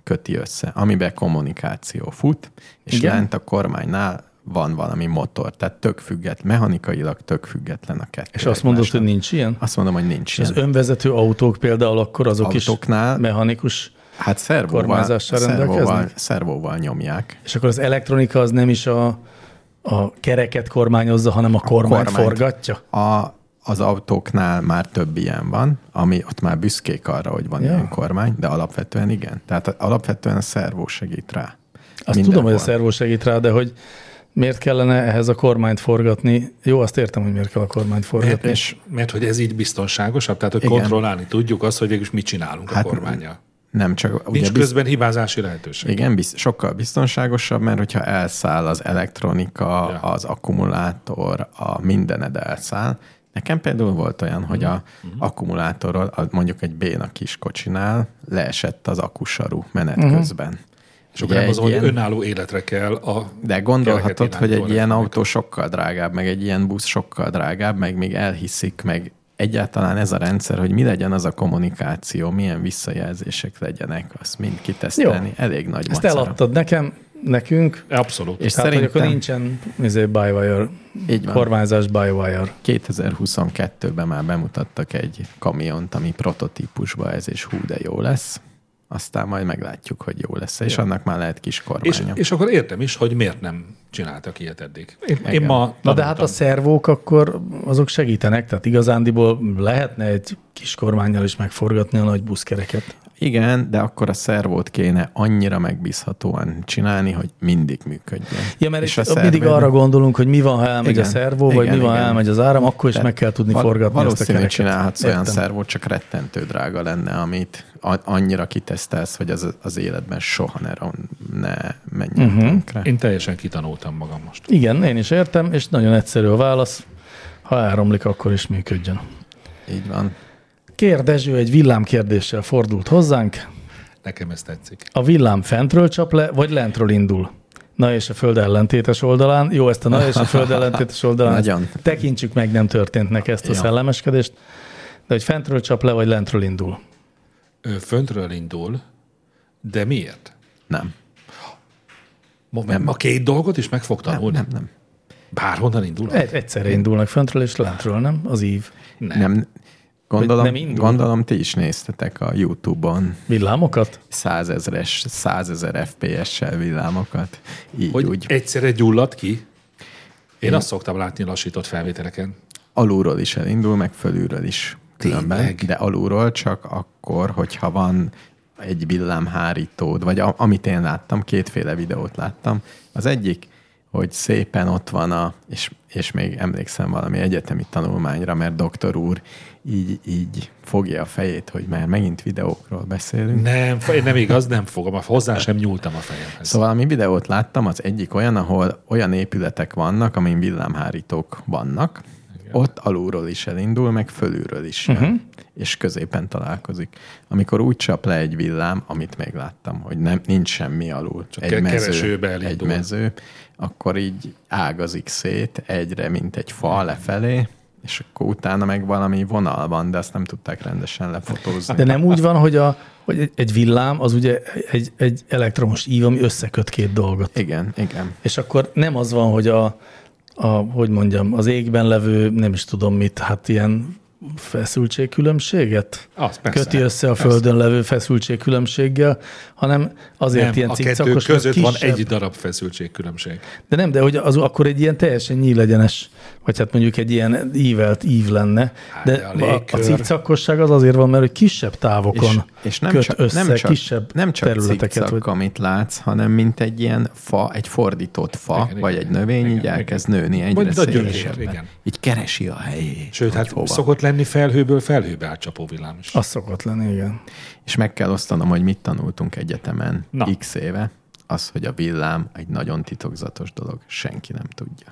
köti össze, amiben kommunikáció fut, és
Igen?
Igen? lent a kormánynál van valami motor, tehát tök független, mechanikailag tök független a kettő.
És azt mondod,
egymástól.
hogy nincs
Hát
ilyen?
Azt mondom, hogy nincs
Az
ilyen.
önvezető autók például akkor azok
Autóknál-
is mechanikus,
Hát szervóval,
kormányzással
szervóval,
rendelkeznek?
szervóval nyomják.
és akkor az elektronika az nem is a, a kereket kormányozza, hanem a, kormányt,
kormányt.
forgatja?
A, az autóknál már több ilyen van, ami ott már büszkék arra, hogy van
Ja.
ja. ilyen kormány, de alapvetően igen. Tehát a- alapvetően a szervó segít rá.
Azt tudom, hogy a szervó segít rá, de hogy miért kellene ehhez a kormányt forgatni? Jó, azt értem, hogy miért kell a kormányt
Mert,
forgatni.
Hát, és, mert hogy ez így biztonságosabb, tehát hogy
Igen.
kontrollálni tudjuk azt, hogy végül is mit csinálunk hát,
Hát,
a kormányjal.
Nem csak,
Nincs
ugye biz,
közben hibázási lehetőség.
igen, biz, sokkal biztonságosabb, mert hogyha elszáll az elektronika,
Ja.
ja. az akkumulátor, a mindened elszáll. Nekem például volt olyan, hogy a
Mhm.
akkumulátorról, a, mondjuk egy béna kis kocsinál leesett az akusaru menet
Mhm.
közben.
És akkor nem
Ugye
az,
egy
hogy
ilyen-
önálló életre kell a...
De
kereket
gondolhatod, hogy egy
irányító
ilyen
elektronika.
autó sokkal drágább, meg egy ilyen busz sokkal drágább, meg még elhiszik, meg egyáltalán ez a rendszer, hogy mi legyen az a kommunikáció, milyen visszajelzések legyenek, azt mind kitesztelni.
Jó.
Elég nagy
Ezt
macera.
eladtad nekem, nekünk,
Abszolút.
És
és tehát, szerintem... hogy akkor
szerintem-
nincsen izé, by wire,
Így van.
kormányzás by wire.
2022-ben már bemutattak egy kamiont, ami prototípusba ez, és hú, de jó lesz. Aztán majd meglátjuk, hogy jó lesz, és annak már lehet kis
És,
kormánya.
és akkor értem is, hogy miért nem csináltak ilyet eddig. Én, én
Igen.
ma
Na de
tanultam.
hát a szervók akkor azok segítenek, tehát igazándiból lehetne egy kis kormányjal is megforgatni a nagy buszkereket.
Igen, de akkor a szervót kéne annyira megbízhatóan csinálni, hogy mindig működjön.
Ja, mert itt
És a
mindig
szerverben-
arra gondolunk, hogy mi van, ha elmegy
Igen.
a szervó, vagy
Igen,
mi van, ha
igen.
elmegy az áram, akkor is
Tehát
meg kell tudni
val-
forgatni ezt a
Valószínűleg
kereket.
csinálhatsz olyan
Értem.
szervót, csak rettentő drága lenne, amit a- annyira kitesztelsz, hogy az, az életben soha ne, ron- ne menjen
Mhm.
uh-huh. tönkre.
Én teljesen kitanultam magam most.
Igen, én is értem, és nagyon egyszerű a válasz. Ha elromlik, akkor is működjön.
Így van.
Kérdező egy villámkérdéssel fordult hozzánk.
Nekem ez tetszik.
A villám fentről csap le, vagy lentről indul? Na és a föld ellentétes oldalán, jó, ezt a na és a föld ellentétes oldalán ezt
(laughs) Nagyon.
tekintsük meg, nem történtnek ezt a
Ja.
szellemeskedést, de hogy fentről csap le, vagy lentről indul.
Ő föntről indul, de miért?
Nem.
Ma, nem. a két dolgot is meg fog
Nem,
tanulni?
nem, nem.
Bárhonnan indul?
Egy, egyszerre indulnak föntről és lentről, nem? Az ív.
nem. nem. Gondolom,
nem
nem
indul?
gondolom, ti is néztetek a YouTube-on
Villámokat?
százezres, százezer FPS-sel villámokat. Így
Hogy
hogy úgy
egyszerre gyullad ki? Én, Én azt szoktam látni lassított felvételeken.
alulról is elindul, meg fölülről is különben,
Tényleg?
de alulról csak akkor, hogyha van egy villámhárítód, vagy a, amit én láttam, kétféle videót láttam. Az egyik, hogy szépen ott van a, és, és még emlékszem valami egyetemi tanulmányra, mert doktor úr így, így fogja a fejét, hogy már megint videókról beszélünk.
Nem, fe- nem igaz, nem fogom. Hozzá sem nyúltam a fejemhez.
Szóval mi videót láttam, az egyik olyan, ahol olyan épületek vannak, amin villámhárítók vannak, Igen. ott alulról is elindul, meg fölülről is jön, uh-huh. és középen találkozik. Amikor úgy csap le egy villám, amit még láttam, hogy nem nincs semmi alul, Csak
ke-
egy, mező,
keresőbe
egy
elindul.
mező, akkor így ágazik szét egyre, mint egy fa lefelé, és akkor utána meg valami vonal van, de azt nem tudták rendesen lefotózni.
De nem úgy van, hogy, a, hogy egy- egy villám az ugye egy, egy elektromos ív, ami összeköt két dolgot.
Igen, igen.
És akkor nem az van, hogy a, a hogy mondjam, az égben levő, nem is tudom mit, hát ilyen feszültségkülönbséget
Az, persze.
köti össze a
Persze.
földön levő feszültségkülönbséggel, hanem azért
nem,
ilyen
a kettő
ciccakos, mert
között van
kisebb.
egy darab feszültségkülönbség.
De nem, de hogy az akkor egy ilyen teljesen nyílegyenes, vagy hát mondjuk egy ilyen ívelt ív lenne,
Hát
de,
de a
a, a
légkör-
ciccakosság az azért van, mert hogy kisebb távokon
és nem
köt
csak,
össze
nem csak,
kisebb
nem csak
területeket.
ciccak,
Vagy,
amit látsz, hanem mint egy ilyen fa, egy fordított fa,
Igen,
igen, vagy
igen,
egy növény,
igen,
igen, így
igen.
elkezd nőni egyre
Vagy a gyökér,
szélesebben.
igen.
Így keresi a helyét.
Sőt,
hogy
hát hova? szokott lenni felhőből felhőbe átcsapó villám is.
az szokott lenni, igen.
És meg kell osztanom, hogy mit tanultunk egyetemen
Na.
Na. x éve, az, hogy a villám egy nagyon titokzatos dolog, senki nem tudja.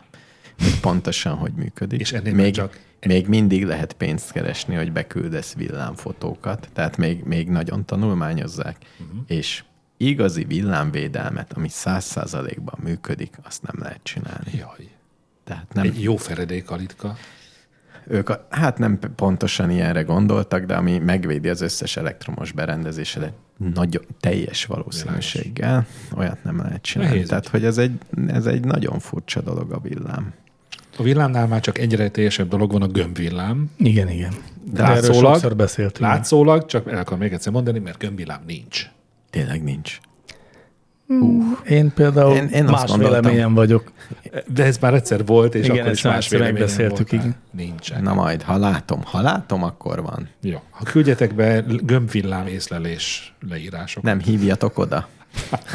Hogy pontosan, hogy működik.
És ennél már
még,
csak-
még mindig lehet pénzt keresni, hogy beküldesz villámfotókat, tehát még, még nagyon tanulmányozzák.
Mhm.
Uh-huh. És igazi villámvédelmet, ami száz százalékban működik, azt nem lehet csinálni.
Jaj.
Tehát nem,
Egy jó feredék alitka.
ők a, hát nem p- pontosan ilyenre gondoltak, de ami megvédi az összes elektromos berendezésedet nagy, teljes valószínűséggel, olyat nem lehet csinálni.
Nehéz.
Nehéz. Tehát, hogy ez egy, ez egy nagyon furcsa dolog a villám.
A villámnál már csak egyre teljesebb dolog van a gömbvillám.
Igen, igen. De erről
látszólag-
sokszor beszéltünk.
Látszólag, csak el akarom még egyszer mondani, mert gömbvillám nincs.
Tényleg nincs.
Én például én,
Én- én
én
azt
más
gondoltam.
véleményen vagyok.
De ez már egyszer volt, és
Igen,
akkor is
ezt már
más
egyszer
véleményem
megbeszéltük,
voltál.
igen.
Nincsen.
Na majd, ha látom, ha látom, akkor van.
Jó. Ha küldjetek be gömbvillám észlelés leírásokat.
Nem hívjatok oda.
Addig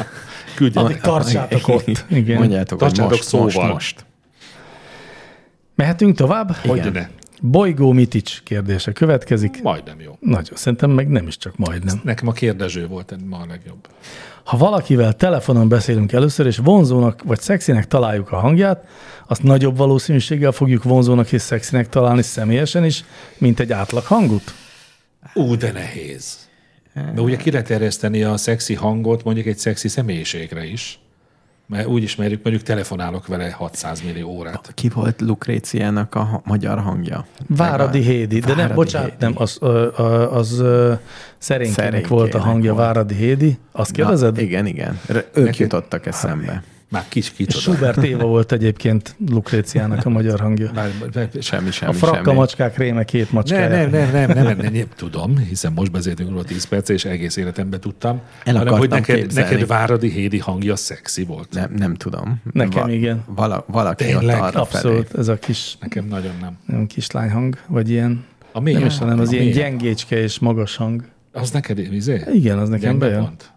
Küldjetek.
tartsátok ott. Igen.
Mondjátok, hogy
Tartsátok
most, most,
szóval.
most.
Mehetünk tovább?
Hogy ne?
Bolygó Mitics kérdése következik.
Majdnem jó.
Nagyon, szerintem meg nem is csak majdnem.
Nekem a kérdező volt ma a legjobb.
Ha valakivel telefonon beszélünk először, és vonzónak vagy szexinek találjuk a hangját, azt nagyobb valószínűséggel fogjuk vonzónak és szexinek találni személyesen is, mint egy átlag hangot.
Ú, de nehéz. De ugye ki lehet terjeszteni a szexi hangot mondjuk egy szexi személyiségre is. Mert úgy ismerjük, mondjuk telefonálok vele 600 millió órát.
Ki volt Lukréciának a ha- magyar hangja?
Váradi Hédi, de nem,
Váradi
bocsánat,
Hédi.
nem, az, ö, ö, az ö, szerénkének volt a
Szerénkének
hangja
volt.
Váradi Hédi. Azt kérdezed?
Na, igen, igen. R- ők jutottak eszembe.
Már kis kicsoda.
Schubert Éva volt egyébként Lukréciának a magyar hangja.
Már, már,
Semmi,
A
semmi,
frakka
semmi.
macskák réme két
nem,
macskája.
nem, nem, nem, nem, nem, nem, nem, tudom, hiszen most beszéltünk róla 10 perc, és egész életemben tudtam,
El
hanem hogy
akartam
neked,
képzelni.
neked Váradi Hédi hangja szexi volt.
Nem, nem tudom.
Nekem igen.
Vala, valaki
Tényleg?
ott arra
Abszolút,
felé.
ez a kis
Nekem nagyon nem.
nem kislányhang, vagy ilyen,
A mély,
nem is, hanem az
a
ilyen
mély.
gyengécske és magas hang.
Az neked izé?
Igen, az nekem
Gyenge
bejön.
pont?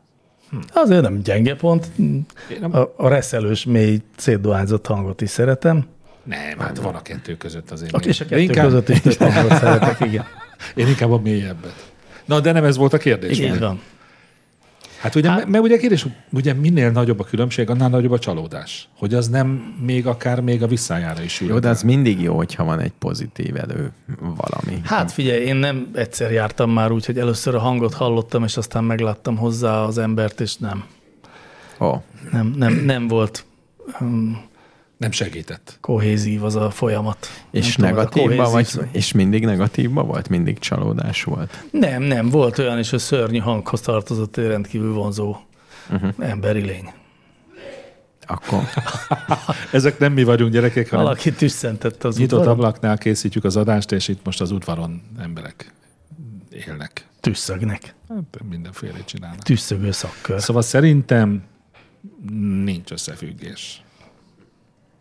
Azért nem gyenge pont.
Én nem,
A, a reszelős, mély, szétdohányzott hangot is szeretem.
nem, hát van a kettő között azért.
A,
még.
és a
De
kettő
inkább,
között is több hangot szeretek,
(laughs)
igen.
Én inkább a mélyebbet. Na, de nem ez volt a kérdés.
Igen,
ugye?
van.
Hát ugye, hát, mert ugye kérdés, hogy ugye minél nagyobb a különbség, annál nagyobb a csalódás. Hogy az nem még akár még a visszájára is ül.
Jó, de az mindig jó, hogyha van egy pozitív elő valami.
Hát figyelj, én nem egyszer jártam már úgy, hogy először a hangot hallottam, és aztán megláttam hozzá az embert, és nem.
Ó, oh,
Nem, nem, nem volt um,
Nem segített.
kohézív az a folyamat. nem
és
tudom, az a
negatívba
kohézív
vagy,
szó.
és mindig negatívba volt? Mindig csalódás volt?
Nem, nem, volt olyan is, hogy szörnyű hanghoz tartozott egy rendkívül vonzó uh-huh.
Mhm.
emberi lény.
Akkor
Ezek nem mi vagyunk gyerekek, hanem
Valaki tüsszentett az
nyitott
udvaron,
ablaknál készítjük az adást, és itt most az udvaron emberek élnek.
tüsszögnek.
Hát mindenféle csinálnak.
Tüsszögő szakkör.
Szóval szerintem nincs összefüggés.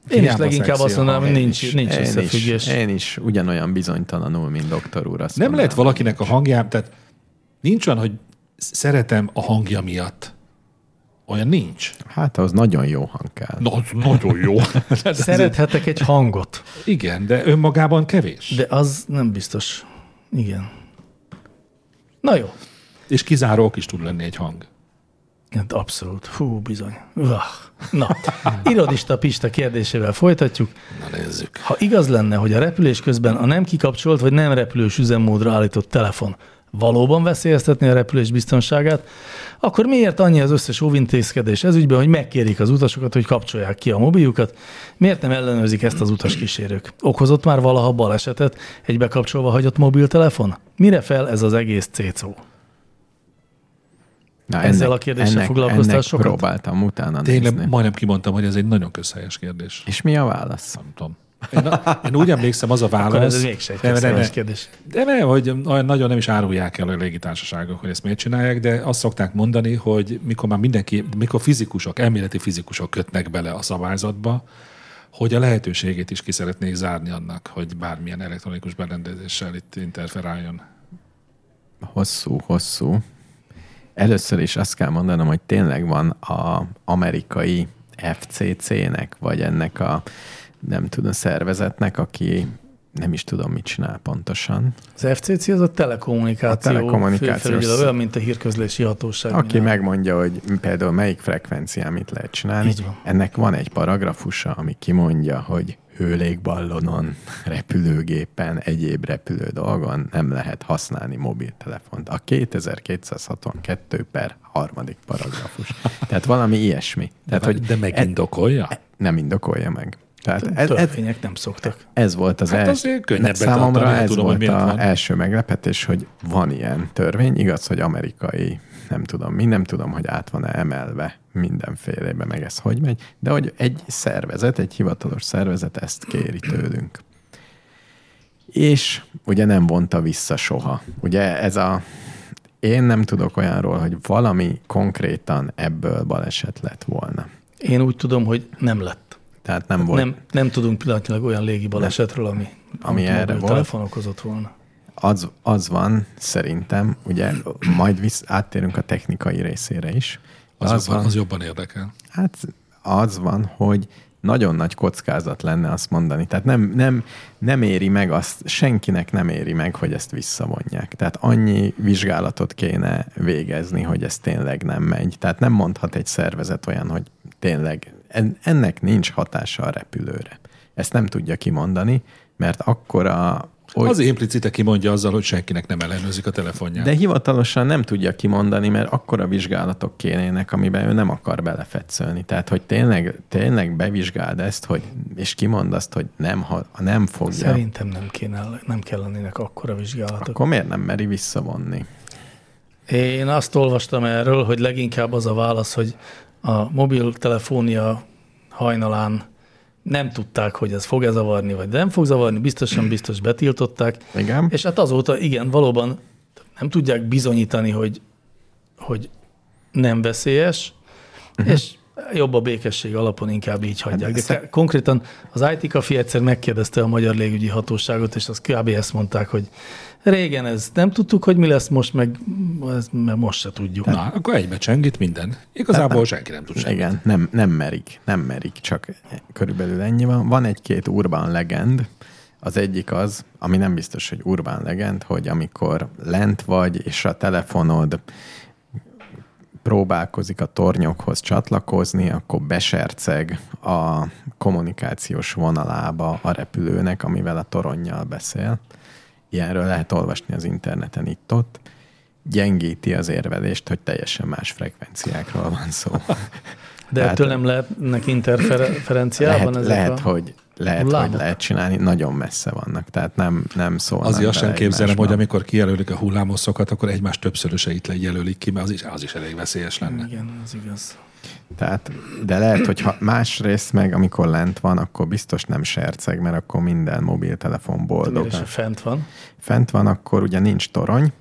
Én is
hiába
leginkább
szexi
azt
a
mondanám, hogy
hang,
nincs, (laughs) nincs
én is,
összefüggés.
én is ugyanolyan bizonytalanul, mint doktor úr. Azt
Nem lehet
mondanám.
valakinek a hangját, tehát nincs olyan, hogy sz- szeretem a hangja miatt. Olyan nincs.
Hát az nagyon jó hang kell.
Na, az nagyon
(laughs)
jó. Tehát ez-
Szerethetek
(laughs)
egy hangot,
Igen, de önmagában kevés. De.
de az nem biztos. Igen. Na jó.
És kizárók is tud lenni egy hang.
Hát abszolút. Hú, bizony. Uah. Na,
(laughs)
irodista Pista kérdésével folytatjuk.
Na nézzük.
Ha igaz lenne, hogy a repülés közben a nem kikapcsolt vagy nem repülős üzemmódra állított telefon valóban veszélyeztetni a repülés biztonságát, akkor miért annyi az összes óvintézkedés ez ügyben, hogy megkérik az utasokat, hogy kapcsolják ki a mobiljukat? Miért nem ellenőrzik ezt az utaskísérők? Okozott már valaha balesetet egy bekapcsolva hagyott mobiltelefon? Mire fel ez az egész cécó?
Na,
Ezzel a kérdéssel
ennek,
foglalkoztál
ennek
sokat?
próbáltam utána
Tényleg
nézni.
majdnem kimondtam, hogy ez egy nagyon közhelyes kérdés.
És mi a válasz?
Nem tudom. Én, a- én úgy emlékszem, az a válasz.
Akkor ez mégse egy
Nem, nem,
közszeres
nem.
kérdés.
De nem, hogy olyan nagyon nem is árulják el a légitársaságok, hogy ezt miért csinálják, de azt szokták mondani, hogy mikor már mindenki, mikor fizikusok, elméleti fizikusok kötnek bele a szabályzatba, hogy a lehetőségét is ki szeretnék zárni annak, hogy bármilyen elektronikus berendezéssel itt interferáljon.
Hosszú, hosszú. Először is azt kell mondanom, hogy tényleg van a amerikai FCC-nek, vagy ennek a nem tudom, szervezetnek, aki nem is tudom, mit csinál pontosan.
Az FCC az a telekommunikáció,
A telekommunikációs-
főfelügyelő, olyan, mint a hírközlési hatóság.
Aki
minden.
megmondja, hogy például melyik frekvencián mit lehet csinálni.
Így van.
Ennek van egy paragrafusa, ami kimondja, hogy hőlégballonon, (laughs) repülőgépen, egyéb repülő dolgon nem lehet használni mobiltelefont. A 2262 per harmadik paragrafus. Tehát valami ilyesmi. Tehát,
De,
hogy
de megindokolja? E,
nem indokolja meg. Tehát ez, ez,
Törvények nem szoktak.
ez volt az
Hát
első.
azért könnyebbet
Számomra
adtam, én
ez
tudom, hogy
volt
miért
az
van.
első meglepetés, hogy van ilyen törvény. Igaz, hogy amerikai, nem tudom mi, nem tudom, hogy át van-e emelve mindenfélébe, meg ez hogy megy, de hogy egy szervezet, egy hivatalos szervezet ezt kéri tőlünk. És ugye nem vonta vissza soha. Ugye ez a én nem tudok olyanról, hogy valami konkrétan ebből baleset lett volna.
Én úgy tudom, hogy nem lett.
Tehát nem volt.
Nem, nem tudunk pillanatnyilag olyan légi balesetről, ami, amit
erre
mobil
volt.
telefon okozott volna.
az, az van szerintem, ugye majd visz, áttérünk a technikai részére is.
az, az,
van,
jobban, az jobban érdekel.
Hát az van, hogy nagyon nagy kockázat lenne azt mondani. Tehát nem, nem, nem éri meg azt, senkinek nem éri meg, hogy ezt visszavonják. Tehát annyi vizsgálatot kéne végezni, hogy ez tényleg nem megy. Tehát nem mondhat egy szervezet olyan, hogy tényleg en- ennek nincs hatása a repülőre. Ezt nem tudja kimondani, mert akkora
Hogy... Az implicite kimondja azzal, hogy senkinek nem ellenőrzik a telefonját.
de hivatalosan nem tudja kimondani, mert akkora vizsgálatok kérének, amiben ő nem akar belefetszölni. Tehát, hogy tényleg, tényleg bevizsgáld ezt, hogy, és kimond azt, hogy nem, ha, nem fogja, Szerint
Szerintem nem, kéne, nem kellenének akkora vizsgálatok.
akkor miért nem meri visszavonni?
Én azt olvastam erről, hogy leginkább az a válasz, hogy a mobiltelefónia hajnalán nem tudták, hogy ez fog-e zavarni, vagy nem fog zavarni, biztosan biztos betiltották.
Igen.
És hát azóta igen, valóban nem
Hm.
tudják bizonyítani, hogy, hogy nem veszélyes, uh-huh. és Jobb a békesség alapon inkább
Hát
így hagyják. De te, konkrétan az IT Café egyszer megkérdezte a Magyar Légügyi Hatóságot, és az kb. ezt mondták, hogy régen ez nem tudtuk, hogy mi lesz most, meg ez, mert most se tudjuk.
Na, akkor egybe csengít minden. Igazából senki nem tud semmit.
Igen, nem, nem merik, nem merik, csak körülbelül ennyi van. Van egy-két urban legend, az egyik az, ami nem biztos, hogy urban legend, hogy amikor lent vagy, és a telefonod próbálkozik a tornyokhoz csatlakozni, akkor beserceg a kommunikációs vonalába a repülőnek, amivel a toronnyal beszél. Ilyenről lehet olvasni az interneten itt-ott. Gyengíti az érvelést, hogy teljesen más frekvenciákról van szó.
(laughs) De
(laughs) Tehát-
ettől nem lehetnek interferenciában
hát lehet,
ezek
lehet,
a...
hogy lehet,
hullámok?
hogy lehet csinálni, nagyon messze vannak, tehát nem, nem szólnak
Azért azt
bele
sem képzelem,
egymásba.
hogy amikor kijelölik a hullámhosszokat, akkor egymás többszöröseit jelölik ki, mert az is, az is elég veszélyes lenne. Hát
Igen, az igaz.
Tehát, de lehet, hogy ha másrészt meg, amikor lent van, akkor biztos nem serceg, mert akkor minden mobiltelefon boldog.
Miért is ha fent van?
Fent van, akkor ugye nincs torony,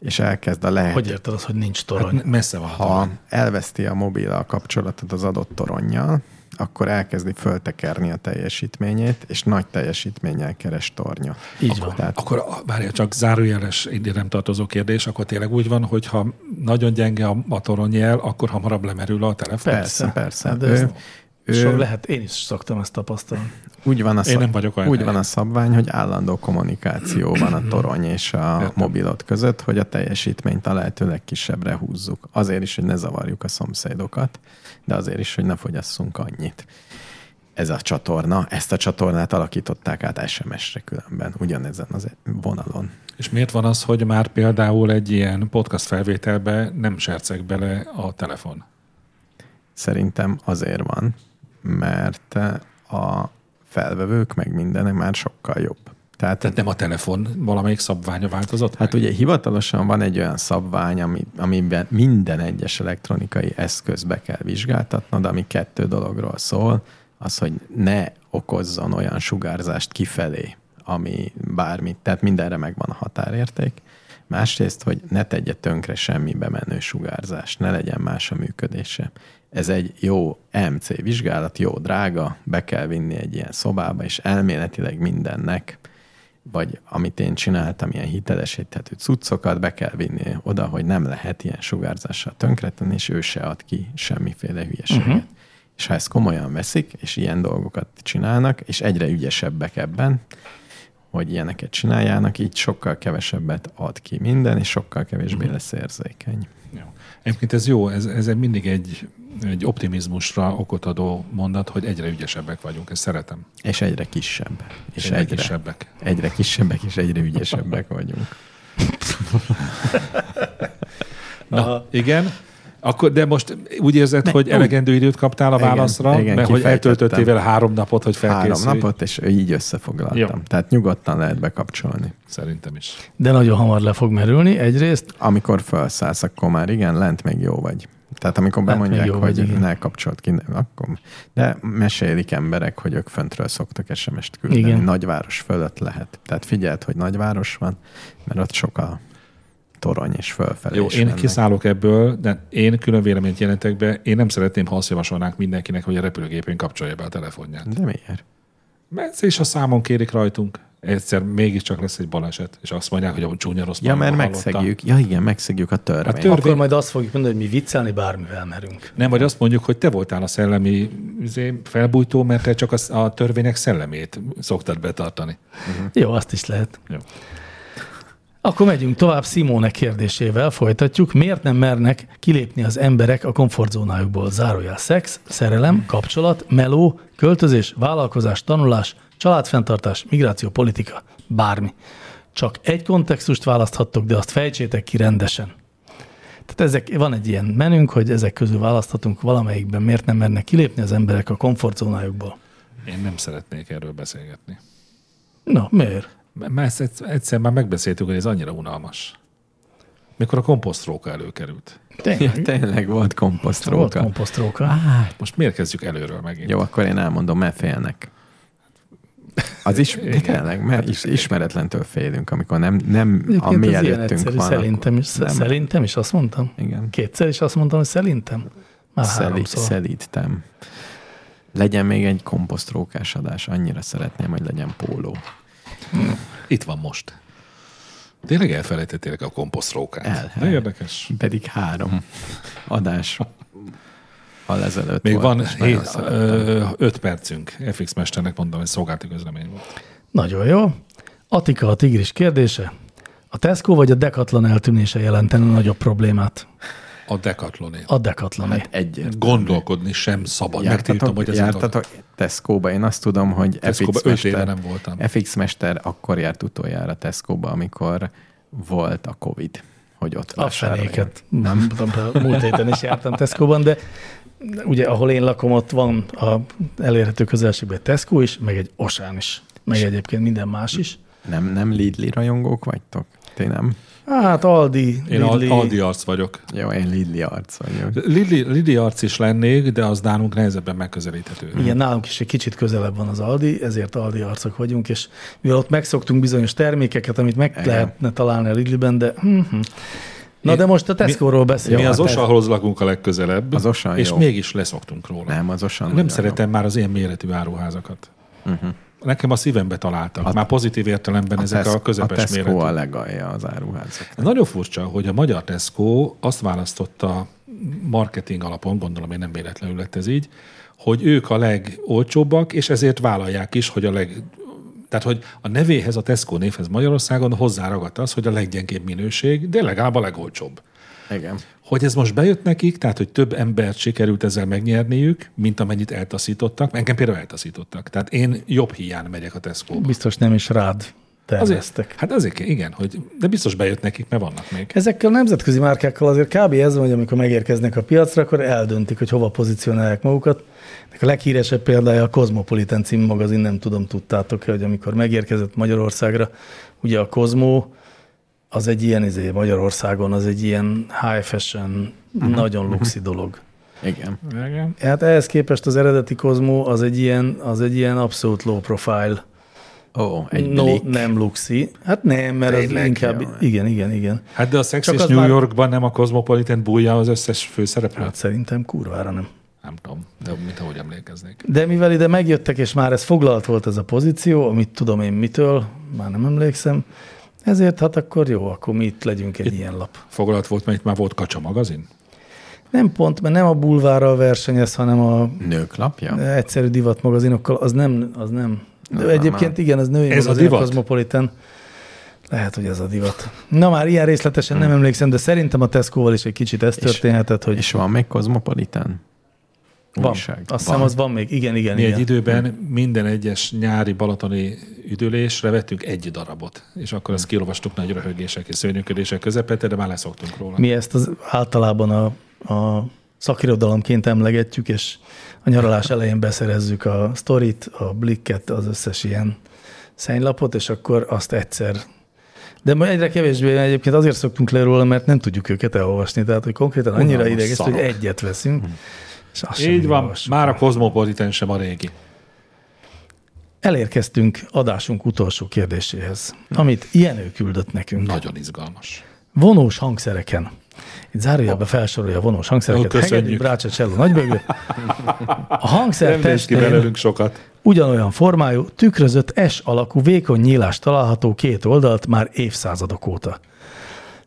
és elkezd a lehet.
Hogy érted az, hogy nincs torony?
Hát messze van.
ha elveszti a mobil a kapcsolatot az adott toronnyal, akkor elkezdi föltekerni a teljesítményét, és nagy teljesítménnyel keres tornya.
Így van.
Tehát
Akkor a- várjál, csak zárójeles ide nem tartozó kérdés, akkor tényleg úgy van, hogy ha nagyon gyenge a, a toronyjel, akkor hamarabb lemerül a telefon?
persze, persze.
Hát de
ő,
ez- Sok
ő,
lehet, én is szoktam ezt tapasztalni.
úgy van a
Én nem vagyok olyan
Úgy
helyen. Mm-hmm.
van a szabvány, hogy állandó kommunikáció van a torony és a
Értem.
mobilot között, hogy a teljesítményt a lehető legkisebbre húzzuk. Azért is, hogy ne zavarjuk a szomszédokat, de azért is, hogy ne fogyasszunk annyit. Ez a csatorna, ezt a csatornát alakították át SMS-re különben, ugyanezen az vonalon.
És miért van az, hogy már például egy ilyen podcast felvételbe nem serceg bele a telefon?
Szerintem azért van, mert a felvevők meg mindenek már sokkal jobb. Tehát,
Tehát nem a telefon valamelyik szabványa változott?
Hát
meg?
ugye hivatalosan van egy olyan szabvány, ami, amiben minden egyes elektronikai eszközbe kell vizsgáltatnod, ami kettő dologról szól, az, hogy ne okozzon olyan sugárzást kifelé, ami bármit, tehát mindenre megvan a határérték. Másrészt, hogy ne tegye tönkre semmibe menő sugárzás, ne legyen más a működése. Ez egy jó MC vizsgálat, jó drága, be kell vinni egy ilyen szobába, és elméletileg mindennek vagy amit én csináltam, ilyen hitelesíthető cuccokat be kell vinni oda, hogy nem lehet ilyen sugárzással tönkretenni, és ő se ad ki semmiféle hülyeséget.
Mhm.
Uh-huh. És ha ezt komolyan veszik, és ilyen dolgokat csinálnak, és egyre ügyesebbek ebben, hogy ilyeneket csináljának, így sokkal kevesebbet ad ki minden, és sokkal kevésbé
Mhm.
lesz érzékeny.
Jó. Egyébként ez jó, ez, ez mindig egy, egy optimizmusra okot adó mondat, hogy egyre ügyesebbek vagyunk, ezt szeretem.
És egyre kisebb. És
Egyre
egyre, egyre, kisebb.
kisebbek.
egyre kisebbek, és egyre ügyesebbek vagyunk.
Na, Aha. igen. Akkor, de most úgy érzed, ne, hogy elegendő időt kaptál a
Igen,
válaszra,
igen,
mert hogy
kifejtettem.
eltöltöttél vele három napot, hogy felkészülj.
Három napot, és így összefoglaltam.
Jó.
Jó. Tehát nyugodtan lehet bekapcsolni.
Szerintem is.
De nagyon hamar le fog merülni. Egyrészt
amikor felszállsz, akkor már igen, lent még jó vagy. Tehát amikor
Lent még
bemondják,
jó
hogy
vagy, igen.
ne kapcsolt ki, ne- akkor... De mesélik emberek, hogy ők föntről szoktak SMS-t küldeni.
Igen.
Igen. Nagyváros fölött lehet. Tehát figyeld, hogy nagyváros van, mert ott sok a torony, és fölfelé
Jó,
is
én
mennek.
kiszállok ebből, de én külön véleményt jelentek be. Én nem szeretném, ha azt javasolnák mindenkinek, hogy a repülőgépén kapcsolja be a telefonját.
De miért?
Mert és ha számon kérik rajtunk, egyszer mégiscsak lesz egy baleset, és azt mondják, hogy a csúnya rossz
Ja, mert
hallottam.
megszegjük. Ja, igen, megszegjük a törvényt.
A törvény-
akkor majd azt fogjuk mondani, hogy mi viccelni bármivel merünk.
Nem, vagy azt mondjuk, hogy te voltál a szellemi izé, felbújtó, mert te csak a, a törvények szellemét szoktad betartani.
Jó, azt is lehet.
Jó.
Akkor megyünk tovább Simone kérdésével, folytatjuk. Miért nem mernek kilépni az emberek a komfortzónájukból? Zárójel szex, szerelem, kapcsolat, meló, költözés, vállalkozás, tanulás, családfenntartás, migráció, politika, bármi. Csak egy kontextust választhattok, de azt fejtsétek ki rendesen. Tehát ezek, van egy ilyen menünk, hogy ezek közül választhatunk valamelyikben, miért nem mernek kilépni az emberek a komfortzónájukból.
Én nem szeretnék erről beszélgetni.
Na, miért?
M- Már ezt egyszer- egyszer már megbeszéltük, hogy ez annyira unalmas. Mikor a komposztróka előkerült.
Ja,
Tényleg,
tényleg volt
volt
komposztróka.
komposztróka.
Most miért kezdjük előről megint?
Jó, akkor én elmondom, mert félnek. Az is, de tényleg, mert is, ismeretlentől félünk, amikor nem, nem
hát-
a
Egyébként
mi
ez ilyen
előttünk
egyszerű,
van.
Szerintem
akkor
is, szerintem is azt mondtam.
Igen.
Kétszer is azt mondtam, hogy szerintem. Már
Szeli,
háromszor.
szelítem. Legyen még egy komposztrókás adás, annyira szeretném, hogy legyen póló.
Itt van most. Tényleg elfelejtettél a komposztrókát?
El-
De érdekes.
Pedig három adás al ezelőtt
Még
volt,
van
és nagyon
hét-
szeretem.
ö, öt percünk. FX Mesternek mondom, hogy szolgálti közlemény volt.
Nagyon jó. Atika a tigris kérdése. A Tesco vagy a Decathlon eltűnése jelentene nagyobb problémát?
A Decathlonét.
A Decathlon. Hát,
Egyért.
Gondolkodni sem szabad. Megtiltom, hogy ez
jártatok Tesco-ba. Én azt tudom, hogy
Tesco-ba
FX
öt éve
Mester,
nem voltam.
FX Mester akkor járt utoljára Tesco-ba, amikor volt a Covid, hogy ott
a
vásároljon.
fenéket. Nem tudom, múlt héten is jártam Tesco-ban, de ugye ahol én lakom, ott van a elérhető közelségben egy Tesco is, meg egy Osán is, meg egyébként minden más is.
Nem, nem Lidli rajongók vagytok? Ti nem?
Hát Aldi,
Én Lidli. Aldi arc vagyok.
Jó, én Lidli arc vagyok.
Lidli, Lidli arc is lennék, de az nálunk nehezebben megközelíthető.
Igen, nálunk is egy kicsit közelebb van az Aldi, ezért Aldi arcok vagyunk, és mivel ott megszoktunk bizonyos termékeket, amit meg Igen.
Igen.
lehetne találni a Lidliben, de... mhm. Na de most a Tesco-ról beszélünk.
Mi az
Hát ez-
Osahoz lakunk a legközelebb,
Az Osa
és
jó.
mégis leszoktunk róla.
Nem, az osan.
Nem szeretem már az ilyen méretű áruházakat. Uh-huh. Nekem a szívembe találtak. már pozitív értelemben ezek a közepes
Mhm. a Tesco
méretű.
a legalja az áruházak.
Nagyon furcsa, hogy a magyar Tesco azt választotta marketing alapon, gondolom én nem véletlenül lett ez így, hogy ők a legolcsóbbak, és ezért vállalják is, hogy a leg... Tehát, hogy a nevéhez, a Tesco névhez Magyarországon hozzáragadt az, hogy a leggyengébb minőség, de legalább a legolcsóbb.
Igen.
Hogy ez most bejött nekik, tehát hogy több embert sikerült ezzel megnyerniük, mint amennyit eltaszítottak. Engem például eltaszítottak. Tehát én jobb hiány megyek a Tesco-ba.
Biztos nem is rád
Azért,
terveztek.
hát azért, igen, hogy, de biztos bejött nekik, mert vannak még.
Ezekkel a nemzetközi márkákkal azért kb. ez van, hogy amikor megérkeznek a piacra, akkor eldöntik, hogy hova pozícionálják magukat. Ennek a leghíresebb példája a Cosmopolitan című magazin, nem tudom, tudtátok hogy amikor megérkezett Magyarországra, ugye a Cosmo az egy ilyen, izé, Magyarországon az egy ilyen high fashion,
Mhm.
nagyon luxi dolog.
Igen.
Igen.
Hát ehhez képest az eredeti Cosmo az egy ilyen, az egy ilyen abszolút low profile,
Ó, egy
no,
blik.
nem luxi. Hát nem, mert
Tényleg,
az inkább,
jó.
igen, igen, igen.
Hát de a Sex
Csak
és
az
New
már-
Yorkban nem a Cosmopolitan bújja az összes főszereplőt?
Hát szerintem kurvára nem.
Nem tudom, de mint ahogy emlékeznék.
De mivel ide megjöttek, és már ez foglalt volt ez a pozíció, amit tudom én mitől, már nem emlékszem, ezért hát akkor jó, akkor mi itt legyünk egy itt. ilyen lap.
Foglalt volt, mert itt már volt Kacsa magazin?
Nem pont, mert nem a bulvárral versenyez, hanem a
Nőklapja?
egyszerű divatmagazinokkal, az nem, az nem. De
Nem,
egyébként
nem.
igen, az női
Ez a
magazin,
divat?
Cosmopolitan. Lehet, hogy ez a divat. Na már ilyen részletesen nem emlékszem, de szerintem a Tesco-val is egy kicsit ez történhetett, hogy
És van még Cosmopolitan?
van.
újság?
Azt hiszem,
Van.
az van még. Igen, igen,
Mi
igen.
egy időben minden egyes nyári balatoni üdülésre vettünk egy darabot, és akkor ezt kiolvastuk nagy röhögések és szörnyűködések közepette, de már leszoktunk róla.
Mi ezt az általában a, a szakirodalomként emlegetjük, és a nyaralás elején beszerezzük a sztorit, a blikket, az összes ilyen szennylapot, és akkor azt egyszer de ma egyre kevésbé egyébként azért szoktunk le róla, mert nem tudjuk őket elolvasni. Tehát, hogy konkrétan annyira
Unalmas
ideges, hogy
szarok.
egyet veszünk, és azt sem
Hm. Így van,
olvassuk.
már a Cosmopolitan sem a régi.
Elérkeztünk adásunk utolsó kérdéséhez, amit Jenő küldött nekünk.
Nagyon izgalmas.
Vonós hangszereken. Itt zárójelbe felsorolja a vonós hangszereket.
Jó, köszönjük.
Hegedű, brácsa, cselló, nagybögő. A hangszer
Nem néz ki
testén
belőlünk sokat.
ugyanolyan formájú, tükrözött S alakú vékony nyílás található két oldalt már évszázadok óta.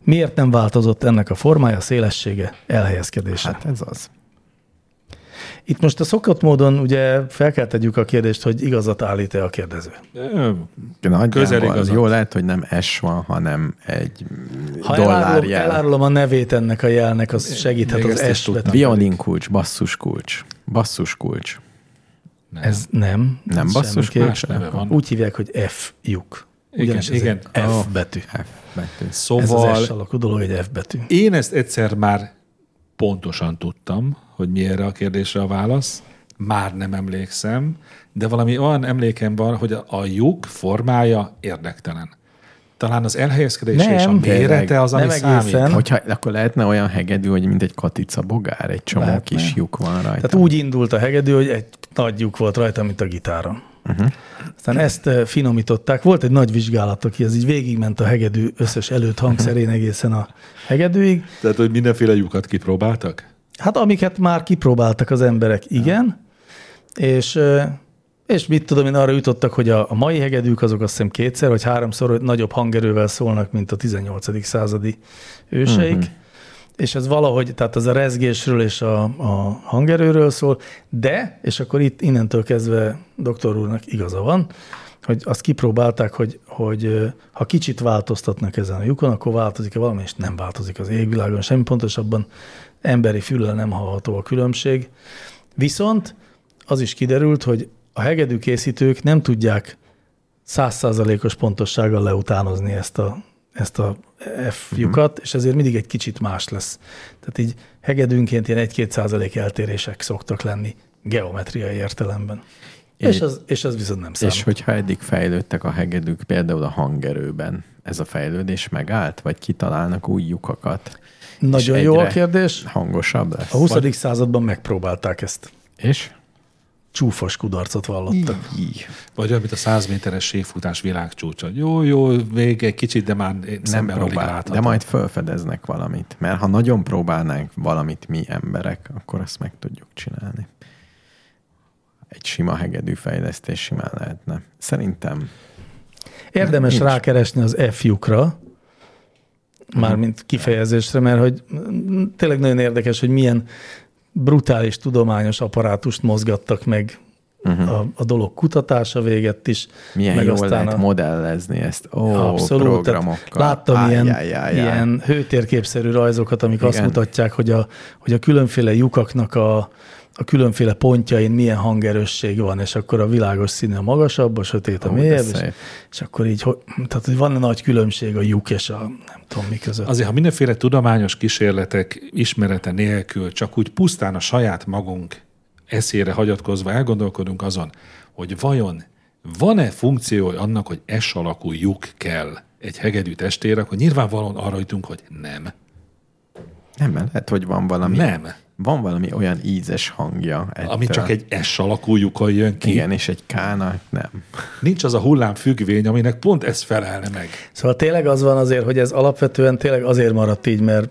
Miért nem változott ennek a formája, szélessége, elhelyezkedése?
Hát ez az.
Itt most a szokott módon ugye fel kell tegyük a kérdést, hogy igazat állít-e a kérdező.
Ö, Közel
Nagyjából
igazad.
jó lehet, hogy nem S van, hanem egy
Ha
dollár
elárulom,
jel.
elárulom a nevét ennek a jelnek, az segíthet
még ezt
az
is
S
tudtam.
betű.
Violin kulcs, basszus kulcs. Basszus kulcs.
Ez nem.
Nem
ez
basszus
semmiképp.
más neve van.
Úgy hívják, hogy F lyuk.
Igen,
Ugyanis ez
igen. Ah.
egy F
Ó.
betű.
F betű.
Ez az
Szóval
S alakú dolog egy F betű.
Én ezt egyszer már pontosan tudtam, hogy mi erre a kérdésre a válasz. Már nem emlékszem, de valami olyan emlékem van, hogy a- a lyuk formája érdektelen. Talán az elhelyezkedése és a
Nem,
mérete az, ami
nem
számít.
egészen.
Hogyha, akkor lehetne olyan hegedű, hogy mint egy katica bogár, egy csomó
Lehetne.
kis lyuk van rajta.
Hm.
Tehát úgy indult a hegedű, hogy egy nagy lyuk volt rajta, mint a gitáron.
Mhm.
Uh-huh. Aztán ezt eh, finomították. Volt egy nagy vizsgálat, aki ez így végigment a hegedű összes előtt hangszerén egészen a hegedűig.
Tehát, hogy mindenféle lyukat kipróbáltak?
Hát amiket már kipróbáltak az emberek, igen, és, ö, és mit tudom én, arra jutottak, hogy a, a mai hegedűk azok azt hiszem kétszer vagy háromszor nagyobb hangerővel szólnak, mint a 18. századi őseik, és ez valahogy, tehát az a rezgésről és a, a hangerőről szól, de, és akkor itt innentől kezdve doktor úrnak igaza van, hogy azt kipróbálták, hogy, hogy ö, ha kicsit változtatnak ezen a lyukon, akkor változik-e valami, és nem változik az égvilágon semmi, pontosabban emberi füllel nem hallható a különbség. Viszont az is kiderült, hogy a hegedű készítők nem tudják százszázalékos pontossággal leutánozni ezt a, ezt a
Mhm.
F-lyukat, és ezért mindig egy kicsit más lesz. Tehát így hegedűnként ilyen 1-2 százalék eltérések szoktak lenni geometriai értelemben.
É-
És az, és az viszont nem számít.
És hogyha eddig fejlődtek a hegedűk, például a hangerőben, ez a fejlődés megállt, vagy kitalálnak új lyukakat? és
Nagyon jó
egyre
a kérdés.
Hangosabb lesz?
A 20. században megpróbálták ezt.
És?
Csúfos kudarcot vallottak.
Így.
Vagy amit a 100 méteres séfutás világcsúcsa. Jó, jó, még egy kicsit, de már én
Nem
szemmel alig
próbál,
láthatom.
de majd felfedeznek valamit. Mert ha nagyon próbálnánk valamit mi emberek, akkor azt meg tudjuk csinálni. Egy sima hegedű fejlesztés simán lehetne. Szerintem
Érdemes
Nincs.
rákeresni az F-lyukra, mármint kifejezésre, mert hogy mm, tényleg nagyon érdekes, hogy milyen brutális tudományos apparátust mozgattak meg uh-huh. a, a dolog kutatása végett is.
Mhm. milyen
meg
meg jól lehet
a-
a... modellezni ezt. Ó,
Abszolút. Tehát
programokkal.
láttam
Áj,
ilyen,
áj, áj, áj.
ilyen hőtérképszerű rajzokat, amik Igen. azt
Igen.
mutatják, hogy a, hogy a különféle lyukaknak a, a különféle pontjain milyen hangerősség van, és akkor a világos színe a magasabb, a sötét a
Ó, de
mélyebb, és,
szép.
és akkor így, hogy, tehát hogy van-e nagy különbség a lyuk és a nem tudom mi között. Az
Azért, ha mindenféle tudományos kísérletek ismerete nélkül, csak úgy pusztán a saját magunk eszére hagyatkozva elgondolkodunk azon, hogy vajon van-e funkciója annak, hogy S alakú lyuk kell egy hegedű testére, akkor nyilvánvalóan arra jutunk, hogy nem.
Nem, mert lehet, hogy van valami,
Nem.
van valami olyan ízes hangja.
Ami csak egy S alakú lyukon jön ki.
Igen, és egy kána, nem.
Nincs az a hullám függvény, aminek pont ez felelne meg.
szóval tényleg az van azért, hogy ez alapvetően tényleg azért maradt így, mert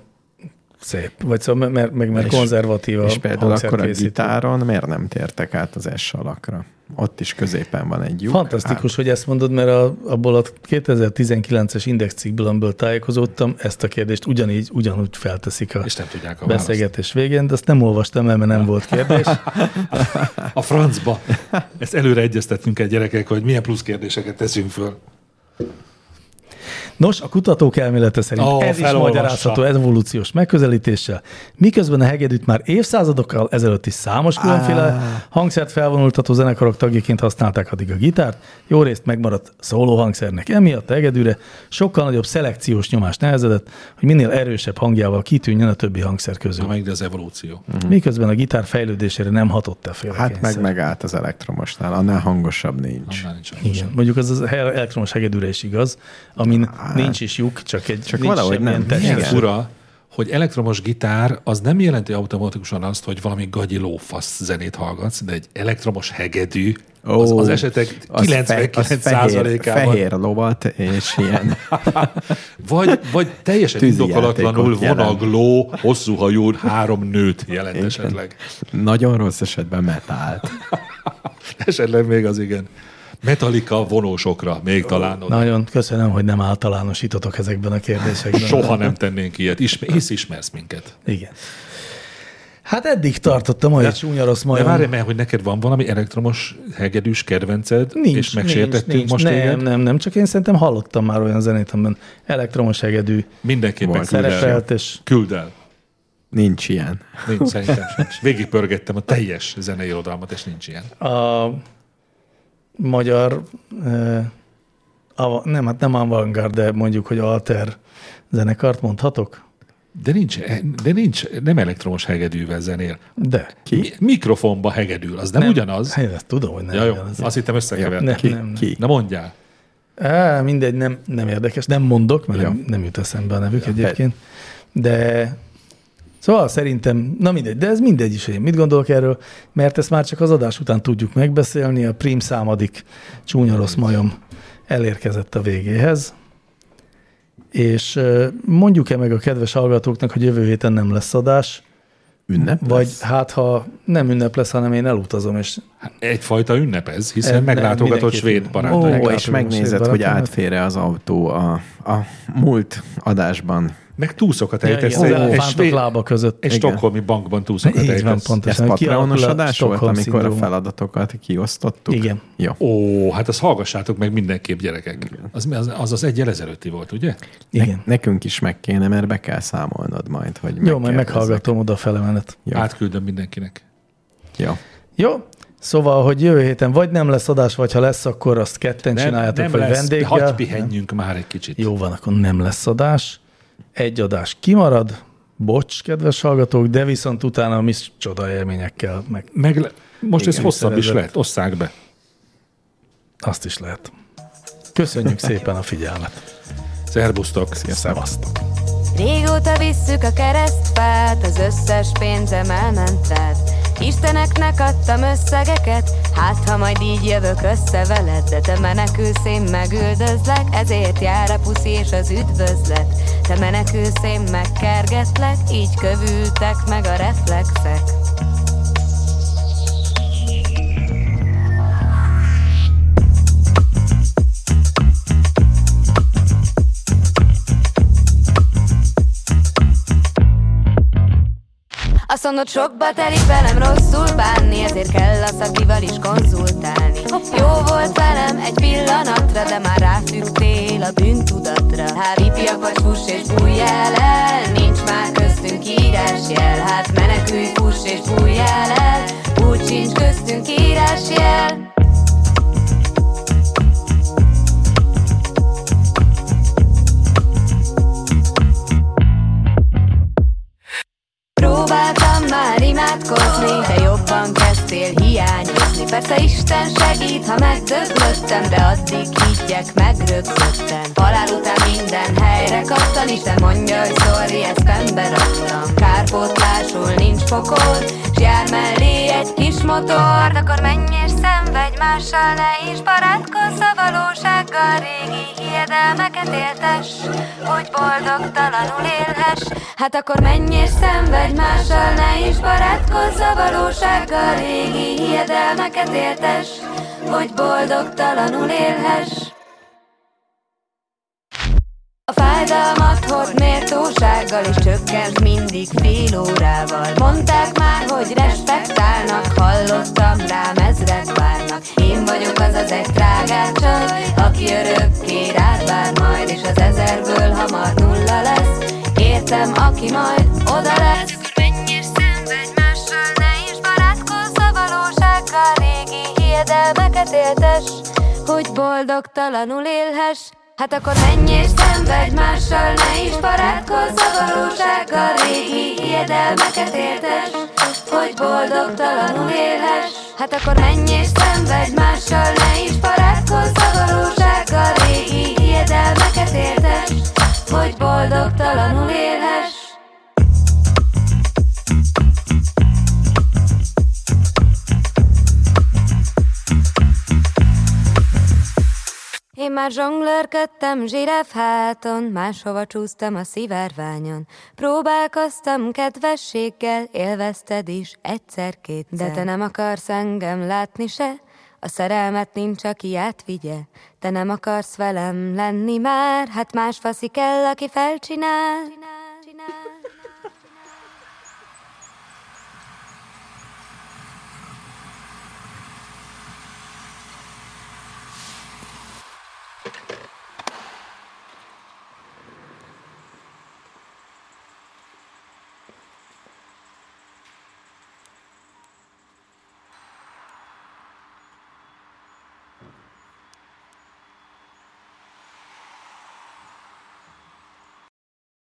szép, vagy szóval mert- mert, meg mert
És-
konzervatív a
és például akkor a
hangszerkészítő.
gitáron miért nem tértek át az S alakra? Ott is középen van egy lyuk.
Fantasztikus, hogy ezt mondod, mert a, abból a 2019-es index cikkből, amiből tájékozódtam, ezt a kérdést ugyanígy, ugyanúgy felteszik a
És nem tudják a választ.
beszélgetés végén, de azt nem olvastam el, mert nem volt kérdés.
A francba. Ezt előre egyeztettünk egy gyerekek, hogy milyen plusz kérdéseket teszünk föl.
Nos, a kutatók elmélete szerint
Ó,
oh, ez is
felolvassa.
magyarázható evolúciós megközelítéssel, miközben a hegedűt már évszázadokkal ezelőtt is számos különféle hangszert felvonultató zenekarok tagjaként használták addig a gitárt, jó részt megmaradt szóló hangszernek. Emiatt a hegedűre sokkal nagyobb szelekciós nyomás nehezedett, hogy minél erősebb hangjával kitűnjön a többi hangszer közül.
Amelyik de az evolúció.
Miközben a gitár fejlődésére nem hatott e féle
Mm-hmm. Hát meg
kényszer.
megállt az elektromosnál, annál hangosabb nincs.
Annál nincs
Igen. Mondjuk az az elektromos hegedűre is igaz, amin nincs is lyuk, csak egy csak nincs
valahogy
semmilyen
nem.
test.
Milyen
Igen.
fura, hogy elektromos gitár az nem jelenti automatikusan azt, hogy valami gagyi lófasz zenét hallgatsz, de egy elektromos hegedű az, az esetek
az fe- az fehér,
99%-ában.
fehér lovat, és ilyen.
(laughs) Vagy, vagy teljesen
Tűzi
indokolatlanul
játékot jelent.
vonagló, hosszú hajú három nőt jelent esetleg.
Nagyon rossz esetben metált.
Esetleg még az igen. Metallica vonósokra még talán oda.
Nagyon köszönöm, hogy nem általánosítotok ezekben a kérdésekben.
Soha nem tennénk ilyet. Ismer, hisz ismersz minket.
Igen. Hát eddig tartott a mai csúnya rossz
De
majom.
várj mert hogy neked van valami elektromos hegedűs kedvenced,
nincs,
és megsértettünk
nincs,
most
nincs.
téged?
nem, nem, nem, csak én szerintem hallottam már olyan zenét, amiben elektromos hegedű
Mindenképpen
Volt.
küld el.
szerepelt, és
Küld el.
Nincs ilyen.
Nincs, szerintem sincs. Végigpörgettem a teljes zenei irodalmat, és nincs ilyen.
a magyar, eh, ava- nem, hát nem avantgard, de mondjuk, hogy alter zenekart mondhatok?
De nincs, de nincs nem elektromos hegedűvel zenél.
De.
Mi, mikrofonba hegedül, az nem, nem. ugyanaz.
Hát, ezt tudom, hogy nem.
Ja, jó,
ugyanaz.
azt hittem
nem,
összekevertem.
ki, nem, nem.
Ki?
Na mondjál.
Á, mindegy, nem, nem érdekes, nem mondok, mert
Ja.
nem, nem jut eszembe a nevük egyébként. De szóval szerintem, na mindegy, de ez mindegy is, hogy én mit gondolok erről, mert ezt már csak az adás után tudjuk megbeszélni, a prim számadik csúnya rossz majom elérkezett a végéhez. És ö, mondjuk-e meg a kedves hallgatóknak, hogy jövő héten nem lesz adás,
Ünnep
Vagy
lesz?
hát, ha nem ünnep lesz, hanem én elutazom, és
Hát Egyfajta ünnep ez, hiszen
Ez-
ez
nem,
meglátogatott
mindenképp
svéd
ünnep. Ó,
barátaink.
Ó,
Meglátom,
és megnézed,
szép
hogy
barátom.
átfér-e az autó a, a múlt adásban.
Hát,
Meg túszokat ejtesz.
ilyen
egy- egy
elefántok
svéd-
lába között.
egy
Igen.
stokholmi bankban túszokat
Így van,
ejtesz.
Ez
pontosan.
patronos
Kialakul a
adás volt,
Stockholm
amikor a
szindróma.
feladatokat kiosztottuk?
Igen.
Jó.
Ó, hát azt hallgassátok meg mindenképp, gyerekek. Az mi- az az, az egyel ezelőtti volt, ugye?
Igen.
Nekünk is meg kéne, mert be kell számolnod majd, hogy
Jó, majd
megkérdezzek.
meghallgatom odafele menet.
Jó.
Átküldöm mindenkinek.
Jó.
Jó? Szóval, hogy jövő héten vagy nem lesz adás, vagy ha lesz, akkor azt ketten csináljátok, vagy vendéggel.
hadd pihenjünk már egy kicsit.
Jó van, akkor nem lesz adás. Egy adás kimarad, bocs, kedves hallgatók, de viszont utána a mi csoda élményekkel meg
Meg, le- most
Igen,
ez hosszabb is
szervezett.
lehet, osszák be.
azt is lehet. Köszönjük szépen a figyelmet.
Szerbusztok!
Szevasztok.
Régóta visszük a keresztfát, az összes pénzem elment rád. Isteneknek adtam összegeket, hát ha majd így jövök össze veled, de te menekülsz, én megüldözlek, ezért jár a puszi és az üdvözlet. Te menekülsz, én megkergetlek, így kövültek meg a reflexek. Azt mondod, sokba telik velem rosszul bánni, ezért kell a szakival is konzultálni. Jó volt velem egy pillanatra, de már ráfügtél a bűntudatra. Hát ifjak vagy fuss és bújj el, el, nincs már köztünk írásjel. Hát menekülj, fuss és bújj el, el, úgy sincs köztünk írásjel. Próbáltam már imádkozni, de jobban kezdtél hiányozni. Persze Isten segít, ha megdöglöttem, de addig higgyek, megrögzöttem. Halál után minden helyre kaptam, Isten mondja, hogy sorry, ezt fennbe raktam. Kárpótlásul nincs pokol, s jár mellé egy kis motor. Hát akkor menj és szenvedj mással, ne is barátkozz a valósággal, régi hiedelmeket éltess, hogy boldogtalanul élhess. Hát akkor menj és szenvedj mással, ne is barátkozz a valósággal, régi hiedelmeket éltess, hogy boldogtalanul élhess. A fájdalmat hord méltósággal És csökkent mindig fél órával Mondták már, hogy respektálnak Hallottam rám, ezrek várnak Én vagyok az az egy trágácsaj Aki örökké rád vár majd És az ezerből hamar nulla lesz Értem, aki majd oda lesz hiedelmeket éltes, hogy boldogtalanul élhess. Hát akkor menj és szenvedj mással, ne is barátkozz a valósággal, régi hiedelmeket éltes, hogy boldogtalanul élhess. Hát akkor menj és szenvedj mással, ne is barátkozz a valósággal, régi hiedelmeket éltes, hogy boldogtalanul élhess. Én már zsonglőrködtem zsirafháton, máshova csúsztam a szivárványon. Próbálkoztam kedvességgel, élvezted is egyszer-kétszer. De te nem akarsz engem látni se, a szerelmet nincs, aki átvigye. Te nem akarsz velem lenni már, hát más faszi kell, aki felcsinál.